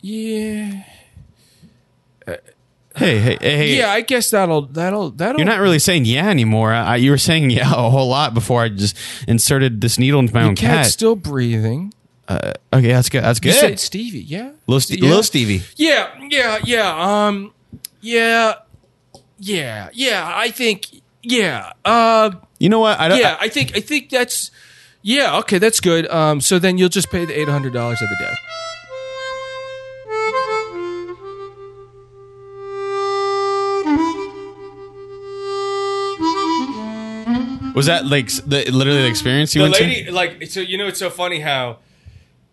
Speaker 3: yeah,
Speaker 2: hey, hey, hey, hey.
Speaker 3: yeah. I guess that'll that'll that'll.
Speaker 2: You're not really saying yeah anymore. I, I- you were saying yeah a whole lot before I just inserted this needle into my
Speaker 3: the
Speaker 2: own
Speaker 3: cat's
Speaker 2: cat.
Speaker 3: still breathing.
Speaker 2: okay, that's good. That's
Speaker 3: You said
Speaker 2: good.
Speaker 3: Stevie, yeah.
Speaker 2: Little, Ste-
Speaker 3: yeah.
Speaker 2: little Stevie.
Speaker 3: Yeah, yeah, yeah. Um, yeah, yeah, yeah. I think, yeah, uh,
Speaker 2: You know what? I don't.
Speaker 3: yeah.
Speaker 2: I-
Speaker 3: I think, I think that's, yeah. Okay, that's good. Um, so then you'll just pay the eight hundred dollars of the day.
Speaker 2: was that like s- the, literally the experience you
Speaker 3: The
Speaker 2: went to?
Speaker 3: lady-
Speaker 9: like so you know it's so funny how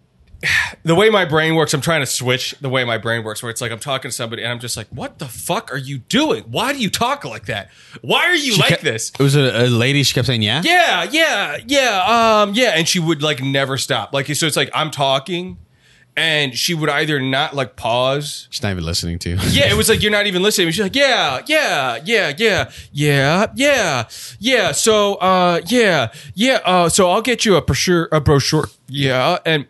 Speaker 9: the way my brain works i'm trying to switch the way my brain works where it's like i'm talking to somebody and i'm just like what the fuck are you doing why do you talk like that why are you like
Speaker 2: kept-
Speaker 9: this
Speaker 2: It was a, a lady. She kept saying yeah.
Speaker 9: yeah yeah yeah um yeah and she would like never stop like so it's like i'm talking and she would either not like pause
Speaker 2: She's not even listening to. you.
Speaker 9: yeah, it was like you're not even listening. She's like, yeah, yeah, yeah, yeah, yeah, yeah, yeah. So, uh, yeah, yeah. Uh, so I'll get you a brochure, a brochure. Yeah, and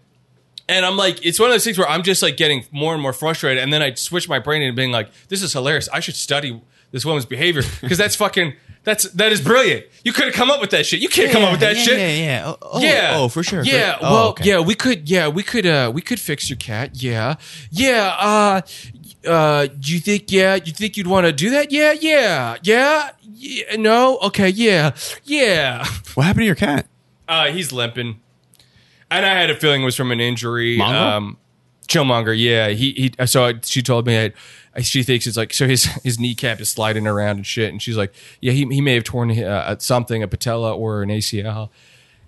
Speaker 9: and I'm like, it's one of those things where I'm just like getting more and more frustrated, and then I switch my brain into being like, this is hilarious. I should study this woman's behavior because that's fucking that's that is brilliant. You could have come up with that shit. You can't come up with that
Speaker 2: yeah,
Speaker 9: shit.
Speaker 2: Yeah, yeah. Oh, oh,
Speaker 9: Yeah.
Speaker 2: Oh, for sure.
Speaker 3: Yeah.
Speaker 2: For- oh,
Speaker 3: well,
Speaker 2: okay.
Speaker 3: yeah, we could. Yeah, we could. uh We could fix your cat. Yeah. Yeah. Uh, uh, you think? Yeah, you think you'd want to do that? Yeah. Yeah. Yeah. yeah no. Okay. Yeah. Yeah.
Speaker 2: What happened to your cat?
Speaker 9: Uh, he's limping, and I had a feeling it was from an injury.
Speaker 2: Mongo?
Speaker 9: Um, Chillmonger, yeah. He he. So I, she told me that she thinks it's like so his his kneecap is sliding around and shit, and she's like, yeah, he he may have torn uh, something, a patella or an ACL,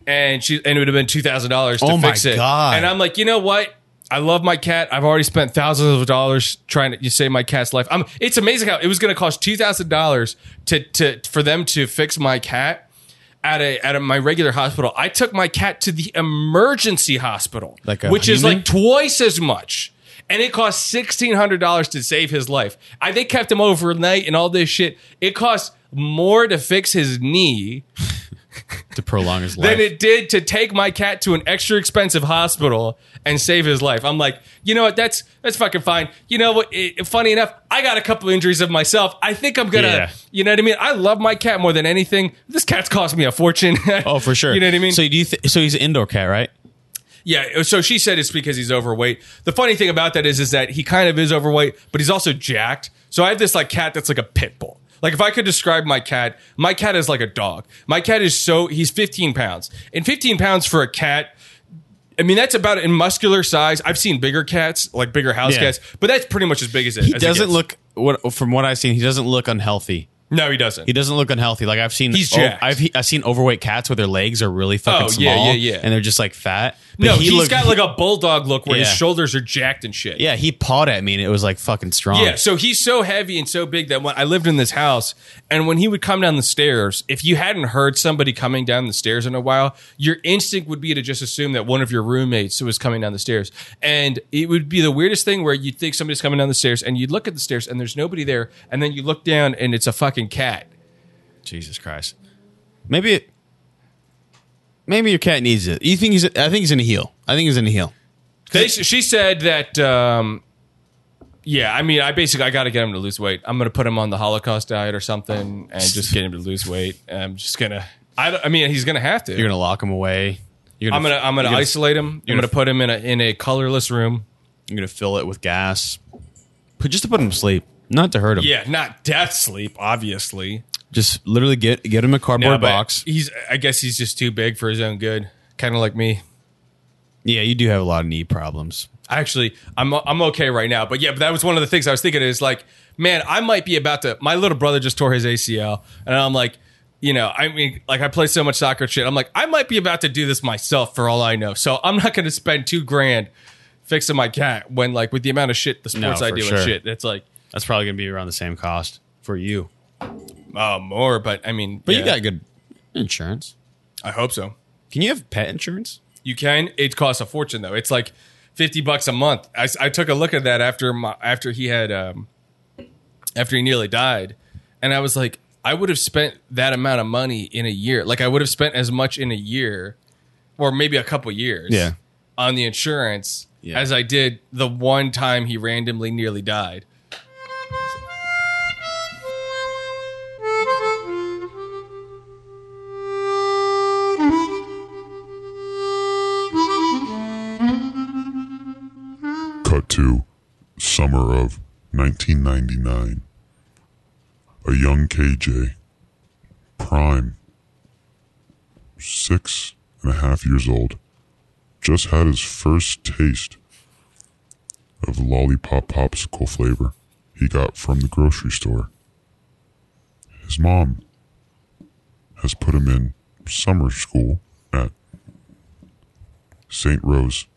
Speaker 9: and she and it would have been two thousand dollars to
Speaker 2: Oh my
Speaker 9: fix it.
Speaker 2: God.
Speaker 9: And I'm like, you know what? I love my cat. I've already spent thousands of dollars trying to save my cat's life. I'm, it's amazing how it was going to cost two thousand dollars to to for them to fix my cat at a at a, my regular hospital, I took my cat to the emergency hospital,
Speaker 2: Like a
Speaker 9: which is
Speaker 2: human?
Speaker 9: like twice as much.
Speaker 3: and it cost sixteen hundred dollars to save his life. I they kept him overnight and all this shit. It cost more to fix his knee
Speaker 2: to prolong his life.
Speaker 3: than it did to take my cat to an extra expensive hospital and save his life. I'm like, you know what? That's that's fucking fine. You know what? It- funny enough, I got a couple injuries of myself. I think I'm gonna.
Speaker 2: Yeah.
Speaker 3: You know what I mean? I love my cat more than anything. This cat's cost me a fortune.
Speaker 2: oh, for sure.
Speaker 3: you know what I mean?
Speaker 2: So do you? Th- so he's an indoor cat, right?
Speaker 3: Yeah, so she said it's because he's overweight. The funny thing about that is, is that he kind of is overweight, but he's also jacked. So I have this like cat that's like a pit bull. Like if I could describe my cat, my cat is like a dog. My cat is so he's 15 pounds, and 15 pounds for a cat. I mean, that's about in muscular size. I've seen bigger cats, like bigger house
Speaker 2: Yeah.
Speaker 3: cats, but that's pretty much as big as it.
Speaker 2: He
Speaker 3: as it
Speaker 2: doesn't
Speaker 3: gets.
Speaker 2: look what from what I've seen. He doesn't look unhealthy.
Speaker 3: No, he doesn't.
Speaker 2: He doesn't look unhealthy. Like I've seen,
Speaker 3: He's jacked.
Speaker 2: I've I've seen overweight cats where their legs are really fucking
Speaker 3: Oh,
Speaker 2: small,
Speaker 3: yeah, yeah, yeah.
Speaker 2: and they're just like fat. But
Speaker 3: no, he
Speaker 2: he
Speaker 3: has
Speaker 2: looked-
Speaker 3: got like a bulldog look where
Speaker 2: Yeah.
Speaker 3: his shoulders are jacked and shit.
Speaker 2: yeah. He pawed at me, and it was like fucking strong.
Speaker 3: Yeah, so he's so heavy and so big that when I lived in this house, and when he would come down the stairs, if you hadn't heard somebody coming down the stairs in a while, your instinct would be to just assume that one of your roommates was coming down the stairs. And it would be the weirdest thing where you'd think somebody's coming down the stairs, and you'd look at the stairs, and there's nobody there, and then you look down, and it's a fucking cat.
Speaker 2: Jesus Christ. Maybe it. Maybe your cat needs it. You think he's? I think he's in a heel. I think he's in a heel.
Speaker 3: They, she said that. Um, yeah, I mean, I basically I got to get him to lose weight. I'm gonna put him on the Holocaust diet or something, and just get him to lose weight. And I'm just gonna. I, don't- I mean, he's gonna have to.
Speaker 2: You're gonna lock him away. You're
Speaker 3: I'm gonna I'm gonna
Speaker 2: you're
Speaker 3: isolate him. I'm
Speaker 2: you're
Speaker 3: gonna
Speaker 2: gonna-
Speaker 3: put him in a in a colorless room.
Speaker 2: You're gonna fill it with gas, but just to put him to sleep, not to hurt him.
Speaker 3: Yeah, not death sleep, obviously.
Speaker 2: Just literally get get him a
Speaker 3: No,
Speaker 2: cardboard
Speaker 3: but
Speaker 2: box.
Speaker 3: He's I guess he's just too big for his own good. Kind of like me.
Speaker 2: Yeah, you do have a lot of knee problems.
Speaker 3: Actually, I'm I'm okay right now. But yeah, but that was one of the things I was thinking is like, man, I might be about to. My little brother just tore his ACL, and I'm like, you know, I mean, like I play so much soccer shit. I'm like, I might be about to do this myself for all I know. So I'm not gonna spend two grand fixing my cat when like with the amount of shit the
Speaker 2: No,
Speaker 3: sports I
Speaker 2: for
Speaker 3: do
Speaker 2: sure.
Speaker 3: and shit. It's like.
Speaker 2: That's probably gonna be around the same cost for you.
Speaker 3: Oh, more, but I mean,
Speaker 2: But
Speaker 3: yeah,
Speaker 2: you got good insurance.
Speaker 3: I hope so.
Speaker 2: Can you have pet insurance?
Speaker 3: You can. It costs a fortune though. It's like fifty bucks a month. I, I took a look at that after my, after he had um, after he nearly died, and I was like, I would have spent that amount of money in a year. Like I would have spent as much in a year, or maybe a couple years.
Speaker 2: Yeah.
Speaker 3: On the insurance,
Speaker 2: Yeah.
Speaker 3: as I did the one time he randomly nearly died.
Speaker 10: Cut to summer of 1999. A young KJ, prime, six and a half years old, just had his first taste of lollipop popsicle flavor he got from the grocery store. His mom has put him in summer school at St. Rose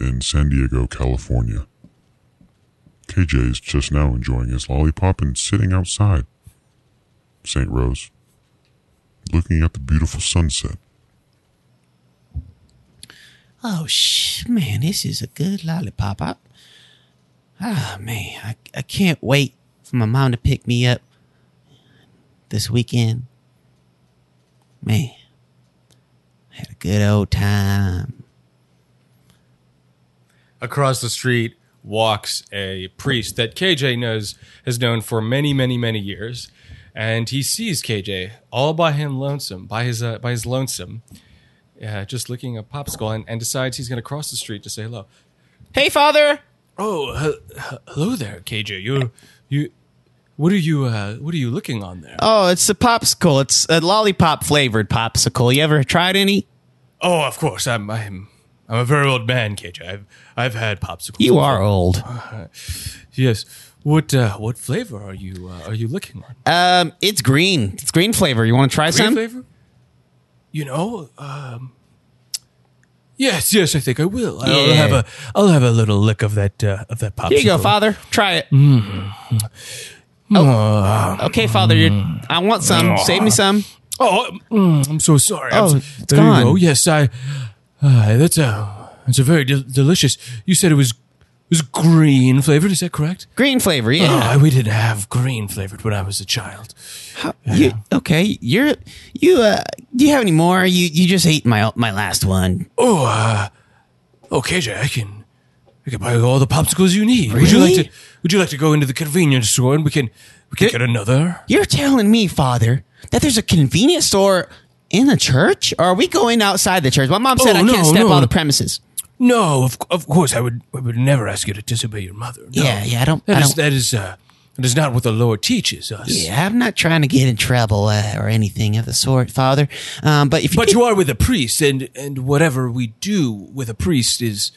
Speaker 10: in San Diego, California. KJ is just now enjoying his lollipop and sitting outside St. Rose, looking at the beautiful sunset.
Speaker 7: Oh sh man, this is a good lollipop. I, ah man, I, I can't wait for my mom to pick me up this weekend. Man, had a good old time.
Speaker 3: across the street walks a priest that KJ knows has known for many, many, many years, and he sees KJ all by him lonesome, by his uh, by his lonesome, uh, just licking a popsicle, and, and decides he's going to cross the street to say hello.
Speaker 7: Hey, father.
Speaker 3: Oh, he- he- hello there, KJ. You you. What are you? Uh, what are you looking on there?
Speaker 7: Oh, it's a popsicle. It's a lollipop flavored popsicle. You ever tried any?
Speaker 3: Oh, of course. I'm. I'm. I'm a very old man, KJ. I've. I've had popsicles.
Speaker 7: You are old.
Speaker 3: Yes. What? Uh, what flavor are you? Uh, are you looking on?
Speaker 7: Um, it's green. It's green flavor. You want to try some?
Speaker 3: flavor? You know, um, yes, yes, I think I will. I'll
Speaker 7: Yeah.
Speaker 3: have a, I'll have a little lick of that, uh, of that popsicle.
Speaker 7: Here you go, father. Try it. Oh, okay, father. You're, I want some. Save me some.
Speaker 3: Oh, mm, I'm so sorry. I'm
Speaker 7: Oh,
Speaker 3: so-
Speaker 7: it's
Speaker 3: there
Speaker 7: gone.
Speaker 3: you go. Yes, I. Uh, that's a, that's a very del delicious. You said it was, it was green flavored. Is that correct?
Speaker 7: Green flavor, yeah.
Speaker 3: Oh, we didn't have green flavored when I was a child.
Speaker 7: You, okay, you're you. Uh, do you have any more? You you just ate my my last one.
Speaker 3: Oh, uh, okay, Jack. I can, I can buy all the popsicles you need. Would you like
Speaker 7: Really?
Speaker 3: to? Would you like to go into the convenience store and we can we can get another?
Speaker 7: You're telling me, Father, that there's a convenience store in the church? Or are we going outside the church? My mom said
Speaker 3: Oh,
Speaker 7: I
Speaker 3: no,
Speaker 7: can't step
Speaker 3: no.
Speaker 7: on the premises.
Speaker 3: No, of, of course I would. I would never ask you to disobey your mother. No.
Speaker 7: Yeah, yeah, I don't-
Speaker 3: That
Speaker 7: I
Speaker 3: is-
Speaker 7: don't-
Speaker 3: that is uh, that is not what the Lord teaches us.
Speaker 7: Yeah, I'm not trying to get in trouble uh, or anything of the sort, Father. Um, but if you,
Speaker 3: But you are with a priest, and and whatever we do with a priest is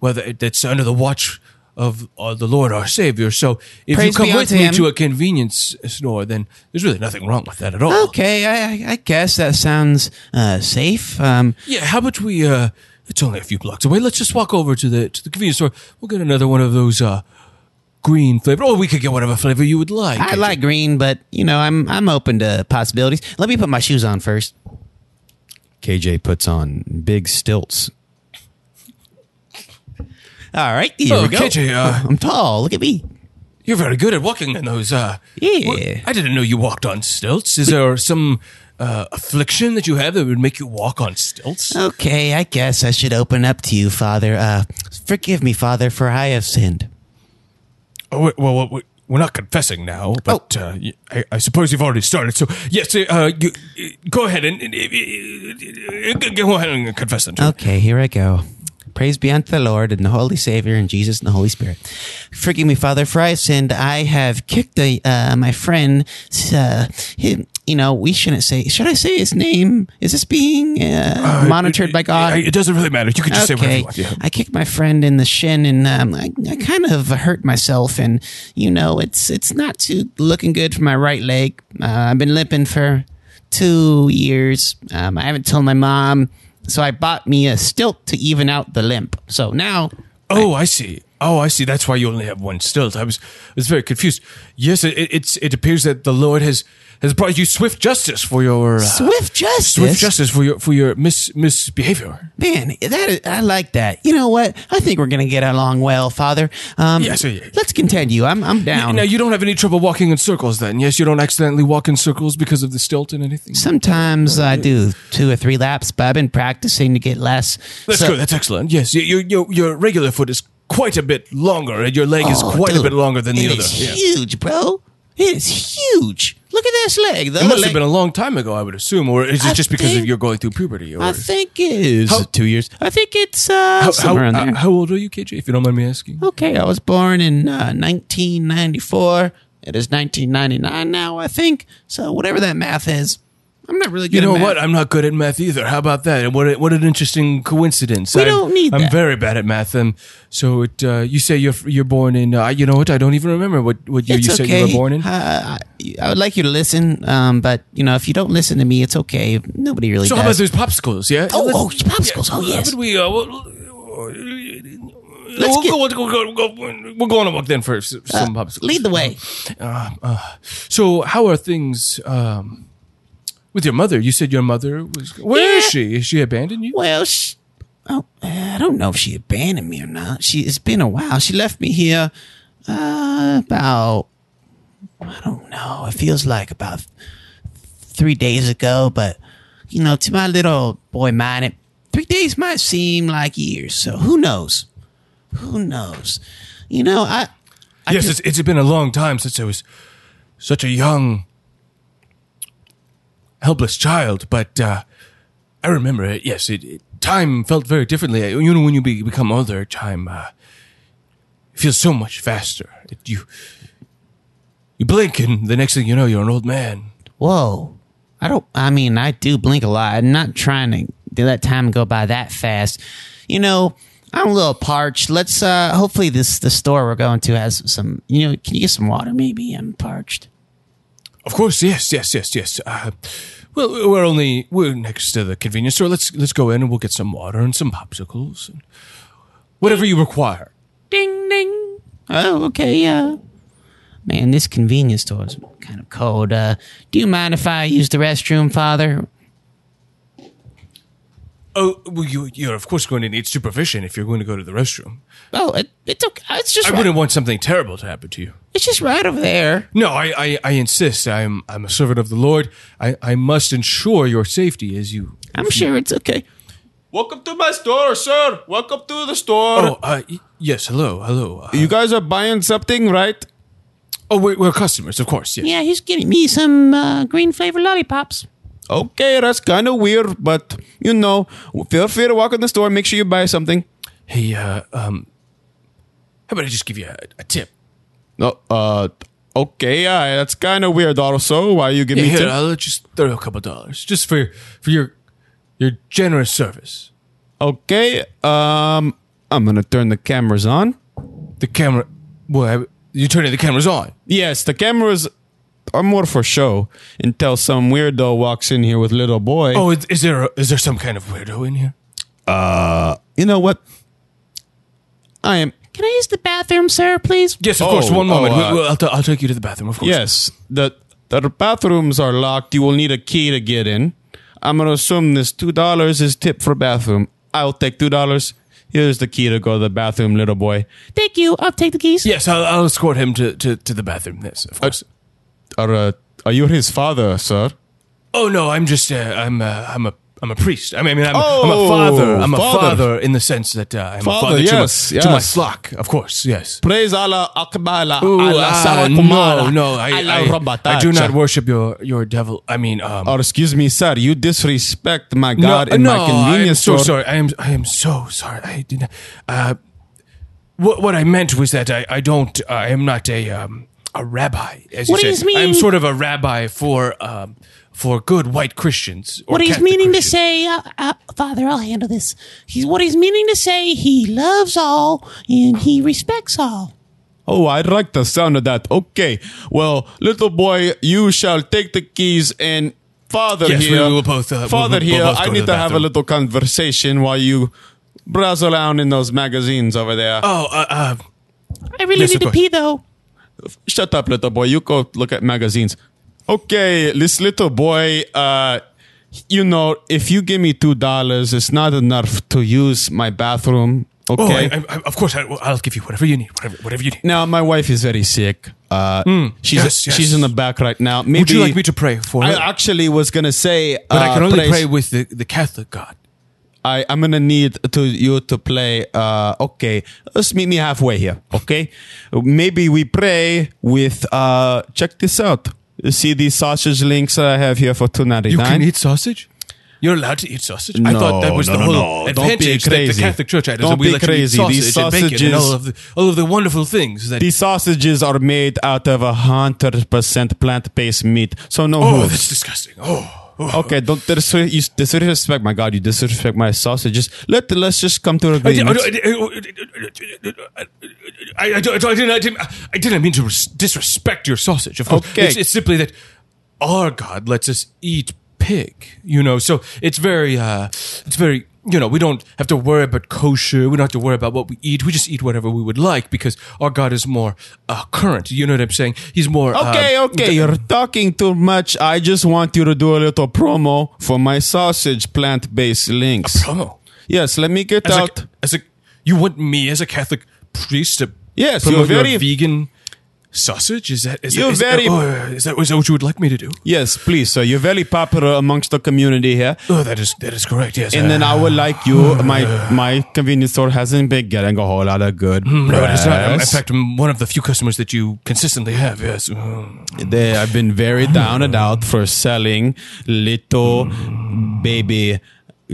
Speaker 3: whether that's under the watch of uh, the Lord our Savior. So if
Speaker 7: Praise
Speaker 3: you
Speaker 7: be
Speaker 3: come with
Speaker 7: unto
Speaker 3: me
Speaker 7: him.
Speaker 3: to a convenience store, then there's really nothing wrong with that at all.
Speaker 7: okay, I, I- I guess that sounds uh, safe. Um,
Speaker 3: Yeah. How about we? Uh, it's only a few blocks away. Let's just walk over to the to the convenience store. We'll get another one of those uh, green flavor, or we could get whatever flavor you would like.
Speaker 7: I like green, but you know, I'm I'm open to possibilities. Let me put my shoes on first.
Speaker 2: KJ puts on big stilts.
Speaker 7: All right, here
Speaker 3: Oh,
Speaker 7: we go.
Speaker 3: KJ, uh,
Speaker 7: I'm tall. Look at me.
Speaker 3: You're very good at walking in those. Uh,
Speaker 7: Yeah.
Speaker 3: I didn't know you walked on stilts. Is there some uh, affliction that you have that would make you walk on
Speaker 7: Uh,
Speaker 3: stilts?
Speaker 7: Okay, I guess I should open up to you, Father. Uh, forgive me, Father, for I have sinned.
Speaker 3: Oh, wait, well, well, we- we're not confessing
Speaker 7: Oh.
Speaker 3: now, but uh, y- I, I suppose you've already started. So yes, uh, you, uh, go ahead and and, uh, uh, go ahead and confess them. to me.
Speaker 7: Okay, here I go. Praise be unto the Lord and the Holy Savior and Jesus and the Holy Spirit. Forgive me, Father, for I have sinned. I have kicked a, uh, my friend. Uh, him, you know, we shouldn't say. Should I say his name? Is this being uh, monitored by God?
Speaker 3: I- it doesn't really matter. You can just say whatever you want. Yeah.
Speaker 7: I kicked my friend in the shin, and um, I, I kind of hurt myself, and you know, it's it's not too looking good for my right leg. Uh, I've been limping for two years. Um, I haven't told my mom, so I bought me a stilt to even out the limp. So now,
Speaker 3: Oh, I see. Oh, I see. That's why you only have one stilt. I was, I was very confused. Yes, it, it's it appears that the Lord has has brought you swift justice for your uh,
Speaker 7: swift justice.
Speaker 3: swift justice for your for your mis misbehavior.
Speaker 7: Man, that is, I like that. You know what? I think we're gonna get along well, Father. Um,
Speaker 3: Yes, yeah, yeah.
Speaker 7: let's continue. I'm I'm down.
Speaker 3: Now you don't have any trouble walking in circles, then? Yes, you don't accidentally walk in circles because of the stilt and anything.
Speaker 7: Sometimes I do two or three laps, but I've been practicing to get less.
Speaker 3: That's
Speaker 7: So-
Speaker 3: good. That's excellent. Yes, your your your regular foot is quite a bit longer, and your leg is
Speaker 7: Oh,
Speaker 3: quite a
Speaker 7: dude,
Speaker 3: bit longer than the
Speaker 7: it
Speaker 3: other.
Speaker 7: is
Speaker 3: Yeah.
Speaker 7: huge, bro. It is huge. Look at this leg. The
Speaker 3: It
Speaker 7: other
Speaker 3: must have
Speaker 7: leg-
Speaker 3: been a long time ago, I would assume, or is it
Speaker 7: I
Speaker 3: just because of
Speaker 7: think-
Speaker 3: you're going through puberty? Or
Speaker 7: I think it is
Speaker 3: How-
Speaker 7: two years. I think it's uh,
Speaker 3: how, how,
Speaker 7: somewhere around
Speaker 3: uh,
Speaker 7: there.
Speaker 3: how old are you, KJ? If you don't mind me asking.
Speaker 7: okay, I was born in uh, 1994. It is 1999 now, I think. So whatever that math is, I'm not really good.
Speaker 3: You know
Speaker 7: at math.
Speaker 3: what? Uh, I'm not good at math either. How about that? And what a, what an interesting coincidence.
Speaker 7: We
Speaker 3: I'm-
Speaker 7: don't need
Speaker 3: I'm
Speaker 7: that.
Speaker 3: very bad at math. Um, so it uh, you say you're you're born in uh, you know what? I don't even remember what what year
Speaker 7: It's
Speaker 3: you
Speaker 7: okay.
Speaker 3: said you were born in.
Speaker 7: Uh, I- I would like you to listen, um, but you know, if you don't listen to me, it's okay. Nobody really
Speaker 3: so how about
Speaker 7: does.
Speaker 3: those popsicles? Yeah.
Speaker 7: Oh,
Speaker 3: Let's-
Speaker 7: oh, popsicles.
Speaker 3: How
Speaker 7: Oh, yes.
Speaker 3: about we? Uh, we'll,
Speaker 7: Let's
Speaker 3: we'll
Speaker 7: get-
Speaker 3: go,
Speaker 7: Uh,
Speaker 3: we'll go, we'll go, we'll go on a walk then for s- some popsicles.
Speaker 7: Lead the way.
Speaker 3: So how are things? Um, with your mother, you said your mother was. Where is
Speaker 7: Yeah.
Speaker 3: she? Is she abandoned you?
Speaker 7: Well, sh oh, I don't know if she abandoned me or not. She it's been a while. She left me here uh, about I don't know. It feels like about th- three days ago, but you know, to my little boy mind, it three days might seem like years. So who knows? Who knows? You know, I
Speaker 3: yes, it's, it's been a long time since I was such a young, helpless child, but uh, I remember it. Yes, it, it, time felt very differently. You know, when you be, become older, time uh, feels so much faster. It, you you blink, and the next thing you know, you're an old man.
Speaker 7: whoa i don't i mean i do blink a lot i'm not trying to let time go by that fast you know i'm a little parched let's uh hopefully this the store we're going to has some you know can you get some water maybe i'm parched
Speaker 3: Of course, yes, yes, yes, yes. Uh, well, we're only we're next to the convenience store. Let's let's go in, and we'll get some water and some popsicles and whatever you require.
Speaker 7: ding ding oh okay yeah man this convenience store is kind of cold uh do you mind if i use the restroom father
Speaker 3: Oh, well, you, you're of course going to need supervision if you're going to go to the restroom.
Speaker 7: oh it, it's okay I, It's just
Speaker 3: I
Speaker 7: right,
Speaker 3: wouldn't want something terrible to happen to you.
Speaker 7: it's just right over there.
Speaker 3: No, I, I, I insist. I'm I'm a servant of the Lord. I, I must ensure your safety as you.
Speaker 7: I'm sure it's okay.
Speaker 8: Welcome to my store, sir. Welcome to the store.
Speaker 3: Oh, uh, y- yes. Hello, hello. Uh,
Speaker 2: You guys are buying something, right?
Speaker 3: oh, we're, we're customers, of course. Yes.
Speaker 7: Yeah, he's getting me some uh, green flavored lollipops.
Speaker 2: Okay, that's kind of weird, but you know, feel free to walk in the store. Make sure you buy something.
Speaker 3: Hey, uh, um, how about I just give you a, a tip?
Speaker 2: No, uh, okay, yeah, that's kind of weird. Also, why you give me
Speaker 3: Here,
Speaker 2: tip?
Speaker 3: I'll just throw a couple dollars just for for your your generous service.
Speaker 2: Okay, um, I'm gonna turn the cameras on.
Speaker 3: The camera. Well, you're turning the cameras on.
Speaker 2: Yes, the cameras are more for show until some weirdo walks in here with little boy.
Speaker 3: Oh, is, is there a, is there some kind of weirdo in here?
Speaker 2: you know what? I am.
Speaker 7: Can I use the bathroom, sir, please?
Speaker 3: Yes, of
Speaker 2: Oh,
Speaker 3: course. One
Speaker 2: oh,
Speaker 3: moment.
Speaker 2: uh,
Speaker 3: we, will I'll, t- I'll take you to the bathroom. Of course.
Speaker 2: Yes, the the bathrooms are locked. You will need a key to get in. I'm gonna assume this two dollars is tip for bathroom. I'll take two dollars. Here's the key to go to the bathroom, little boy.
Speaker 7: Thank you. I'll take the keys.
Speaker 3: Yes, I'll, I'll escort him to, to, to the bathroom. Yes, of course.
Speaker 2: Are uh, are you his father, sir?
Speaker 3: oh no, I'm just uh, I'm uh, I'm a I'm a priest. I mean, I'm, I'm
Speaker 2: Oh,
Speaker 3: a father. I'm
Speaker 2: father.
Speaker 3: a father in the sense that uh, I'm
Speaker 2: Father,
Speaker 3: a father to,
Speaker 2: yes,
Speaker 3: my, to my
Speaker 2: yes.
Speaker 3: flock. Of course, yes.
Speaker 2: Praise Allah Akbala.
Speaker 3: Ooh,
Speaker 2: Allah
Speaker 3: ah,
Speaker 2: Sarakumara,
Speaker 3: no, no, I,
Speaker 2: Allah
Speaker 3: I, I do not
Speaker 2: Rabatacha.
Speaker 3: worship your your devil. I mean, um,
Speaker 2: Or excuse me, sir, you disrespect my
Speaker 3: no,
Speaker 2: God in
Speaker 3: no,
Speaker 2: my convenience
Speaker 3: I am so
Speaker 2: store.
Speaker 3: sorry. I am I am so sorry. I didn't. Uh, what what I meant was that I I don't I am not a um a rabbi as
Speaker 7: What
Speaker 3: you
Speaker 7: he's
Speaker 3: said. I am
Speaker 7: meaning-
Speaker 3: sort of a rabbi for um for good white Christians. Or
Speaker 7: What he's
Speaker 3: Catholic
Speaker 7: meaning to
Speaker 3: Christians.
Speaker 7: say, uh, uh, Father, I'll handle this. He's what he's meaning to say. He loves all and he respects all.
Speaker 2: Oh, I like the sound of that. Okay. Well, little boy, you shall take the keys and father
Speaker 3: Yes, we
Speaker 2: here.
Speaker 3: will both, uh,
Speaker 2: father
Speaker 3: we will
Speaker 2: here,
Speaker 3: both go
Speaker 2: I
Speaker 3: to
Speaker 2: need to,
Speaker 3: the
Speaker 2: have a
Speaker 3: bathroom.
Speaker 2: little conversation while you browse around in those magazines over there.
Speaker 3: Oh, uh, uh,
Speaker 7: I really
Speaker 3: Yes,
Speaker 7: need
Speaker 3: of
Speaker 7: to
Speaker 3: course.
Speaker 7: pee though.
Speaker 2: Shut up, little boy. You go look at magazines. Okay, this little boy, uh, you know, if you give me two dollars, it's not enough to use my bathroom.
Speaker 3: oh,
Speaker 2: Okay.
Speaker 3: I, I, of course, I, I'll give you whatever you need, whatever, whatever you need.
Speaker 2: now my wife is very sick. Uh, she's
Speaker 3: Hmm. yes, yes.
Speaker 2: she's in the back right now. Maybe
Speaker 3: Would you like me to pray for
Speaker 2: I
Speaker 3: her?
Speaker 2: actually was gonna say,
Speaker 3: but I
Speaker 2: uh,
Speaker 3: can only
Speaker 2: place-
Speaker 3: pray with the, the Catholic God.
Speaker 2: I, I'm gonna need to you to play. Uh, okay, let's meet me halfway here. Okay, maybe we pray with. Uh, check this out. You see these sausage links that I have here for two ninety
Speaker 3: You can
Speaker 2: nine.
Speaker 3: eat sausage. You're allowed to eat sausage. I thought that
Speaker 2: No,
Speaker 3: was
Speaker 2: no,
Speaker 3: the
Speaker 2: no,
Speaker 3: whole
Speaker 2: no. Don't be
Speaker 3: advantage that the
Speaker 2: crazy.
Speaker 3: Catholic Church had. is
Speaker 2: Don't
Speaker 3: that we
Speaker 2: be
Speaker 3: let you eat
Speaker 2: crazy.
Speaker 3: sausage
Speaker 2: These
Speaker 3: and bacon and all of the
Speaker 2: sausages-
Speaker 3: all of the wonderful things that.
Speaker 2: These sausages are made out of a hundred percent plant based meat, so no
Speaker 3: oh,
Speaker 2: hooves.
Speaker 3: that's disgusting. Oh, oh.
Speaker 2: Okay, don't disre- you disrespect my God. You disrespect my sausages. Let let's just come to an
Speaker 3: I, did, I,
Speaker 2: agreement.
Speaker 3: I, I, I, I, didn't, I, didn't, I didn't mean to res- disrespect your sausage. Of course,
Speaker 2: Okay.
Speaker 3: it's, it's simply that our God lets us eat pig. You know, so it's very, uh, it's very. You know, we don't have to worry about kosher. We don't have to worry about what we eat. We just eat whatever we would like because our God is more uh, current. You know what I'm saying? He's more uh,
Speaker 2: Okay, okay, you're talking too much. I just want you to do a little promo for my sausage plant-based links.
Speaker 3: promo.
Speaker 2: yes, let me get
Speaker 3: As
Speaker 2: out.
Speaker 3: a, as a, you want me as a Catholic priest to
Speaker 2: Yes,
Speaker 3: promote
Speaker 2: you're
Speaker 3: your
Speaker 2: very-
Speaker 3: vegan sausage? Is that is that,
Speaker 2: You're
Speaker 3: is
Speaker 2: very-
Speaker 3: that, oh, is that is that what you would like me to do?
Speaker 2: yes, please, sir. You're very popular amongst the community here.
Speaker 3: Oh, that is that is correct. Yes,
Speaker 2: And then I would like you. My my convenience store hasn't been getting a whole lot of good
Speaker 3: No, it is not. In
Speaker 2: press.
Speaker 3: fact, I'm one of the few customers that you consistently have. Yes. Mm.
Speaker 2: They have been very down and out for selling little baby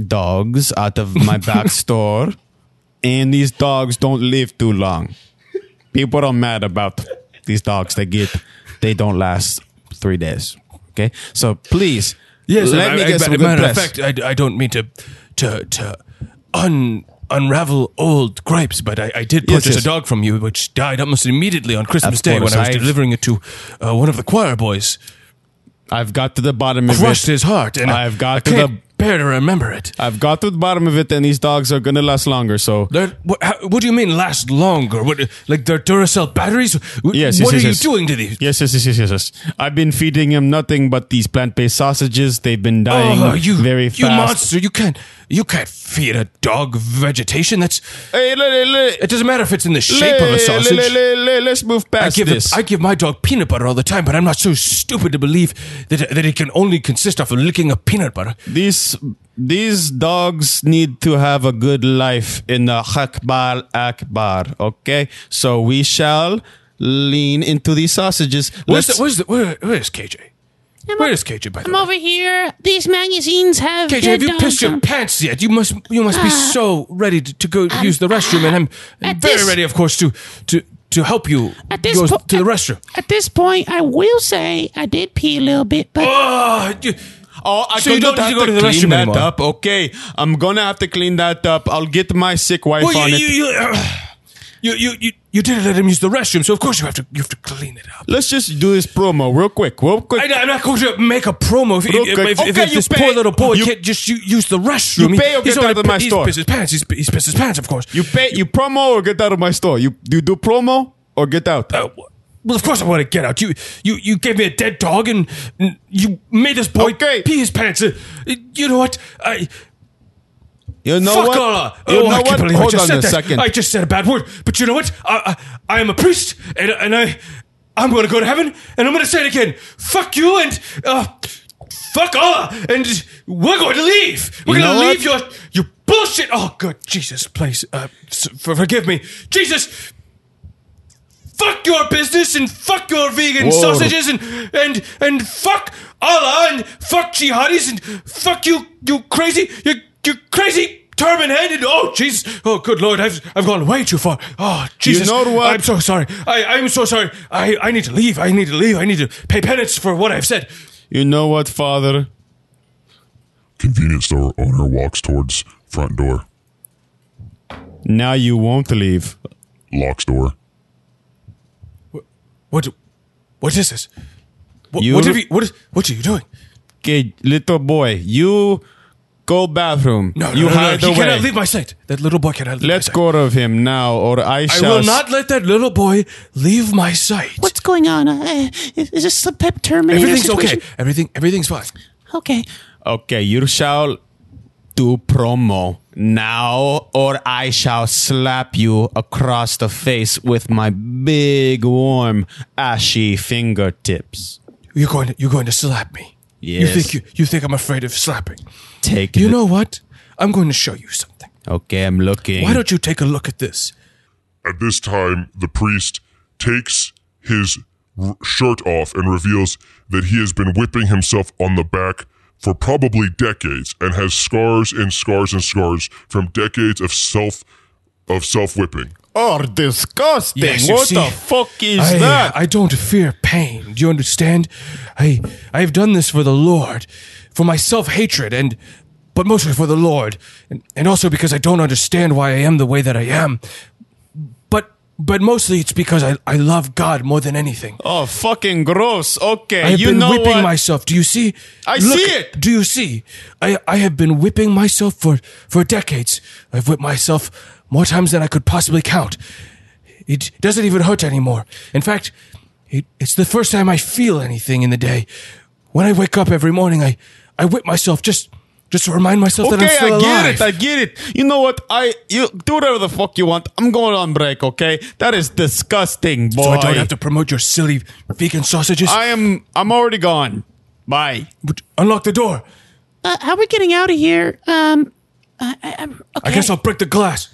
Speaker 2: dogs out of my back store. And these dogs don't live too long. People are mad about these dogs they get. They don't last three days. Okay? So please, let
Speaker 3: I-
Speaker 2: me
Speaker 3: I-
Speaker 2: get
Speaker 3: I-
Speaker 2: some good
Speaker 3: matter
Speaker 2: press.
Speaker 3: of fact, I, I don't mean to to to un unravel old gripes, but I, I did
Speaker 2: Yes,
Speaker 3: purchase
Speaker 2: yes.
Speaker 3: a dog from you, which died almost immediately on Christmas
Speaker 2: Of
Speaker 3: Day when I
Speaker 2: course,
Speaker 3: was
Speaker 2: I-
Speaker 3: delivering it to uh, one of the choir boys.
Speaker 2: I've got to the bottom of
Speaker 3: crushed
Speaker 2: it.
Speaker 3: his heart, and
Speaker 2: I've got
Speaker 3: I
Speaker 2: to
Speaker 3: can't- Uh,
Speaker 2: the
Speaker 3: bear to remember it.
Speaker 2: I've got to the bottom of it, and these dogs are gonna last longer. So
Speaker 3: They're- What, how, what do you mean last longer? What, like their Duracell batteries? Wh-
Speaker 2: Yes, yes,
Speaker 3: What
Speaker 2: yes,
Speaker 3: are
Speaker 2: yes.
Speaker 3: you doing to these?
Speaker 2: yes, yes, yes, yes, yes, yes. I've been feeding him nothing but these plant-based sausages. They've been dying
Speaker 3: Oh, you,
Speaker 2: very
Speaker 3: you
Speaker 2: fast.
Speaker 3: monster! You can't, you can't feed a dog vegetation. That's
Speaker 2: Hey, le, le, le,
Speaker 3: it. Doesn't matter if it's in the shape of
Speaker 2: le,
Speaker 3: a sausage.
Speaker 2: le, le, le, let's move
Speaker 3: I
Speaker 2: past
Speaker 3: give,
Speaker 2: this.
Speaker 3: I give my dog peanut butter all the time, but I'm not so stupid to believe that that it can only consist of licking of peanut butter.
Speaker 2: these these dogs need to have a good life in the Akbar Akbar. Okay, so we shall lean into these sausages.
Speaker 3: Where's
Speaker 2: Let's-
Speaker 3: the, where's the, where, where's KJ? Where is KJ? By the
Speaker 11: I'm
Speaker 3: way,
Speaker 11: over here. These magazines have.
Speaker 3: KJ,
Speaker 11: their
Speaker 3: have you
Speaker 11: dogs
Speaker 3: pissed your
Speaker 11: on-
Speaker 3: pants yet? You must you must be so ready to, to go use the restroom, and I'm
Speaker 11: at
Speaker 3: very
Speaker 11: this-
Speaker 3: ready, of course, to to to help you
Speaker 11: At this
Speaker 3: go
Speaker 11: po-
Speaker 3: to the
Speaker 11: at-
Speaker 3: restroom.
Speaker 11: At this point, I will say I did pee a little bit, but
Speaker 3: Oh, you-
Speaker 2: Oh, I
Speaker 3: So you
Speaker 2: gonna
Speaker 3: don't need to
Speaker 2: have
Speaker 3: go to the
Speaker 2: clean
Speaker 3: restroom
Speaker 2: that
Speaker 3: anymore.
Speaker 2: up. Okay, I'm gonna have to clean that up. I'll get my sick wife
Speaker 3: well,
Speaker 2: on
Speaker 3: you,
Speaker 2: it.
Speaker 3: you, you, you, you, you, you didn't let him use the restroom, so of course you have to you have to clean it up.
Speaker 2: Let's just do this promo real quick, real quick.
Speaker 3: I, am not going to make a promo if,
Speaker 2: Real
Speaker 3: if,
Speaker 2: quick.
Speaker 3: if, if
Speaker 2: Okay, you
Speaker 3: this
Speaker 2: pay-
Speaker 3: poor little boy
Speaker 2: you-
Speaker 3: can't just u- use the restroom.
Speaker 2: You pay or
Speaker 3: he's
Speaker 2: get out
Speaker 3: already
Speaker 2: of my
Speaker 3: pi-
Speaker 2: store.
Speaker 3: He's pissed his pants. He's, he's pissed his pants, of course.
Speaker 2: you pay, you promo or get out of my store. You you do promo or get out.
Speaker 3: Uh, well, of course I want to get out. You, you, you gave me a dead dog, and and you made this boy
Speaker 2: Okay.
Speaker 3: pee his pants. Uh, you know what? I
Speaker 2: You know
Speaker 3: fuck
Speaker 2: what?
Speaker 3: all. uh,
Speaker 2: You
Speaker 3: oh,
Speaker 2: know
Speaker 3: I can't
Speaker 2: what?
Speaker 3: believe I
Speaker 2: Hold
Speaker 3: just
Speaker 2: on
Speaker 3: said
Speaker 2: a
Speaker 3: that.
Speaker 2: second.
Speaker 3: I just said a bad word, but you know what? I, I, I am a priest, and and I, I'm going to go to heaven, and I'm going to say it again. Fuck you, and uh, fuck Allah, and we're going to leave. We're
Speaker 2: You
Speaker 3: going to
Speaker 2: know
Speaker 3: leave
Speaker 2: what?
Speaker 3: your your bullshit. Oh, good Jesus, please, uh, s- for, forgive me, Jesus. Fuck your business and fuck your vegan
Speaker 2: Whoa.
Speaker 3: sausages and and and fuck Allah and fuck jihadis and fuck you you crazy you you crazy turban head and oh Jesus oh good lord I've I've gone way too far oh Jesus
Speaker 2: know what?
Speaker 3: I'm so sorry I I'm so sorry I I need to leave I need to leave I need to pay penance for what I've said
Speaker 2: You know what, Father?
Speaker 10: Convenience store owner walks towards front door,
Speaker 2: Now you won't leave.
Speaker 10: locks door.
Speaker 3: what what is this what,
Speaker 2: You-
Speaker 3: what have you what is what are you doing
Speaker 2: Okay, little boy, you go bathroom.
Speaker 3: no no
Speaker 2: you
Speaker 3: no, no,
Speaker 2: hide
Speaker 3: he
Speaker 2: away.
Speaker 3: cannot leave my sight that little boy cannot leave
Speaker 2: Let's
Speaker 3: my sight.
Speaker 2: go of him now, or I
Speaker 3: I
Speaker 2: shall.
Speaker 3: will not let that little boy leave my sight.
Speaker 11: what's going on? Uh, is, is this some type of Terminator
Speaker 3: Everything's okay.
Speaker 11: situation?
Speaker 3: Everything everything's fine.
Speaker 11: Okay.
Speaker 2: Okay, you shall do promo now, or I shall slap you across the face with my big, warm, ashy fingertips.
Speaker 3: You're going to you're going to slap me. You
Speaker 2: Yes.
Speaker 3: think you, you think I'm afraid of slapping.
Speaker 2: Take
Speaker 3: You
Speaker 2: it.
Speaker 3: know what? I'm going to show you something.
Speaker 2: Okay, I'm looking.
Speaker 3: Why don't you take a look at this?
Speaker 10: At this time, the priest takes his r- shirt off and reveals that he has been whipping himself on the back for probably decades and has scars and scars and scars from decades of self of self whipping.
Speaker 2: Oh, disgusting!
Speaker 3: Yes, you
Speaker 2: what
Speaker 3: see,
Speaker 2: the fuck is
Speaker 3: I,
Speaker 2: that?
Speaker 3: I don't fear pain. Do you understand? I I have done this for the Lord, for my self hatred, and but mostly for the Lord, and, and also because I don't understand why I am the way that I am. But but mostly it's because I, I love God more than anything.
Speaker 2: oh, fucking gross. Okay,
Speaker 3: I have
Speaker 2: you
Speaker 3: been
Speaker 2: know
Speaker 3: whipping
Speaker 2: what?
Speaker 3: myself. Do you see?
Speaker 2: I see it.
Speaker 3: Do you see? I, I have been whipping myself for, for decades. I've whipped myself more times than I could possibly count. It doesn't even hurt anymore. In fact, it, it's the first time I feel anything in the day. When I wake up every morning, I, I whip myself just just to remind myself that I'm
Speaker 2: Okay,
Speaker 3: still
Speaker 2: I get
Speaker 3: alive.
Speaker 2: it. I get it. You know what? I you do whatever the fuck you want. I'm going on break. Okay, that is disgusting, boy.
Speaker 3: so Oh, I don't have to promote your silly vegan sausages.
Speaker 2: I am. I'm already gone. Bye.
Speaker 3: But Unlock the door.
Speaker 11: Uh, how are we getting out of here? Um, I, I, I'm- okay.
Speaker 3: I guess I'll break the glass.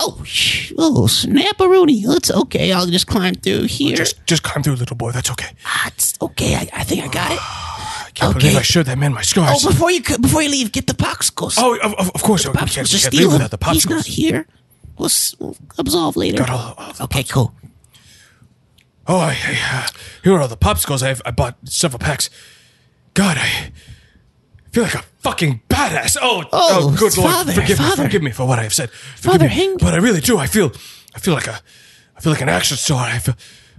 Speaker 11: Oh, sh- oh, snapperoonie. It's okay. I'll just climb through here.
Speaker 3: Just just climb through, little boy. That's okay.
Speaker 11: Ah, it's okay. I, I think I got it.
Speaker 3: I believe I showed that man my scars.
Speaker 11: Oh, before you c- before you leave, get the popsicles.
Speaker 3: Oh, of, of, of course. we can't,
Speaker 11: popsicles.
Speaker 3: we
Speaker 11: Just
Speaker 3: can't
Speaker 11: steal
Speaker 3: leave
Speaker 11: them.
Speaker 3: without the
Speaker 11: He's not
Speaker 3: popsicles.
Speaker 11: here. We'll, s- we'll absolve later.
Speaker 3: Got all- all the
Speaker 11: okay, cool.
Speaker 3: Oh, I, I, uh, here are all the popsicles I've, I bought several packs. God, I feel like a fucking badass. Oh,
Speaker 11: Oh,
Speaker 3: good
Speaker 11: Father,
Speaker 3: Lord, forgive
Speaker 11: Father.
Speaker 3: me, forgive me for what I have said. Forgive
Speaker 11: Father,
Speaker 3: me,
Speaker 11: hang-
Speaker 3: But I really do. I feel, I feel like a, I feel like an action star. I feel,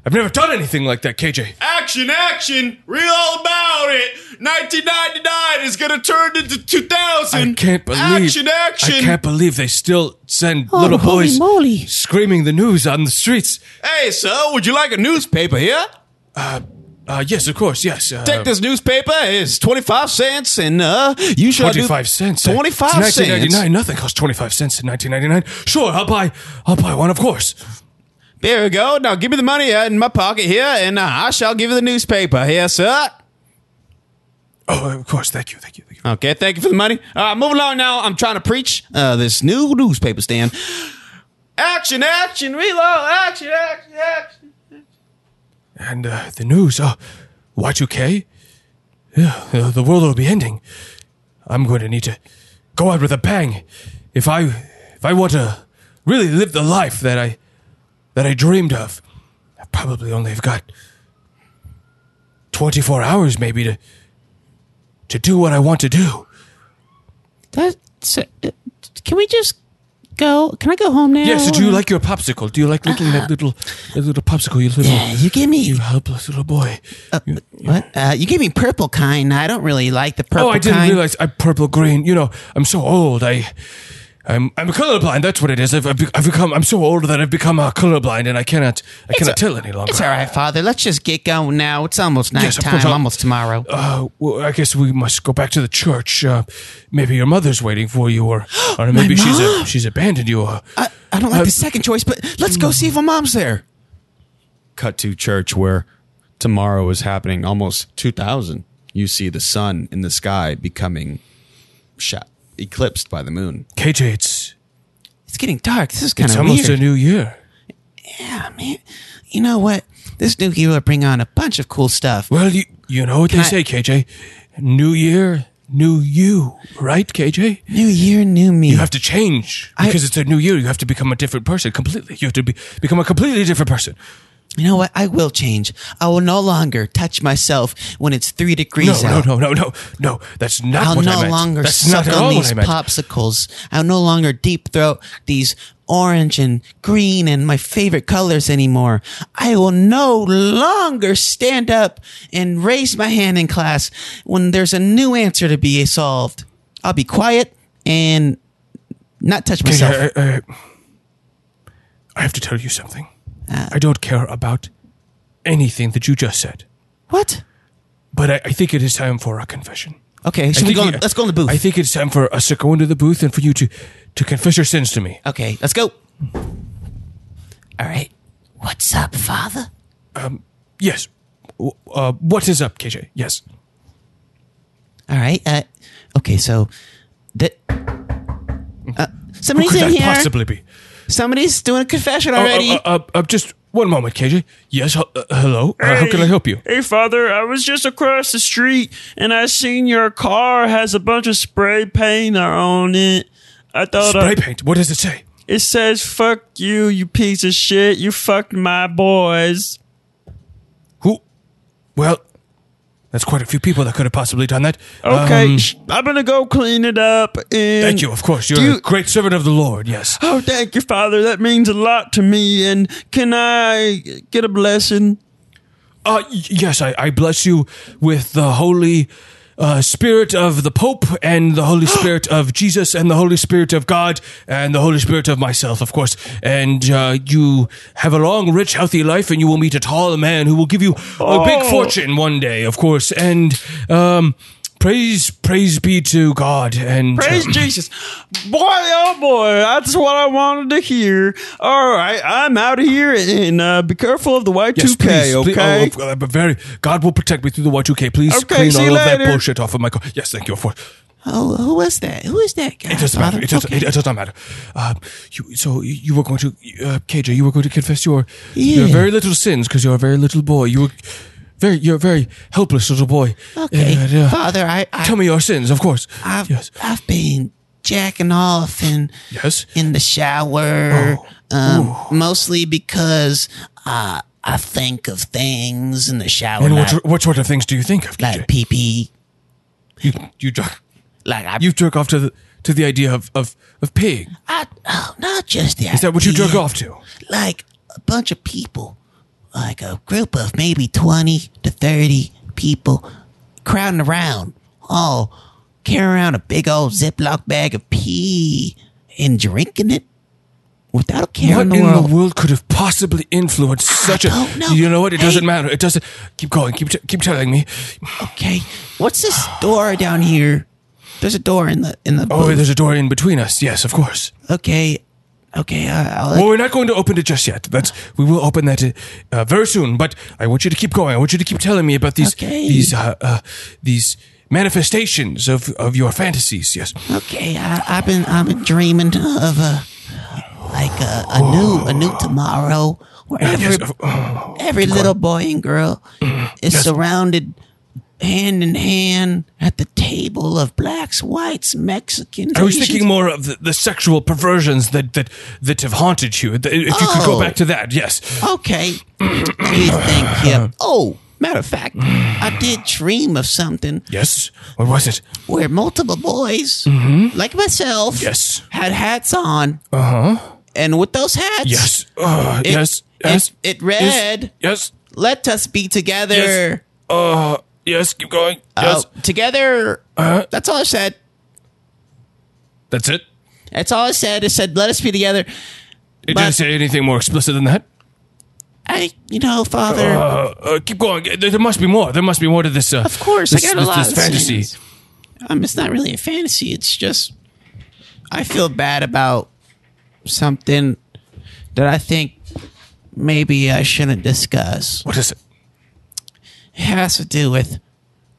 Speaker 3: I've never done anything like that, KJ.
Speaker 2: Action! Action! Real all about
Speaker 8: about it. 1999 is going to turn into 2000.
Speaker 3: I can't believe
Speaker 8: Action, action.
Speaker 3: I can't believe they still send
Speaker 11: Oh,
Speaker 3: little
Speaker 11: holy
Speaker 3: boys
Speaker 11: moly.
Speaker 3: screaming the news on the streets.
Speaker 8: Hey, sir, would you like a newspaper here?
Speaker 3: Uh, yes, of course, yes. Uh,
Speaker 7: Take this newspaper. It's twenty five cents, and uh, you shall do
Speaker 3: 25 cents.
Speaker 7: Twenty five
Speaker 3: It's
Speaker 7: cents.
Speaker 3: 1999. Nothing costs 25 cents in 1999. Sure, I'll buy I'll buy one, of course.
Speaker 7: There we go. Now give me the money uh, in my pocket here, and uh, I shall give you the newspaper here, sir.
Speaker 3: Oh, of course. Thank you. Thank you. Thank you.
Speaker 7: Okay, thank you for the money. All right, moving on now. I'm trying to preach uh, this new newspaper stand. Action, action, reload, action, action, action.
Speaker 3: And uh, the news. Oh, Y2K? Yeah, uh, the world will be ending. I'm going to need to go out with a bang if I if I want to really live the life that I that I dreamed of. I probably only have got 24 hours maybe to to do what I want to do.
Speaker 11: That, so, uh, can we just go? Can I go home now?
Speaker 3: Yes, do you like your popsicle? Do you like licking that little that little popsicle, you little
Speaker 11: Yeah, you give me.
Speaker 3: you helpless little boy?
Speaker 11: What?
Speaker 7: Uh, you give me purple kind. I don't really like the purple
Speaker 3: Oh, I didn't
Speaker 7: kind.
Speaker 3: realize I purple green. You know, I'm so old. I, I'm I'm colorblind. That's what it is. I've, I've, be- I've become. I'm so old that I've become uh, colorblind, and I cannot. I cannot tell any longer.
Speaker 7: it's all right, Father. Let's just get going now. It's almost
Speaker 3: Yes, of
Speaker 7: nighttime,
Speaker 3: course, I'll-
Speaker 7: almost tomorrow.
Speaker 3: Uh, well, I guess we must go back to the church. Uh, maybe your mother's waiting for you, or, or maybe she's a, she's abandoned you. Or,
Speaker 7: I, I don't like
Speaker 3: uh, hmm.
Speaker 7: the second choice, but let's go see if my mom's there.
Speaker 2: cut to church where tomorrow is happening almost 2000 you see the sun in the sky becoming shot eclipsed by the moon
Speaker 3: KJ, it's
Speaker 7: It's getting dark. This is kind
Speaker 3: it's
Speaker 7: of
Speaker 3: almost
Speaker 7: weird.
Speaker 3: a new year.
Speaker 7: yeah, man. You know what? This new year will bring on a bunch of cool stuff.
Speaker 3: Well, you you know what they
Speaker 7: Can I-
Speaker 3: say, KJ. New year, new you, right, KJ?
Speaker 7: New year, new me.
Speaker 3: You have to change
Speaker 7: I-
Speaker 3: because it's a new year. You have to become a different person completely. You have to be, become a completely different person.
Speaker 7: You know what? I will change. I will no longer touch myself when it's three
Speaker 3: No,
Speaker 7: degrees
Speaker 3: no,
Speaker 7: out.
Speaker 3: no, no, no, no. That's not
Speaker 7: I'll
Speaker 3: what I
Speaker 7: no
Speaker 3: meant.
Speaker 7: longer
Speaker 3: That's
Speaker 7: suck
Speaker 3: not at
Speaker 7: on
Speaker 3: all
Speaker 7: these
Speaker 3: what I meant.
Speaker 7: popsicles. I'll no longer deep throat these orange and green and my favorite colors anymore. I will no longer stand up and raise my hand in class when there's a new answer to be solved. I'll be quiet and not touch
Speaker 3: KJ,
Speaker 7: myself.
Speaker 3: I, I- uh, I have to tell you something.
Speaker 7: Uh.
Speaker 3: I don't care about anything that you just said,
Speaker 7: What?
Speaker 3: but I, I think it is time for a confession.
Speaker 7: Okay,
Speaker 3: I
Speaker 7: should
Speaker 3: think
Speaker 7: we go?
Speaker 3: you-
Speaker 7: in- let's go in the booth.
Speaker 3: I think it's time for us to go into the booth and for you to, to confess your sins to me.
Speaker 7: okay, let's go.
Speaker 11: All right. What's up, Father?
Speaker 3: Yes. W- Uh, what is up, KJ? Yes.
Speaker 7: All right. Uh, okay, so that uh, somebody's
Speaker 3: Could
Speaker 7: in
Speaker 3: that
Speaker 7: here.
Speaker 3: possibly be?
Speaker 7: Somebody's doing a confession
Speaker 3: Oh,
Speaker 7: already.
Speaker 3: Uh, uh, uh, uh, just one moment, KJ. Yes. hel- Uh, hello. Uh, how can I help you?
Speaker 4: Hey, Father, I was just across the street and I seen your car has a bunch of spray paint on it. I thought
Speaker 3: Spray
Speaker 4: I,
Speaker 3: paint. What does it say?
Speaker 4: it says "fuck you, you piece of shit. You fucked my boys."
Speaker 3: Who? Well, that's quite a few people that could have possibly done that.
Speaker 4: Okay,
Speaker 3: Um,
Speaker 4: sh- I'm gonna go clean it up. And
Speaker 3: thank you. Of course, you're
Speaker 4: Do
Speaker 3: a great servant of the Lord. Yes.
Speaker 4: Oh, thank you, Father. That means a lot to me. And can I get a blessing?
Speaker 3: Uh, y- yes, I, I bless you with the holy uh, spirit of the Pope and the Holy Spirit of Jesus and the Holy Spirit of God and the Holy Spirit of myself, of course. And uh, you have a long, rich, healthy life, and you will meet a tall man who will give you
Speaker 4: Oh.
Speaker 3: a big fortune one day, of course. And um, praise, praise be to God. And
Speaker 4: Praise
Speaker 3: um,
Speaker 4: Jesus. Boy, oh boy, that's what I wanted to hear. All right, I'm out of here and uh, be careful of the Y2K,
Speaker 3: Yes, please, please.
Speaker 4: okay?
Speaker 3: Oh, oh, but very. God will protect me through the Y2K. Please
Speaker 4: Okay,
Speaker 3: clean
Speaker 4: see
Speaker 3: all
Speaker 4: you
Speaker 3: of that
Speaker 4: later.
Speaker 3: bullshit off of my car. Yes, thank you. Of course.
Speaker 7: oh, who was that? Who is that guy?
Speaker 3: It doesn't
Speaker 7: Father?
Speaker 3: matter. It doesn't,
Speaker 7: Uh, Okay.
Speaker 3: it, it doesn't matter. Um, you, so you were going to, uh, KJ, you were going to confess your your
Speaker 7: Yeah.
Speaker 3: very little sins because you're a very little boy. You were very, you're a very helpless little boy.
Speaker 7: okay, Uh,
Speaker 3: And, uh,
Speaker 7: Father, I, I
Speaker 3: tell me your sins, of course.
Speaker 7: I've,
Speaker 3: yes.
Speaker 7: I've been jacking off and
Speaker 3: Yes. Oh.
Speaker 7: in the shower, um, mostly because uh, I think of things in the shower,
Speaker 3: And
Speaker 7: like,
Speaker 3: what, what sort of things do you think of, KJ?
Speaker 7: like pee pee,
Speaker 3: you, you, jerk,
Speaker 7: like I,
Speaker 3: you jerk off to the to the idea of of, of pig.
Speaker 7: I oh, not just that.
Speaker 3: Is that what you jerk off to?
Speaker 7: like a bunch of people, like a group of maybe 20 to 30 people crowding around. Oh, carrying around a big old Ziploc bag of pee and drinking it without a care
Speaker 3: What
Speaker 7: in
Speaker 3: in
Speaker 7: the world.
Speaker 3: could have possibly influenced such a?
Speaker 7: don't know.
Speaker 3: You know what? It doesn't
Speaker 7: Hey.
Speaker 3: matter. It doesn't. Keep going. Keep t- keep telling me.
Speaker 7: Okay, what's this door down here? There's a door in the in the.
Speaker 3: Oh,
Speaker 7: booth.
Speaker 3: there's a door in between us. Yes, of course.
Speaker 7: okay, okay. I- I'll,
Speaker 3: Well, we're not going to open it just yet. That's we will open that uh, uh, very soon. But I want you to keep going. I want you to keep telling me about these
Speaker 7: Okay.
Speaker 3: these uh, uh, these manifestations of of your fantasies. Yes.
Speaker 7: Okay, I, I've been I've been dreaming of a like a, a new a new tomorrow where every every little boy and girl
Speaker 3: Mm-hmm.
Speaker 7: is surrounded hand in hand at the table of blacks, whites, Mexicans.
Speaker 3: I was
Speaker 7: Asians.
Speaker 3: thinking more of the, the sexual perversions that, that that have haunted you. Th- If you could
Speaker 7: Oh.
Speaker 3: go back to that, yes.
Speaker 7: Okay, let me think
Speaker 3: Uh-huh.
Speaker 7: here. Oh, matter of fact, I did dream of something
Speaker 3: Yes. What was it?
Speaker 7: where multiple boys
Speaker 3: Mm-hmm.
Speaker 7: like myself
Speaker 3: Yes.
Speaker 7: had hats on. Uh huh. And with those hats,
Speaker 3: Uh-huh. Yes. Uh,
Speaker 7: It-
Speaker 3: yes.
Speaker 7: it-
Speaker 3: Yes.
Speaker 7: It, read,
Speaker 3: Yes.
Speaker 7: "Let us be together."
Speaker 3: Yes. Uh, yes. Keep going.
Speaker 7: Oh,
Speaker 3: Yes.
Speaker 7: together. That's all I said.
Speaker 3: That's it.
Speaker 7: That's all I said. It said, "Let us be together."
Speaker 3: It
Speaker 7: But-
Speaker 3: didn't say anything more explicit than that.
Speaker 7: I, you know, Father.
Speaker 3: Uh, uh, keep going. There, there must be more. There must be more to this. Uh,
Speaker 7: of course,
Speaker 3: this,
Speaker 7: I got a
Speaker 3: this-
Speaker 7: lot
Speaker 3: this
Speaker 7: of
Speaker 3: fantasy.
Speaker 7: sins. Um, it's not really a fantasy. It's just I feel bad about something that I think maybe I shouldn't discuss.
Speaker 3: What is it?
Speaker 7: It has to do with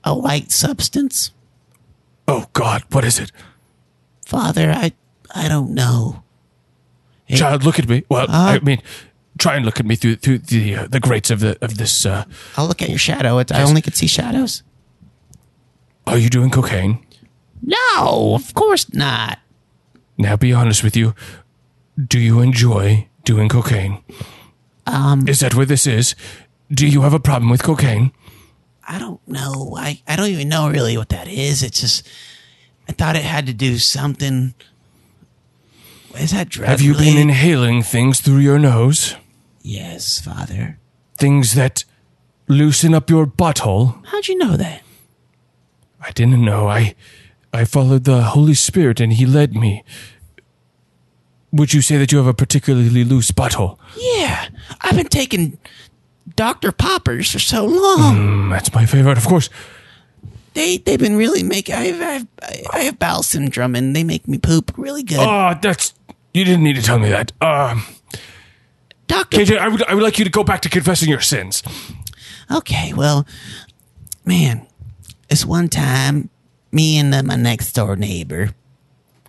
Speaker 7: a white substance,
Speaker 3: Oh God, what is it?
Speaker 7: Father. I, I don't know.
Speaker 3: Child, look at me. Well,
Speaker 7: Ah.
Speaker 3: I mean, try and look at me through through the uh, the grates of the of this. Uh,
Speaker 7: I'll look at your shadow. It's, I only could see shadows.
Speaker 3: are you doing cocaine?
Speaker 7: No, of course not.
Speaker 3: Now, be honest with you. Do you enjoy doing cocaine? Um, is that what this is? Do you have a problem with cocaine?
Speaker 7: I don't know. I, I don't even know really what that is. It's just I thought it had to do something. Is that drug?
Speaker 3: Have you been
Speaker 7: related?
Speaker 3: inhaling things through your nose?
Speaker 7: Yes, Father.
Speaker 3: Things that loosen up your butthole?
Speaker 7: How'd you know that?
Speaker 3: I didn't know. I I followed the Holy Spirit and he led me. Would you say that you have a particularly loose butthole?
Speaker 7: Yeah, I've been taking Doctor Poppers for so long.
Speaker 3: Mm, That's my favorite, of course.
Speaker 7: They they've been really making. I've, I've I- I have bowel syndrome and they make me poop really good.
Speaker 3: Ah, that's you didn't need to tell me that. Um,
Speaker 7: Doctor.
Speaker 3: KJ, I would I would like you to go back to confessing your sins.
Speaker 7: Okay, well, man, it's one time me and uh, my next door neighbor,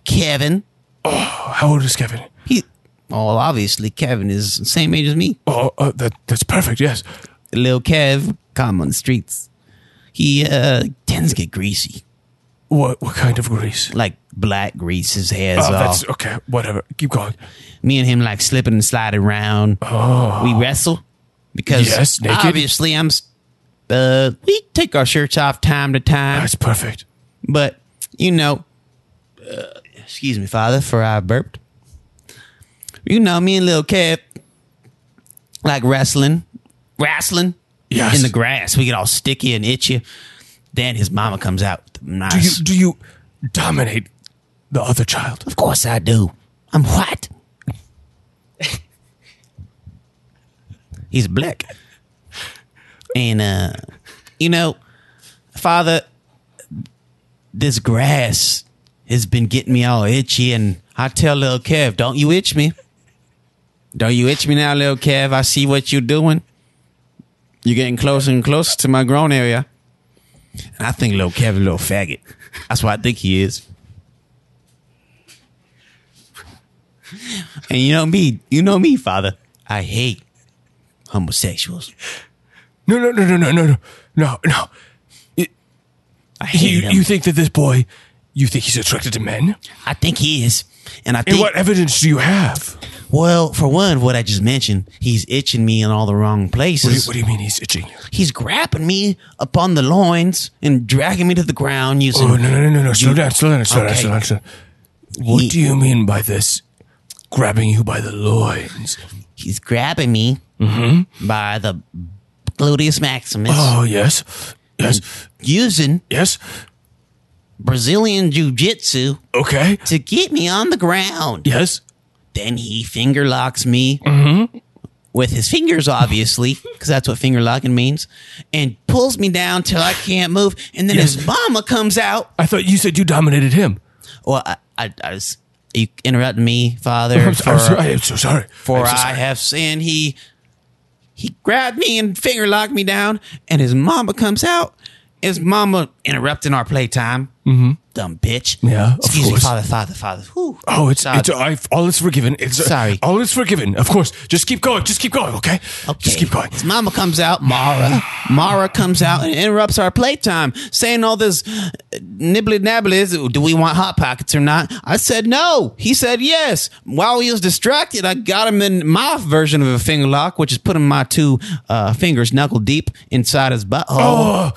Speaker 7: Kevin.
Speaker 3: How old is Kevin?
Speaker 7: He, well, obviously Kevin is the same age as me.
Speaker 3: Oh, uh, that that's perfect. Yes.
Speaker 7: Lil Kev, common on the streets. He uh tends to get greasy,
Speaker 3: What what kind of grease?
Speaker 7: like black grease. His hair's
Speaker 3: Oh, that's
Speaker 7: off.
Speaker 3: okay. Whatever. Keep going.
Speaker 7: Me and him like slipping and sliding around.
Speaker 3: Oh.
Speaker 7: We wrestle because
Speaker 3: Yes, naked.
Speaker 7: obviously I'm. s- Uh, we take our shirts off time to time,
Speaker 3: That's perfect.
Speaker 7: but you know, uh, excuse me, Father, for I burped. You know, me and Lil Kev like wrestling, wrestling.
Speaker 3: Yes.
Speaker 7: in the grass. We get all sticky and itchy. Then his mama comes out. with the
Speaker 3: do you
Speaker 7: knives.
Speaker 3: do you dominate the other child?
Speaker 7: of course I do. I'm white. He's black. And uh you know, father, this grass has been getting me all itchy and I tell little Kev, don't you itch me. Don't you itch me now, little Kev. I see what you're doing. You're getting closer and closer to my grown area. And I think little Kev a little faggot. That's what I think he is. And you know me, you know me, father. I hate homosexuals.
Speaker 3: No, no, no, no, no, no, no, no, no.
Speaker 7: I hate
Speaker 3: You,
Speaker 7: them.
Speaker 3: you think that this boy, you think he's attracted to men?
Speaker 7: I think he is. And I
Speaker 3: And
Speaker 7: think,
Speaker 3: what evidence do you have?
Speaker 7: well, for one, what I just mentioned, he's itching me in all the wrong
Speaker 3: What do, you,
Speaker 7: places.
Speaker 3: what do you mean he's itching? you?
Speaker 7: he's grabbing me upon the loins and dragging me to the ground using.
Speaker 3: Oh, no, no, no, no, no. Slow down, slow down, slow down,
Speaker 7: Okay.
Speaker 3: slow down. Slow down. What
Speaker 7: He-
Speaker 3: do you mean by this? Grabbing you by the loins.
Speaker 7: He's
Speaker 3: Mm-hmm.
Speaker 7: grabbing me by the gluteus maximus
Speaker 3: Oh, yes.
Speaker 7: Yes. Using
Speaker 2: Yes.
Speaker 7: Brazilian Jiu Jitsu
Speaker 2: Okay.
Speaker 7: to get me on the ground.
Speaker 2: Yes.
Speaker 7: Then he finger locks me
Speaker 3: Mm-hmm.
Speaker 7: with his fingers, obviously, because that's what finger locking means, and pulls me down till I can't move. And then his mama comes out.
Speaker 3: I thought you said you dominated him.
Speaker 7: Well, I, I, I was. Are you interrupting me, Father?
Speaker 3: I'm, so- I'm
Speaker 7: for-
Speaker 3: so, I am so sorry.
Speaker 7: for
Speaker 3: I'm so
Speaker 7: I
Speaker 3: sorry.
Speaker 7: have sinned. He he grabbed me and finger locked me down, and his mama comes out. His mama interrupting our playtime. Mm-hmm. Dumb bitch.
Speaker 3: Yeah, of
Speaker 7: Excuse me,
Speaker 3: course.
Speaker 7: father, father, father. Whew.
Speaker 3: Oh, it's,
Speaker 7: Sorry.
Speaker 3: it's I've, all is forgiven. It's
Speaker 7: Sorry.
Speaker 3: all is forgiven. Of course, just keep going. Just keep going. Okay, just keep going.
Speaker 7: His mama comes out, Mara. Mara comes out and interrupts our playtime, saying all this nibbly nabbly. Do we want Hot Pockets or not? I said no. He said yes. While he was distracted, I got him in my version of a finger lock, which is putting my two uh, fingers knuckle deep inside his butthole.
Speaker 3: Oh,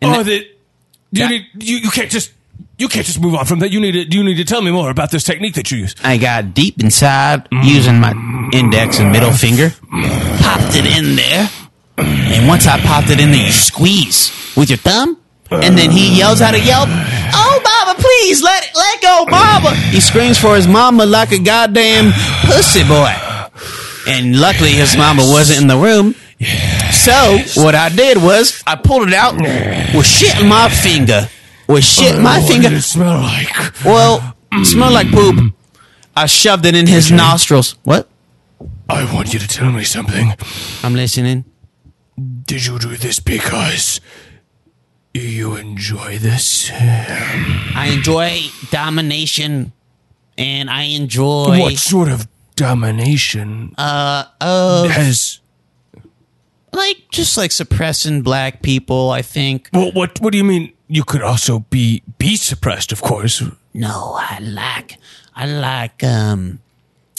Speaker 7: And
Speaker 3: oh,
Speaker 7: that-
Speaker 3: that- you
Speaker 7: that-
Speaker 3: need you, you can't just you can't just move on from that. You need to you need to tell me more about this technique that you use.
Speaker 7: I got deep inside using my index and middle finger, popped it in there, and once I popped it in there, you squeeze with your thumb, and then he yells out a yelp. Oh, Baba, please let it, let go, Baba! He screams for his mama like a goddamn pussy boy. And luckily, his mama wasn't in the room. So what I did was I pulled it out with shit in my finger, with shit in my
Speaker 3: What
Speaker 7: finger.
Speaker 3: did it smell like?
Speaker 7: Well, smelled like poop. I shoved it in his nostrils. What?
Speaker 3: I want you to tell me something.
Speaker 7: I'm listening.
Speaker 3: Did you do this because you enjoy this?
Speaker 7: I enjoy domination, and I enjoy
Speaker 3: What sort of domination
Speaker 7: uh,
Speaker 3: has?
Speaker 7: like just like suppressing black people. I think
Speaker 3: Well, what what do you mean? You could also be be suppressed, of course.
Speaker 7: no, I like I like um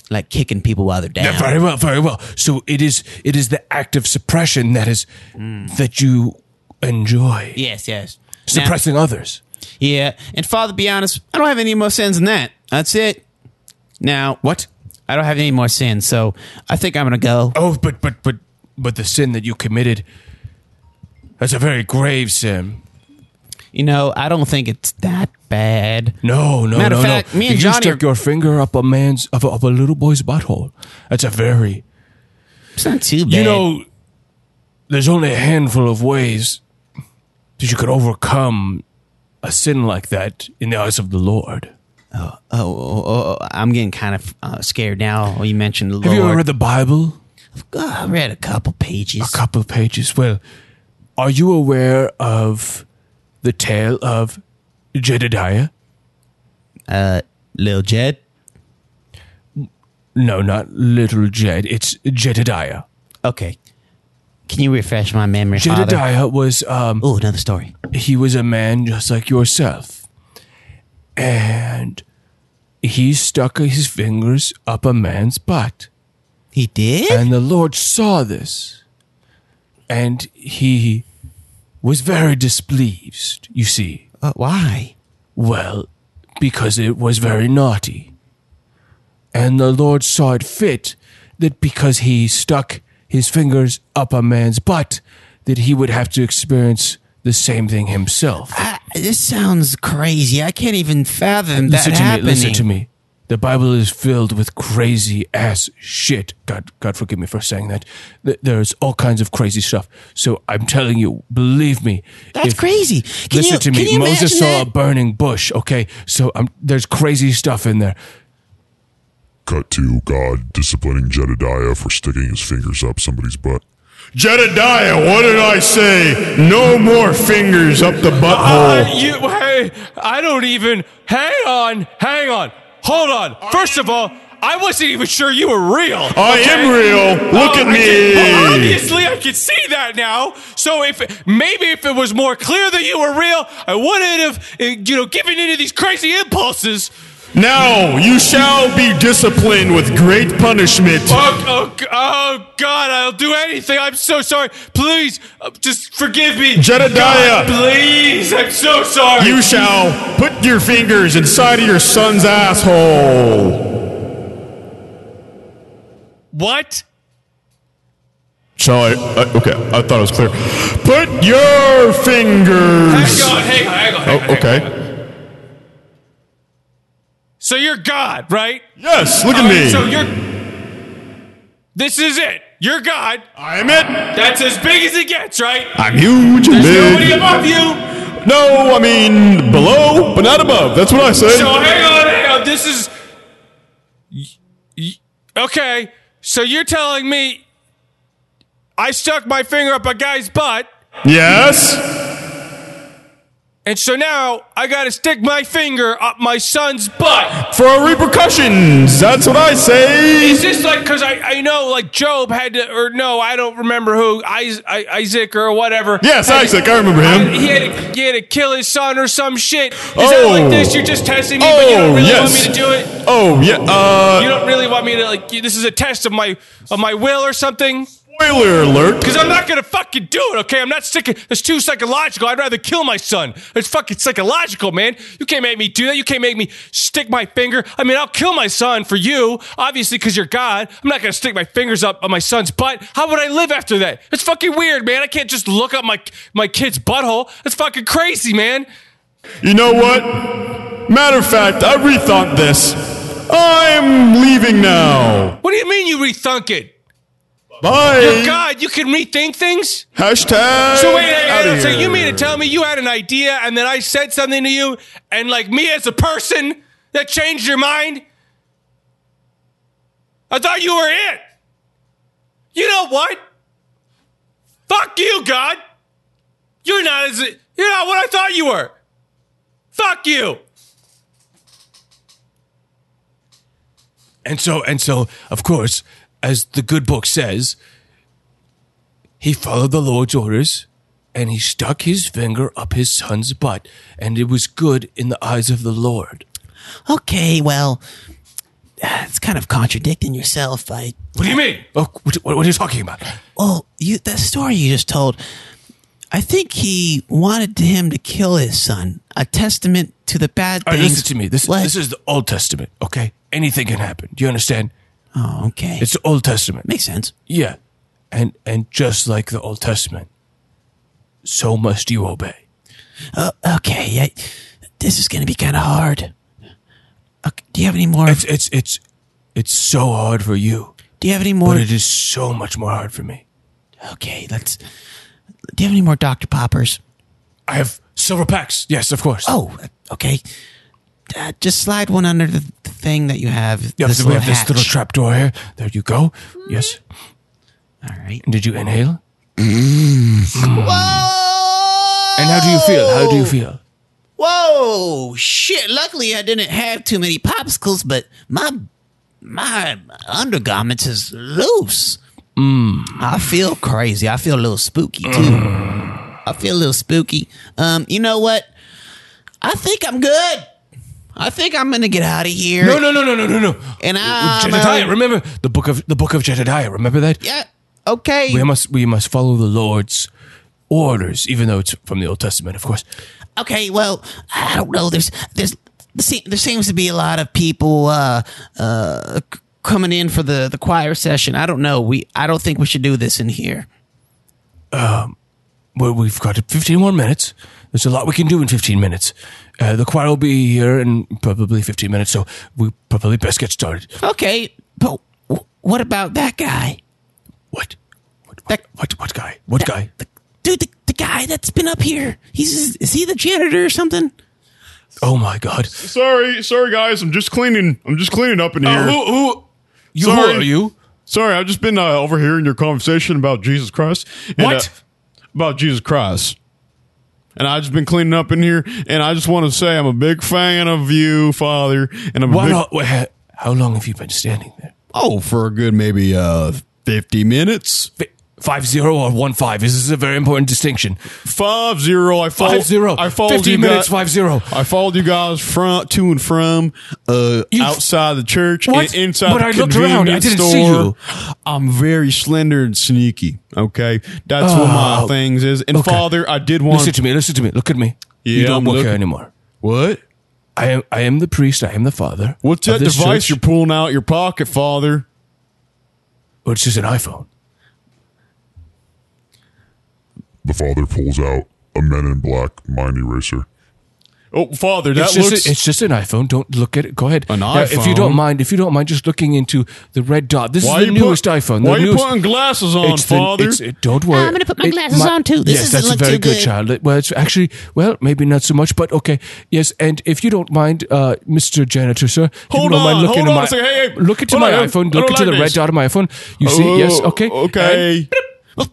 Speaker 7: like kicking people while they're down.
Speaker 3: Yeah, very well, very well. So it is it is the act of suppression that is that you enjoy
Speaker 7: Yes, yes. Now-
Speaker 3: suppressing others.
Speaker 7: yeah, and Father, be honest, I don't have any more sins than that. That's it. Now
Speaker 3: What?
Speaker 7: I don't have any more sins, so I think I'm gonna go.
Speaker 3: Oh, but but but but the sin that you committed that's a very grave sin.
Speaker 7: You know, I don't think it's that bad.
Speaker 3: No, no,
Speaker 7: Matter
Speaker 3: no,
Speaker 7: of fact,
Speaker 3: no.
Speaker 7: me and
Speaker 3: you
Speaker 7: Johnny
Speaker 3: stuck
Speaker 7: are-
Speaker 3: your finger up a man's of a, of a little boy's butthole. That's a very
Speaker 7: It's not too bad.
Speaker 3: you know. There's only a handful of ways that you could overcome a sin like that in the eyes of the Lord.
Speaker 7: oh, oh, oh, oh, I'm getting kind of uh, scared now. You mentioned the
Speaker 3: Have you ever
Speaker 7: Lord.
Speaker 3: read the Bible?
Speaker 7: Oh, I read a couple pages.
Speaker 3: a couple of pages. Well, are you aware of the tale of Jedediah?
Speaker 7: Lil Jed.
Speaker 3: No, not little Jed. It's Jedediah.
Speaker 7: Okay, can you refresh my memory, Father?
Speaker 3: Jedediah was um,
Speaker 7: Oh, another story.
Speaker 3: he was a man just like yourself, and he stuck his fingers up a man's butt.
Speaker 7: He did.
Speaker 3: And the Lord saw this, and he was very displeased. You see,
Speaker 7: Uh, why?
Speaker 3: Well, because it was very naughty. And the Lord saw it fit that because he stuck his fingers up a man's butt, that he would have to experience the same thing himself.
Speaker 7: I, this sounds crazy. I can't even fathom that
Speaker 3: listen to
Speaker 7: happening.
Speaker 3: me, listen to me. The Bible is filled with crazy ass shit. God, God forgive me for saying that. Th- There's all kinds of crazy stuff. So I'm telling you, believe me.
Speaker 7: That's
Speaker 3: if-
Speaker 7: crazy. Can
Speaker 3: Listen
Speaker 7: you,
Speaker 3: to
Speaker 7: Can
Speaker 3: me.
Speaker 7: you
Speaker 3: Moses
Speaker 7: imagine
Speaker 3: saw
Speaker 7: that?
Speaker 3: a burning bush. Okay, so um, there's crazy stuff in there.
Speaker 10: Cut to God disciplining Jedediah for sticking his fingers up somebody's butt.
Speaker 8: Jedediah, what did I say? No more fingers up the butthole.
Speaker 3: Uh, you, hey, I don't even. Hang on, hang on, hold on. First of all, I wasn't even sure you were real.
Speaker 8: I am real. Look
Speaker 3: Oh,
Speaker 8: at
Speaker 3: I can- well,
Speaker 8: me.
Speaker 3: obviously, I can see that now. So if maybe if it was more clear that you were real, I wouldn't have, uh, you know, given into these crazy impulses.
Speaker 8: Now you shall be disciplined with great punishment.
Speaker 3: Oh, oh, g- oh God! I'll do anything. I'm so sorry. Please, uh, just forgive me,
Speaker 8: Jedediah.
Speaker 3: God, please, I'm so sorry.
Speaker 8: You shall put your fingers inside of your son's asshole.
Speaker 3: what?
Speaker 8: Shall I? I- okay, I thought it was clear. Put your fingers.
Speaker 3: Hang on, hang on, hang on. hang on,
Speaker 8: Oh,
Speaker 3: hang on.
Speaker 8: okay.
Speaker 3: So you're God, right?
Speaker 8: Yes, look at
Speaker 3: Alright,
Speaker 8: me.
Speaker 3: So you're. This is it. You're God.
Speaker 8: I'm it.
Speaker 3: That's as big as it gets, right?
Speaker 8: I'm huge and
Speaker 3: There's
Speaker 8: big.
Speaker 3: nobody above you.
Speaker 8: No, I mean below, but not above. That's what I say.
Speaker 3: So hang on, hang on. This is. Y- y- Okay, so you're telling me I stuck my finger up a guy's butt,
Speaker 8: yes.
Speaker 3: and so now I gotta stick my finger up my son's butt.
Speaker 8: For repercussions. That's what I say.
Speaker 3: Is this like because I, I know like Job had to or no I don't remember who Is- I- Isaac or whatever.
Speaker 8: Yes,
Speaker 3: had to-
Speaker 8: Isaac. I remember
Speaker 3: I-
Speaker 8: him.
Speaker 3: he, had to, he had to kill his son or some shit. Is that
Speaker 8: Oh.
Speaker 3: like this? You're just testing me, but you don't
Speaker 8: Oh,
Speaker 3: really want
Speaker 8: yes.
Speaker 3: me to do it.
Speaker 8: Oh yeah.
Speaker 3: You
Speaker 8: Uh,
Speaker 3: don't really want me to like. you- This is a test of my of my will or something.
Speaker 8: spoiler alert.
Speaker 3: Because I'm not gonna fucking do it. Okay, I'm not sticking. It's too psychological. I'd rather kill my son. It's fucking psychological, man. You can't make me do that. You can't make me stick my finger. I mean, I'll kill my son for you, obviously, because you're God. I'm not gonna stick my fingers up on my son's butt. How would I live after that? It's fucking weird, man. I can't just look up my my kid's butthole. That's fucking crazy, man.
Speaker 8: You know what? Matter of fact, I rethought this. I'm leaving now.
Speaker 3: What do you mean you rethunk it?
Speaker 8: Bye.
Speaker 3: You're God. You can rethink things.
Speaker 8: Hashtag.
Speaker 3: So wait, hang
Speaker 8: outta
Speaker 3: on. So
Speaker 8: here.
Speaker 3: you mean to tell me you had an idea and then I said something to you and like me as a person that changed your mind? I thought you were it. You know what? Fuck you, God. You're not as you're not what I thought you were. Fuck you. And so and so, of course, as the good book says, he followed the Lord's orders and he stuck his finger up his son's butt, and it was good in the eyes of the Lord.
Speaker 7: Okay, well, it's kind of contradicting yourself. I
Speaker 3: What do you mean? Oh, what, what are you talking about?
Speaker 7: well, you that story you just told. I think he wanted him to kill his son. A testament to the bad
Speaker 3: All right,
Speaker 7: things.
Speaker 3: listen to me. This,
Speaker 7: What?
Speaker 3: this is the Old Testament, okay? Anything can happen. Do you understand?
Speaker 7: oh, okay.
Speaker 3: It's the Old Testament.
Speaker 7: Makes sense.
Speaker 3: Yeah. And, and just like the Old Testament, so must you obey.
Speaker 7: Okay, I, this is going to be kind of hard. Okay, do you have any more?
Speaker 3: It's, it's, it's, it's so hard for you,
Speaker 7: do you have any more?
Speaker 3: but it is so much more hard for me.
Speaker 7: okay, let's. Do you have any more Dr. Poppers?
Speaker 3: I have silver packs. Yes, of course.
Speaker 7: Oh, okay. Uh, just slide one under the the thing that you have.
Speaker 3: Yep,
Speaker 7: this
Speaker 3: so we
Speaker 7: little
Speaker 3: have this
Speaker 7: hatch. Hmm.
Speaker 3: little trap door here. There you go. Yes.
Speaker 7: All right.
Speaker 3: Did you inhale? And how do you feel? How do you feel?
Speaker 7: Oh. Whoa, shit! Luckily, I didn't have too many popsicles, but my my undergarments is loose.
Speaker 3: Mm.
Speaker 7: I feel crazy. I feel a little spooky too. I feel a little spooky. Um, you know what? I think I'm good. I think I'm gonna get out of here.
Speaker 3: No, no, no, no, no, no, no.
Speaker 7: And I'm
Speaker 3: Jedediah,
Speaker 7: out.
Speaker 3: remember the book of the book of Jedediah. Remember that?
Speaker 7: Yeah. Okay.
Speaker 3: We must we must follow the Lord's orders, even though it's from the Old Testament, of course.
Speaker 7: okay well i don't know there's there's se- there seems to be a lot of people uh uh c- coming in for the the choir session i don't know we i don't think we should do this in here
Speaker 3: Well, we've got 15 more minutes. There's a lot we can do in 15 minutes. Uh, the choir will be here in probably 15 minutes, so we probably best get started.
Speaker 7: okay but w- what about that guy
Speaker 3: What? What? What?
Speaker 7: That-
Speaker 3: what, what guy? What guy?
Speaker 7: the, dude the, the guy that's been up here he's is he the janitor or something
Speaker 3: Oh my God!
Speaker 8: Sorry, sorry guys. I'm just cleaning. I'm just cleaning up in here.
Speaker 3: Uh, who? Who? You? Who
Speaker 8: Sorry.
Speaker 3: are you?
Speaker 8: Sorry, I've just been uh, overhearing your conversation about Jesus Christ. and,
Speaker 3: What?
Speaker 8: uh, about Jesus Christ. And I've just been cleaning up in here, and I just want to say I'm a big fan of you, Father. And I'm a
Speaker 3: Why
Speaker 8: big,
Speaker 3: not? wha- ha- How long have you been standing there?
Speaker 8: oh for a good maybe uh fifty minutes,
Speaker 3: Fi- Five zero or one five? This is a very important distinction.
Speaker 8: five zero. I followed,
Speaker 3: Five zero.
Speaker 8: I followed
Speaker 3: 15
Speaker 8: you
Speaker 3: minutes,
Speaker 8: guys,
Speaker 3: five zero.
Speaker 8: I followed you guys front to and from uh
Speaker 3: You-
Speaker 8: outside the church
Speaker 3: What?
Speaker 8: and inside
Speaker 3: But
Speaker 8: the
Speaker 3: I looked
Speaker 8: convenience
Speaker 3: around. I didn't
Speaker 8: store.
Speaker 3: see you.
Speaker 8: I'm very slender and sneaky. Okay, that's what my
Speaker 3: Oh.
Speaker 8: things is. And
Speaker 3: Okay.
Speaker 8: Father, I did want
Speaker 3: Listen to me. Listen to me. Look at me.
Speaker 8: Yeah,
Speaker 3: you don't
Speaker 8: I'm
Speaker 3: work here
Speaker 8: looking.
Speaker 3: anymore.
Speaker 8: What?
Speaker 3: I am. I am the priest. I am the father.
Speaker 8: What's
Speaker 3: of
Speaker 8: that
Speaker 3: this
Speaker 8: device
Speaker 3: church.
Speaker 8: you're pulling out your pocket, Father?
Speaker 3: Oh, it's just an iPhone.
Speaker 10: The father pulls out a Men in Black mind eraser.
Speaker 8: Oh, father, that
Speaker 3: It's
Speaker 8: looks.
Speaker 3: just, a- it's just an iPhone. Don't look at it. Go ahead.
Speaker 8: An
Speaker 3: if you don't
Speaker 8: iPhone?
Speaker 3: mind, if you don't mind, just looking into the red dot. This is
Speaker 8: why
Speaker 3: the
Speaker 8: you put-
Speaker 3: newest iPhone. the
Speaker 8: Why are you
Speaker 3: newest,
Speaker 8: putting glasses on,
Speaker 3: It's the-
Speaker 8: father?
Speaker 3: it's- it- don't worry.
Speaker 7: I'm gonna put my
Speaker 3: It-
Speaker 7: glasses on, too. This
Speaker 3: yes,
Speaker 7: doesn't
Speaker 3: that's
Speaker 7: look
Speaker 3: a very
Speaker 7: too
Speaker 3: good,
Speaker 7: good.
Speaker 3: child. It- Well, it's actually well, maybe not so much, but okay. Yes, and if you don't mind, uh, Mr. Janitor, sir, if you
Speaker 8: Hold
Speaker 3: don't mind
Speaker 8: on,
Speaker 3: looking
Speaker 8: hold
Speaker 3: at
Speaker 8: on
Speaker 3: my
Speaker 8: a second. Hey, hey,
Speaker 3: look into
Speaker 8: hold
Speaker 3: my
Speaker 8: on, I- I
Speaker 3: iPhone.
Speaker 8: don't
Speaker 3: Look into
Speaker 8: like
Speaker 3: the red
Speaker 8: this.
Speaker 3: dot of my iPhone. You see? Yes.
Speaker 8: Oh,
Speaker 3: Okay. And-
Speaker 8: Okay.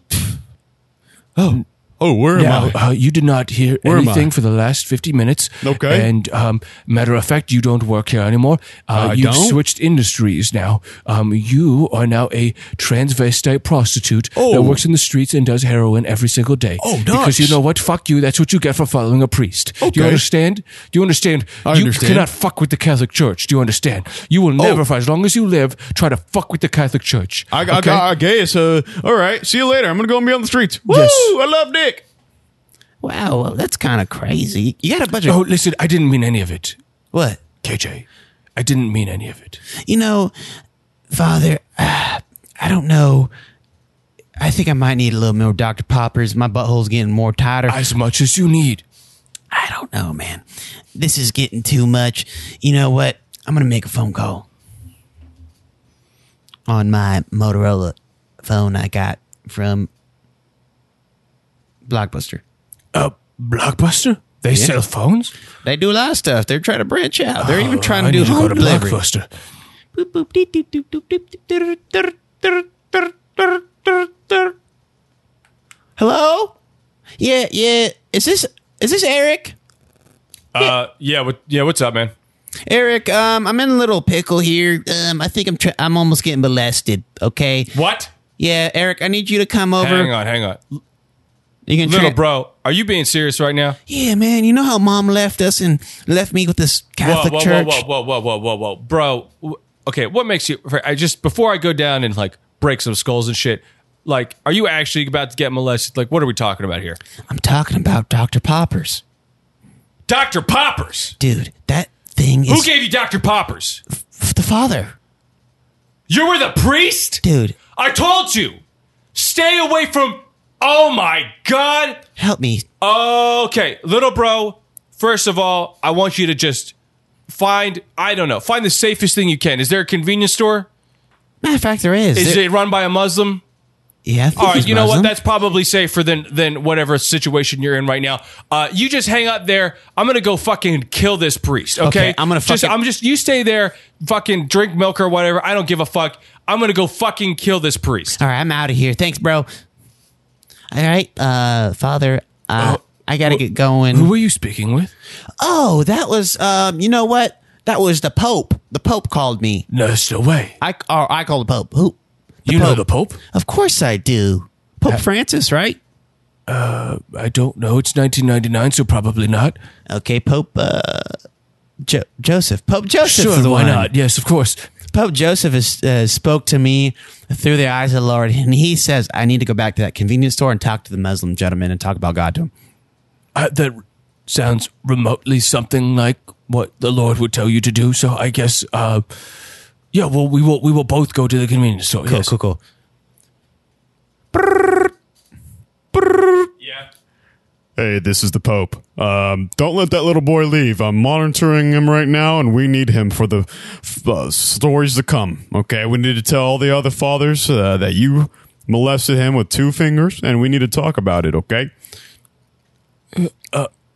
Speaker 8: Oh, oh, where am
Speaker 3: now,
Speaker 8: I?
Speaker 3: uh, you did not hear
Speaker 8: Where am
Speaker 3: anything
Speaker 8: I?
Speaker 3: for the last 50 minutes.
Speaker 8: Okay.
Speaker 3: And um, matter of fact, you don't work here anymore. Uh,
Speaker 8: I
Speaker 3: you've
Speaker 8: don't?
Speaker 3: switched industries now. Um, you are now a transvestite prostitute
Speaker 8: Oh.
Speaker 3: that works in the streets and does heroin every single day.
Speaker 8: Oh,
Speaker 3: Because
Speaker 8: nice.
Speaker 3: you know what? Fuck you. That's what you get for following a priest. Do you
Speaker 8: Okay.
Speaker 3: understand? Do you understand?
Speaker 8: I
Speaker 3: you
Speaker 8: understand. Oh.
Speaker 3: cannot fuck with the Catholic Church. Do you understand? You will never, for as long as you live, try to fuck with the Catholic Church.
Speaker 8: I, I, I, I guess. Uh, all right. See you later. I'm gonna go and be on the streets. Woo!
Speaker 3: Yes.
Speaker 8: I love Dick.
Speaker 7: Wow, well, that's kind of crazy. You got a bunch of
Speaker 3: oh, listen, I didn't mean any of it,
Speaker 7: what?
Speaker 3: KJ. I didn't mean any of it.
Speaker 7: You know, Father, uh, I don't know. I think I might need a little more Dr. Poppers. My butthole's getting more tighter.
Speaker 3: as much as you need.
Speaker 7: I don't know, man. This is getting too much. You know what? I'm going to make a phone call on my Motorola phone I got from Blockbuster.
Speaker 3: Uh, Blockbuster? They sell phones?
Speaker 7: They do a lot of stuff. They're trying to branch out. They're even trying to
Speaker 3: Oh, I
Speaker 7: do
Speaker 3: need to
Speaker 7: home
Speaker 3: go to
Speaker 7: delivery.
Speaker 3: Blockbuster.
Speaker 7: Boop, boop, dee, dee, doop, doop, doop, doop, doop, doop, doop, doop, doop, doop. Hello? Yeah, yeah. Is this is this Eric?
Speaker 3: Uh, yeah, what, yeah, what's up, man?
Speaker 7: Eric, um, I'm in a little pickle here. Um, I think I'm try- I'm almost getting molested. Okay.
Speaker 3: What?
Speaker 7: Yeah, Eric, I need you to come over.
Speaker 3: Hang on, hang on.
Speaker 7: You can
Speaker 3: Little
Speaker 7: try-
Speaker 3: bro, are you being serious right now?
Speaker 7: Yeah, man. You know how mom left us and left me with this
Speaker 3: Whoa,
Speaker 7: Catholic
Speaker 3: whoa, whoa,
Speaker 7: church.
Speaker 3: whoa, whoa, whoa, whoa, whoa, whoa. Bro, w- okay, what makes you. I just, before I go down and like break some skulls and shit, like, are you actually about to get molested? Like, what are we talking about here?
Speaker 7: I'm talking about Dr. Poppers,
Speaker 3: Dr. Poppers!
Speaker 7: dude. That thing
Speaker 3: Who
Speaker 7: is
Speaker 3: gave you Dr. Poppers?
Speaker 7: f- the father,
Speaker 3: You were the priest?
Speaker 7: dude.
Speaker 3: I told you! Stay away from. Oh my god!
Speaker 7: Help me.
Speaker 3: Okay, little bro. First of all, I want you to just find I don't know, find the safest thing you can. Is there a convenience store?
Speaker 7: Matter of fact, there is.
Speaker 3: Is
Speaker 7: There-
Speaker 3: it run by a Muslim?
Speaker 7: yeah. I think
Speaker 3: All right,
Speaker 7: he's
Speaker 3: you know what?
Speaker 7: Muslim.
Speaker 3: That's probably safer than than whatever situation you're in right now. Uh, you just hang up there. I'm gonna go fucking kill this priest. Okay,
Speaker 7: Okay, I'm gonna
Speaker 3: just
Speaker 7: fucking-
Speaker 3: I'm just you stay there, fucking drink milk or whatever. I don't give a fuck. I'm gonna go fucking kill this priest.
Speaker 7: All right, I'm out of here. Thanks, bro. All right, uh, Father, uh,
Speaker 3: Oh.
Speaker 7: I gotta get going.
Speaker 3: were you speaking with?
Speaker 7: oh, that was, um, you know what? That was the Pope. The Pope called me.
Speaker 3: No, it's no way.
Speaker 7: I or I called the Pope. Who?
Speaker 3: you
Speaker 7: Pope.
Speaker 3: Pope?
Speaker 7: Of course I do. Pope Francis, right?
Speaker 3: I don't know. It's 1999, so probably not.
Speaker 7: Okay, Pope uh, jo- Joseph. Pope Joseph.
Speaker 3: Sure,
Speaker 7: is the
Speaker 3: why
Speaker 7: one.
Speaker 3: not? Yes, of course.
Speaker 7: Pope Joseph has uh, spoke to me through the eyes of the Lord, and he says, "I need to go back to that convenience store and talk to the Muslim gentleman and talk about God to him."
Speaker 3: Uh, that sounds remotely something like what the Lord would tell you to do. So I guess, uh, yeah. Well, we will we will both go to the convenience store. yes.
Speaker 7: Cool, cool.
Speaker 8: Hey, this is the Pope. Um, don't let that little boy leave. I'm monitoring him right now, and we need him for the f- uh, stories to come. Okay, we need to tell all the other fathers uh, that you molested him with two fingers, and we need to talk about it. Okay,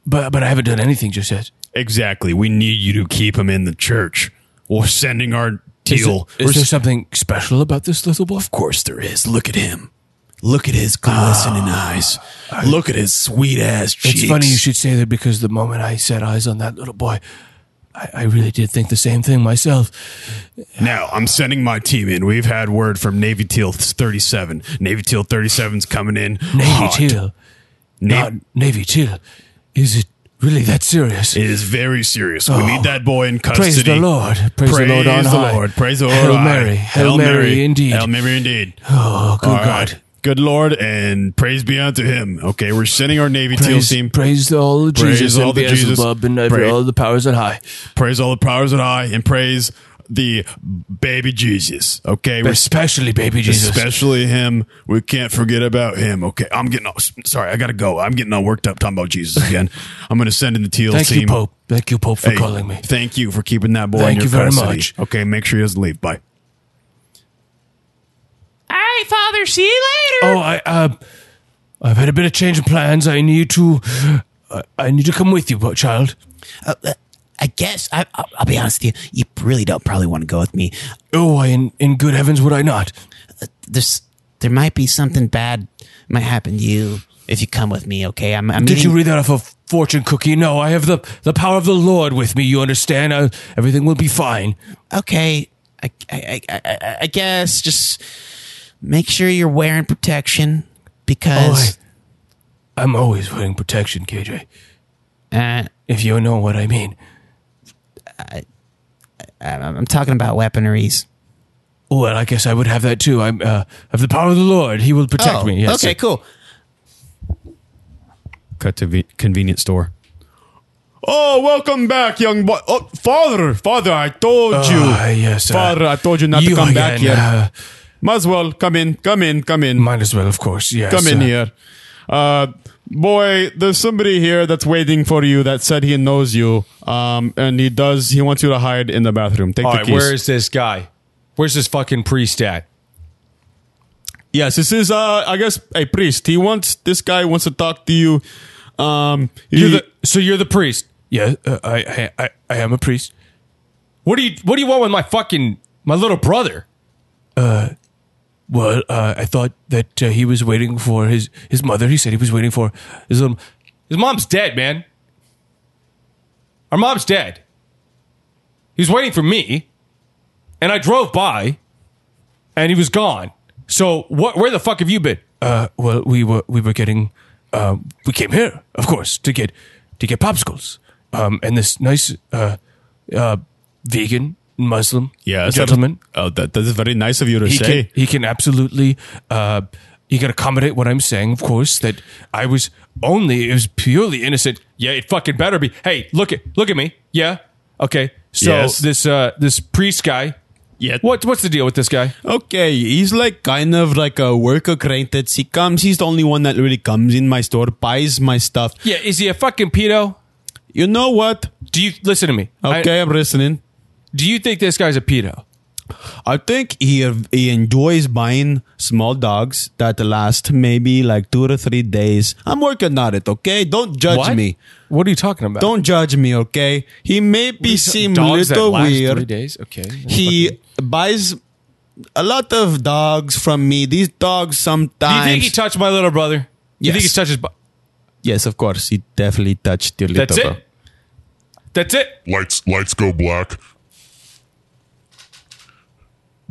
Speaker 3: But but I haven't done anything just yet.
Speaker 8: exactly. We need you to keep him in the church. We're sending our
Speaker 3: Is,
Speaker 8: deal.
Speaker 3: there- is
Speaker 8: We're
Speaker 3: there
Speaker 8: s-
Speaker 3: something special about this little boy? Of course there is. Look at him. Look at
Speaker 7: Ah,
Speaker 3: his glistening eyes.
Speaker 12: Look at his sweet ass cheeks.
Speaker 3: It's funny you should say that because the moment I set eyes on that little boy, I, I really did think the same thing myself.
Speaker 8: Now, I'm sending my team in. We've had word from Navy Teal 37. Navy Teal 37's coming in.
Speaker 3: Navy
Speaker 8: hot.
Speaker 3: Teal.
Speaker 8: Na-
Speaker 3: Not Uh, Navy Teal. Is it really that serious?
Speaker 8: It is very serious. We
Speaker 3: Oh.
Speaker 8: need that boy in custody.
Speaker 3: Praise the Lord. Praise, the Lord on
Speaker 8: Praise the
Speaker 3: high.
Speaker 8: Lord. Praise the Lord.
Speaker 3: Hail
Speaker 8: on high.
Speaker 3: Mary. Hail, Mary, indeed.
Speaker 8: Hail Mary indeed.
Speaker 3: Oh, good
Speaker 8: All right.
Speaker 3: God.
Speaker 8: Good Lord, and praise be unto him. Okay, we're sending our Navy Teal
Speaker 3: Praise,
Speaker 8: team.
Speaker 3: praise the all the
Speaker 8: Praise
Speaker 3: Jesus
Speaker 8: all
Speaker 3: and
Speaker 8: the Jesus.
Speaker 3: Beelzebub and every,
Speaker 8: Praise-
Speaker 3: all the powers on high.
Speaker 8: Praise all the powers on high, and praise the baby Jesus. Okay, We're
Speaker 3: Especially baby Jesus.
Speaker 8: Especially him. We can't forget about him. Okay, I'm getting all, sorry. I gotta go. I'm getting all worked up talking about Jesus again. I'm gonna send in the teal
Speaker 3: Thank
Speaker 8: team.
Speaker 3: you, Pope. Thank you, Pope, for
Speaker 8: Hey,
Speaker 3: calling me.
Speaker 8: Thank you for keeping that boy.
Speaker 3: Thank
Speaker 8: in your
Speaker 3: you very
Speaker 8: custody.
Speaker 3: much.
Speaker 8: Okay, make sure he doesn't leave. Bye.
Speaker 11: All right, Father. See you later.
Speaker 3: Oh, I uh, I've had a bit of change of plans. I need to, I I need to come with you, but child.
Speaker 7: Uh, uh, I guess I, I'll, I'll be honest with you. You really don't probably want to go with me.
Speaker 3: Oh, I in, in good heavens would I not?
Speaker 7: There's there might be something bad might happen to you if you come with me. Okay, I'm. I'm
Speaker 3: Did
Speaker 7: meeting-
Speaker 3: you read that off a fortune cookie? No, I have the the power of the Lord with me. You understand? I, everything will be fine.
Speaker 7: okay, I, I, I, I, I guess just make sure you're wearing protection because
Speaker 3: I, I'm always wearing protection, KJ.
Speaker 8: Oh,
Speaker 7: uh,
Speaker 3: If you know what I mean.
Speaker 7: I'm I'm talking about weaponries.
Speaker 3: Well, I guess I would have that too. I'm uh, of the power of the Lord. He will protect
Speaker 8: Oh,
Speaker 3: me. Yes.
Speaker 7: Oh, okay, cool.
Speaker 2: Cut to v- convenience store.
Speaker 8: Oh, welcome back, young boy. Oh, father, father, I told
Speaker 3: Ah,
Speaker 8: you.
Speaker 3: yes, uh,
Speaker 8: father, I told you not
Speaker 3: you
Speaker 8: to come back here.
Speaker 3: again, uh,
Speaker 8: Might as well come in, come in, come in,
Speaker 3: might as well, of course. Yes.
Speaker 8: come in
Speaker 3: uh,
Speaker 8: here. Uh, boy, there's somebody here that's waiting for you that said he knows you. Um, and he does. He wants you to hide in the bathroom. Take
Speaker 3: All
Speaker 8: the
Speaker 3: right,
Speaker 8: keys.
Speaker 3: where is this guy? Where's this fucking priest at?
Speaker 8: Yes, this is uh, I guess a priest. He wants this guy wants to talk to you. Um,
Speaker 3: You're
Speaker 8: he-
Speaker 3: the, so you're the priest. Yeah, uh, I, I I I am a priest. What do you What do you want with my fucking my little brother? Uh, well, uh, I thought that uh, he was waiting for his his mother. He said he was waiting for his little, his mom's dead, man. Our mom's dead. He was waiting for me, and I drove by, and he was gone. So what? Where the fuck have you been? Uh, well, we were we were getting, um, we came here, of course, to get to get popsicles, um, and this nice uh, uh, vegan Muslim
Speaker 8: yes,
Speaker 3: gentleman.
Speaker 8: Oh, that, that is very nice of you to
Speaker 3: He
Speaker 8: say.
Speaker 3: can he can absolutely uh, he can accommodate what I'm saying, of course. That I was only it was purely innocent. Yeah, it fucking better be. Hey, look at look at me. Yeah, okay. So
Speaker 8: Yes.
Speaker 3: this uh, this priest guy.
Speaker 8: Yeah.
Speaker 3: What what's the deal with this guy?
Speaker 8: Okay, he's like kind of like a worker acquaintance. He comes, he's the only one that really comes in my store, buys my stuff.
Speaker 3: Yeah, is he a fucking pedo?
Speaker 8: You know what?
Speaker 3: Do you listen to me? I-
Speaker 8: Okay, I, am listening.
Speaker 3: do you think this guy's a pedo?
Speaker 8: I think he he enjoys buying small dogs that last maybe like two to three days. I'm working on it, okay? Don't judge me.
Speaker 3: What are you talking about?
Speaker 8: Don't judge me, okay? He maybe seem
Speaker 3: Dogs that
Speaker 8: little
Speaker 3: last
Speaker 8: weird.
Speaker 3: Three days. Okay.
Speaker 8: He buys a lot of dogs from me. These dogs
Speaker 3: Do you
Speaker 8: sometimes.
Speaker 3: think he touched my little brother? You think
Speaker 8: Yes.
Speaker 3: he touched his? Bu-
Speaker 8: yes, of course, he definitely touched your little
Speaker 3: That's
Speaker 8: bro.
Speaker 3: it. That's it.
Speaker 10: Lights lights go black.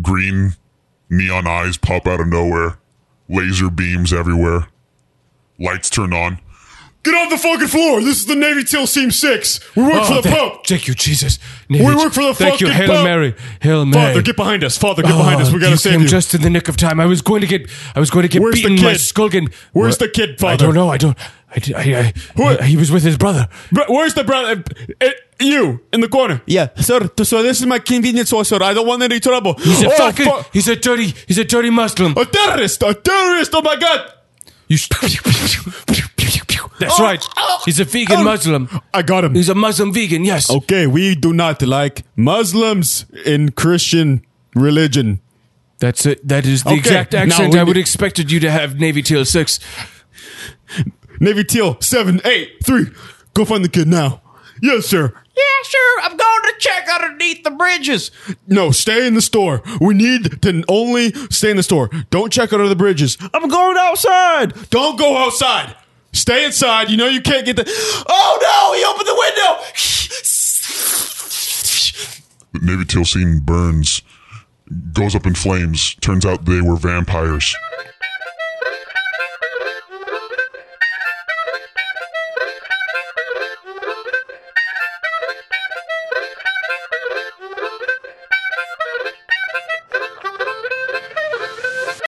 Speaker 10: Green neon eyes pop out of nowhere. Laser beams everywhere. Lights turn on.
Speaker 8: Get off the fucking floor. This is the Navy Till Seam 6. We work for the
Speaker 3: thank,
Speaker 8: Pope.
Speaker 3: Thank you, Jesus.
Speaker 8: We work for the
Speaker 3: Thank you,
Speaker 8: fucking
Speaker 3: Hail
Speaker 8: Pope.
Speaker 3: Mary. Hail Mary.
Speaker 8: Father, get behind us. Father, get behind us. We gotta
Speaker 3: Oh, you
Speaker 8: save
Speaker 3: came
Speaker 8: you.
Speaker 3: just in the nick of time. I was going to get, I was going to get
Speaker 8: Where's the
Speaker 3: beaten. My
Speaker 8: kid?
Speaker 3: skull getting,
Speaker 8: Where's the kid,
Speaker 3: I
Speaker 8: Father?
Speaker 3: don't know. I don't. I, di- I, I-
Speaker 8: What?
Speaker 3: he was with his brother.
Speaker 8: Bro, where's the brown? Uh, uh, you in the corner? Yeah, sir. t- So this is my convenience store, sir. I don't want any trouble.
Speaker 3: He's a
Speaker 8: oh,
Speaker 3: fucking.
Speaker 8: fu-
Speaker 3: he's a dirty. He's a dirty Muslim.
Speaker 8: a terrorist! A terrorist! Oh my god!
Speaker 3: You sh- That's
Speaker 8: Oh,
Speaker 3: right. He's a vegan Muslim.
Speaker 8: I got him.
Speaker 3: He's a Muslim vegan. Yes.
Speaker 8: okay, we do not like Muslims in Christian religion.
Speaker 3: That's it. That is the
Speaker 8: Okay,
Speaker 3: exact
Speaker 8: now
Speaker 3: accent
Speaker 8: we
Speaker 3: I would
Speaker 8: need-
Speaker 3: expected you to have. Navy Teal Six.
Speaker 8: Navy Teal seven eight three. Go find the kid now. Yes, sir.
Speaker 7: Yeah, sure. I'm going to check underneath the bridges.
Speaker 8: No, stay in the store. We need to only stay in the store. Don't check under the bridges.
Speaker 4: I'm going outside.
Speaker 8: Don't go outside. Stay inside. You know you can't get the. Oh no! He opened the window.
Speaker 10: The Navy Till scene burns, goes up in flames. Turns out they were vampires.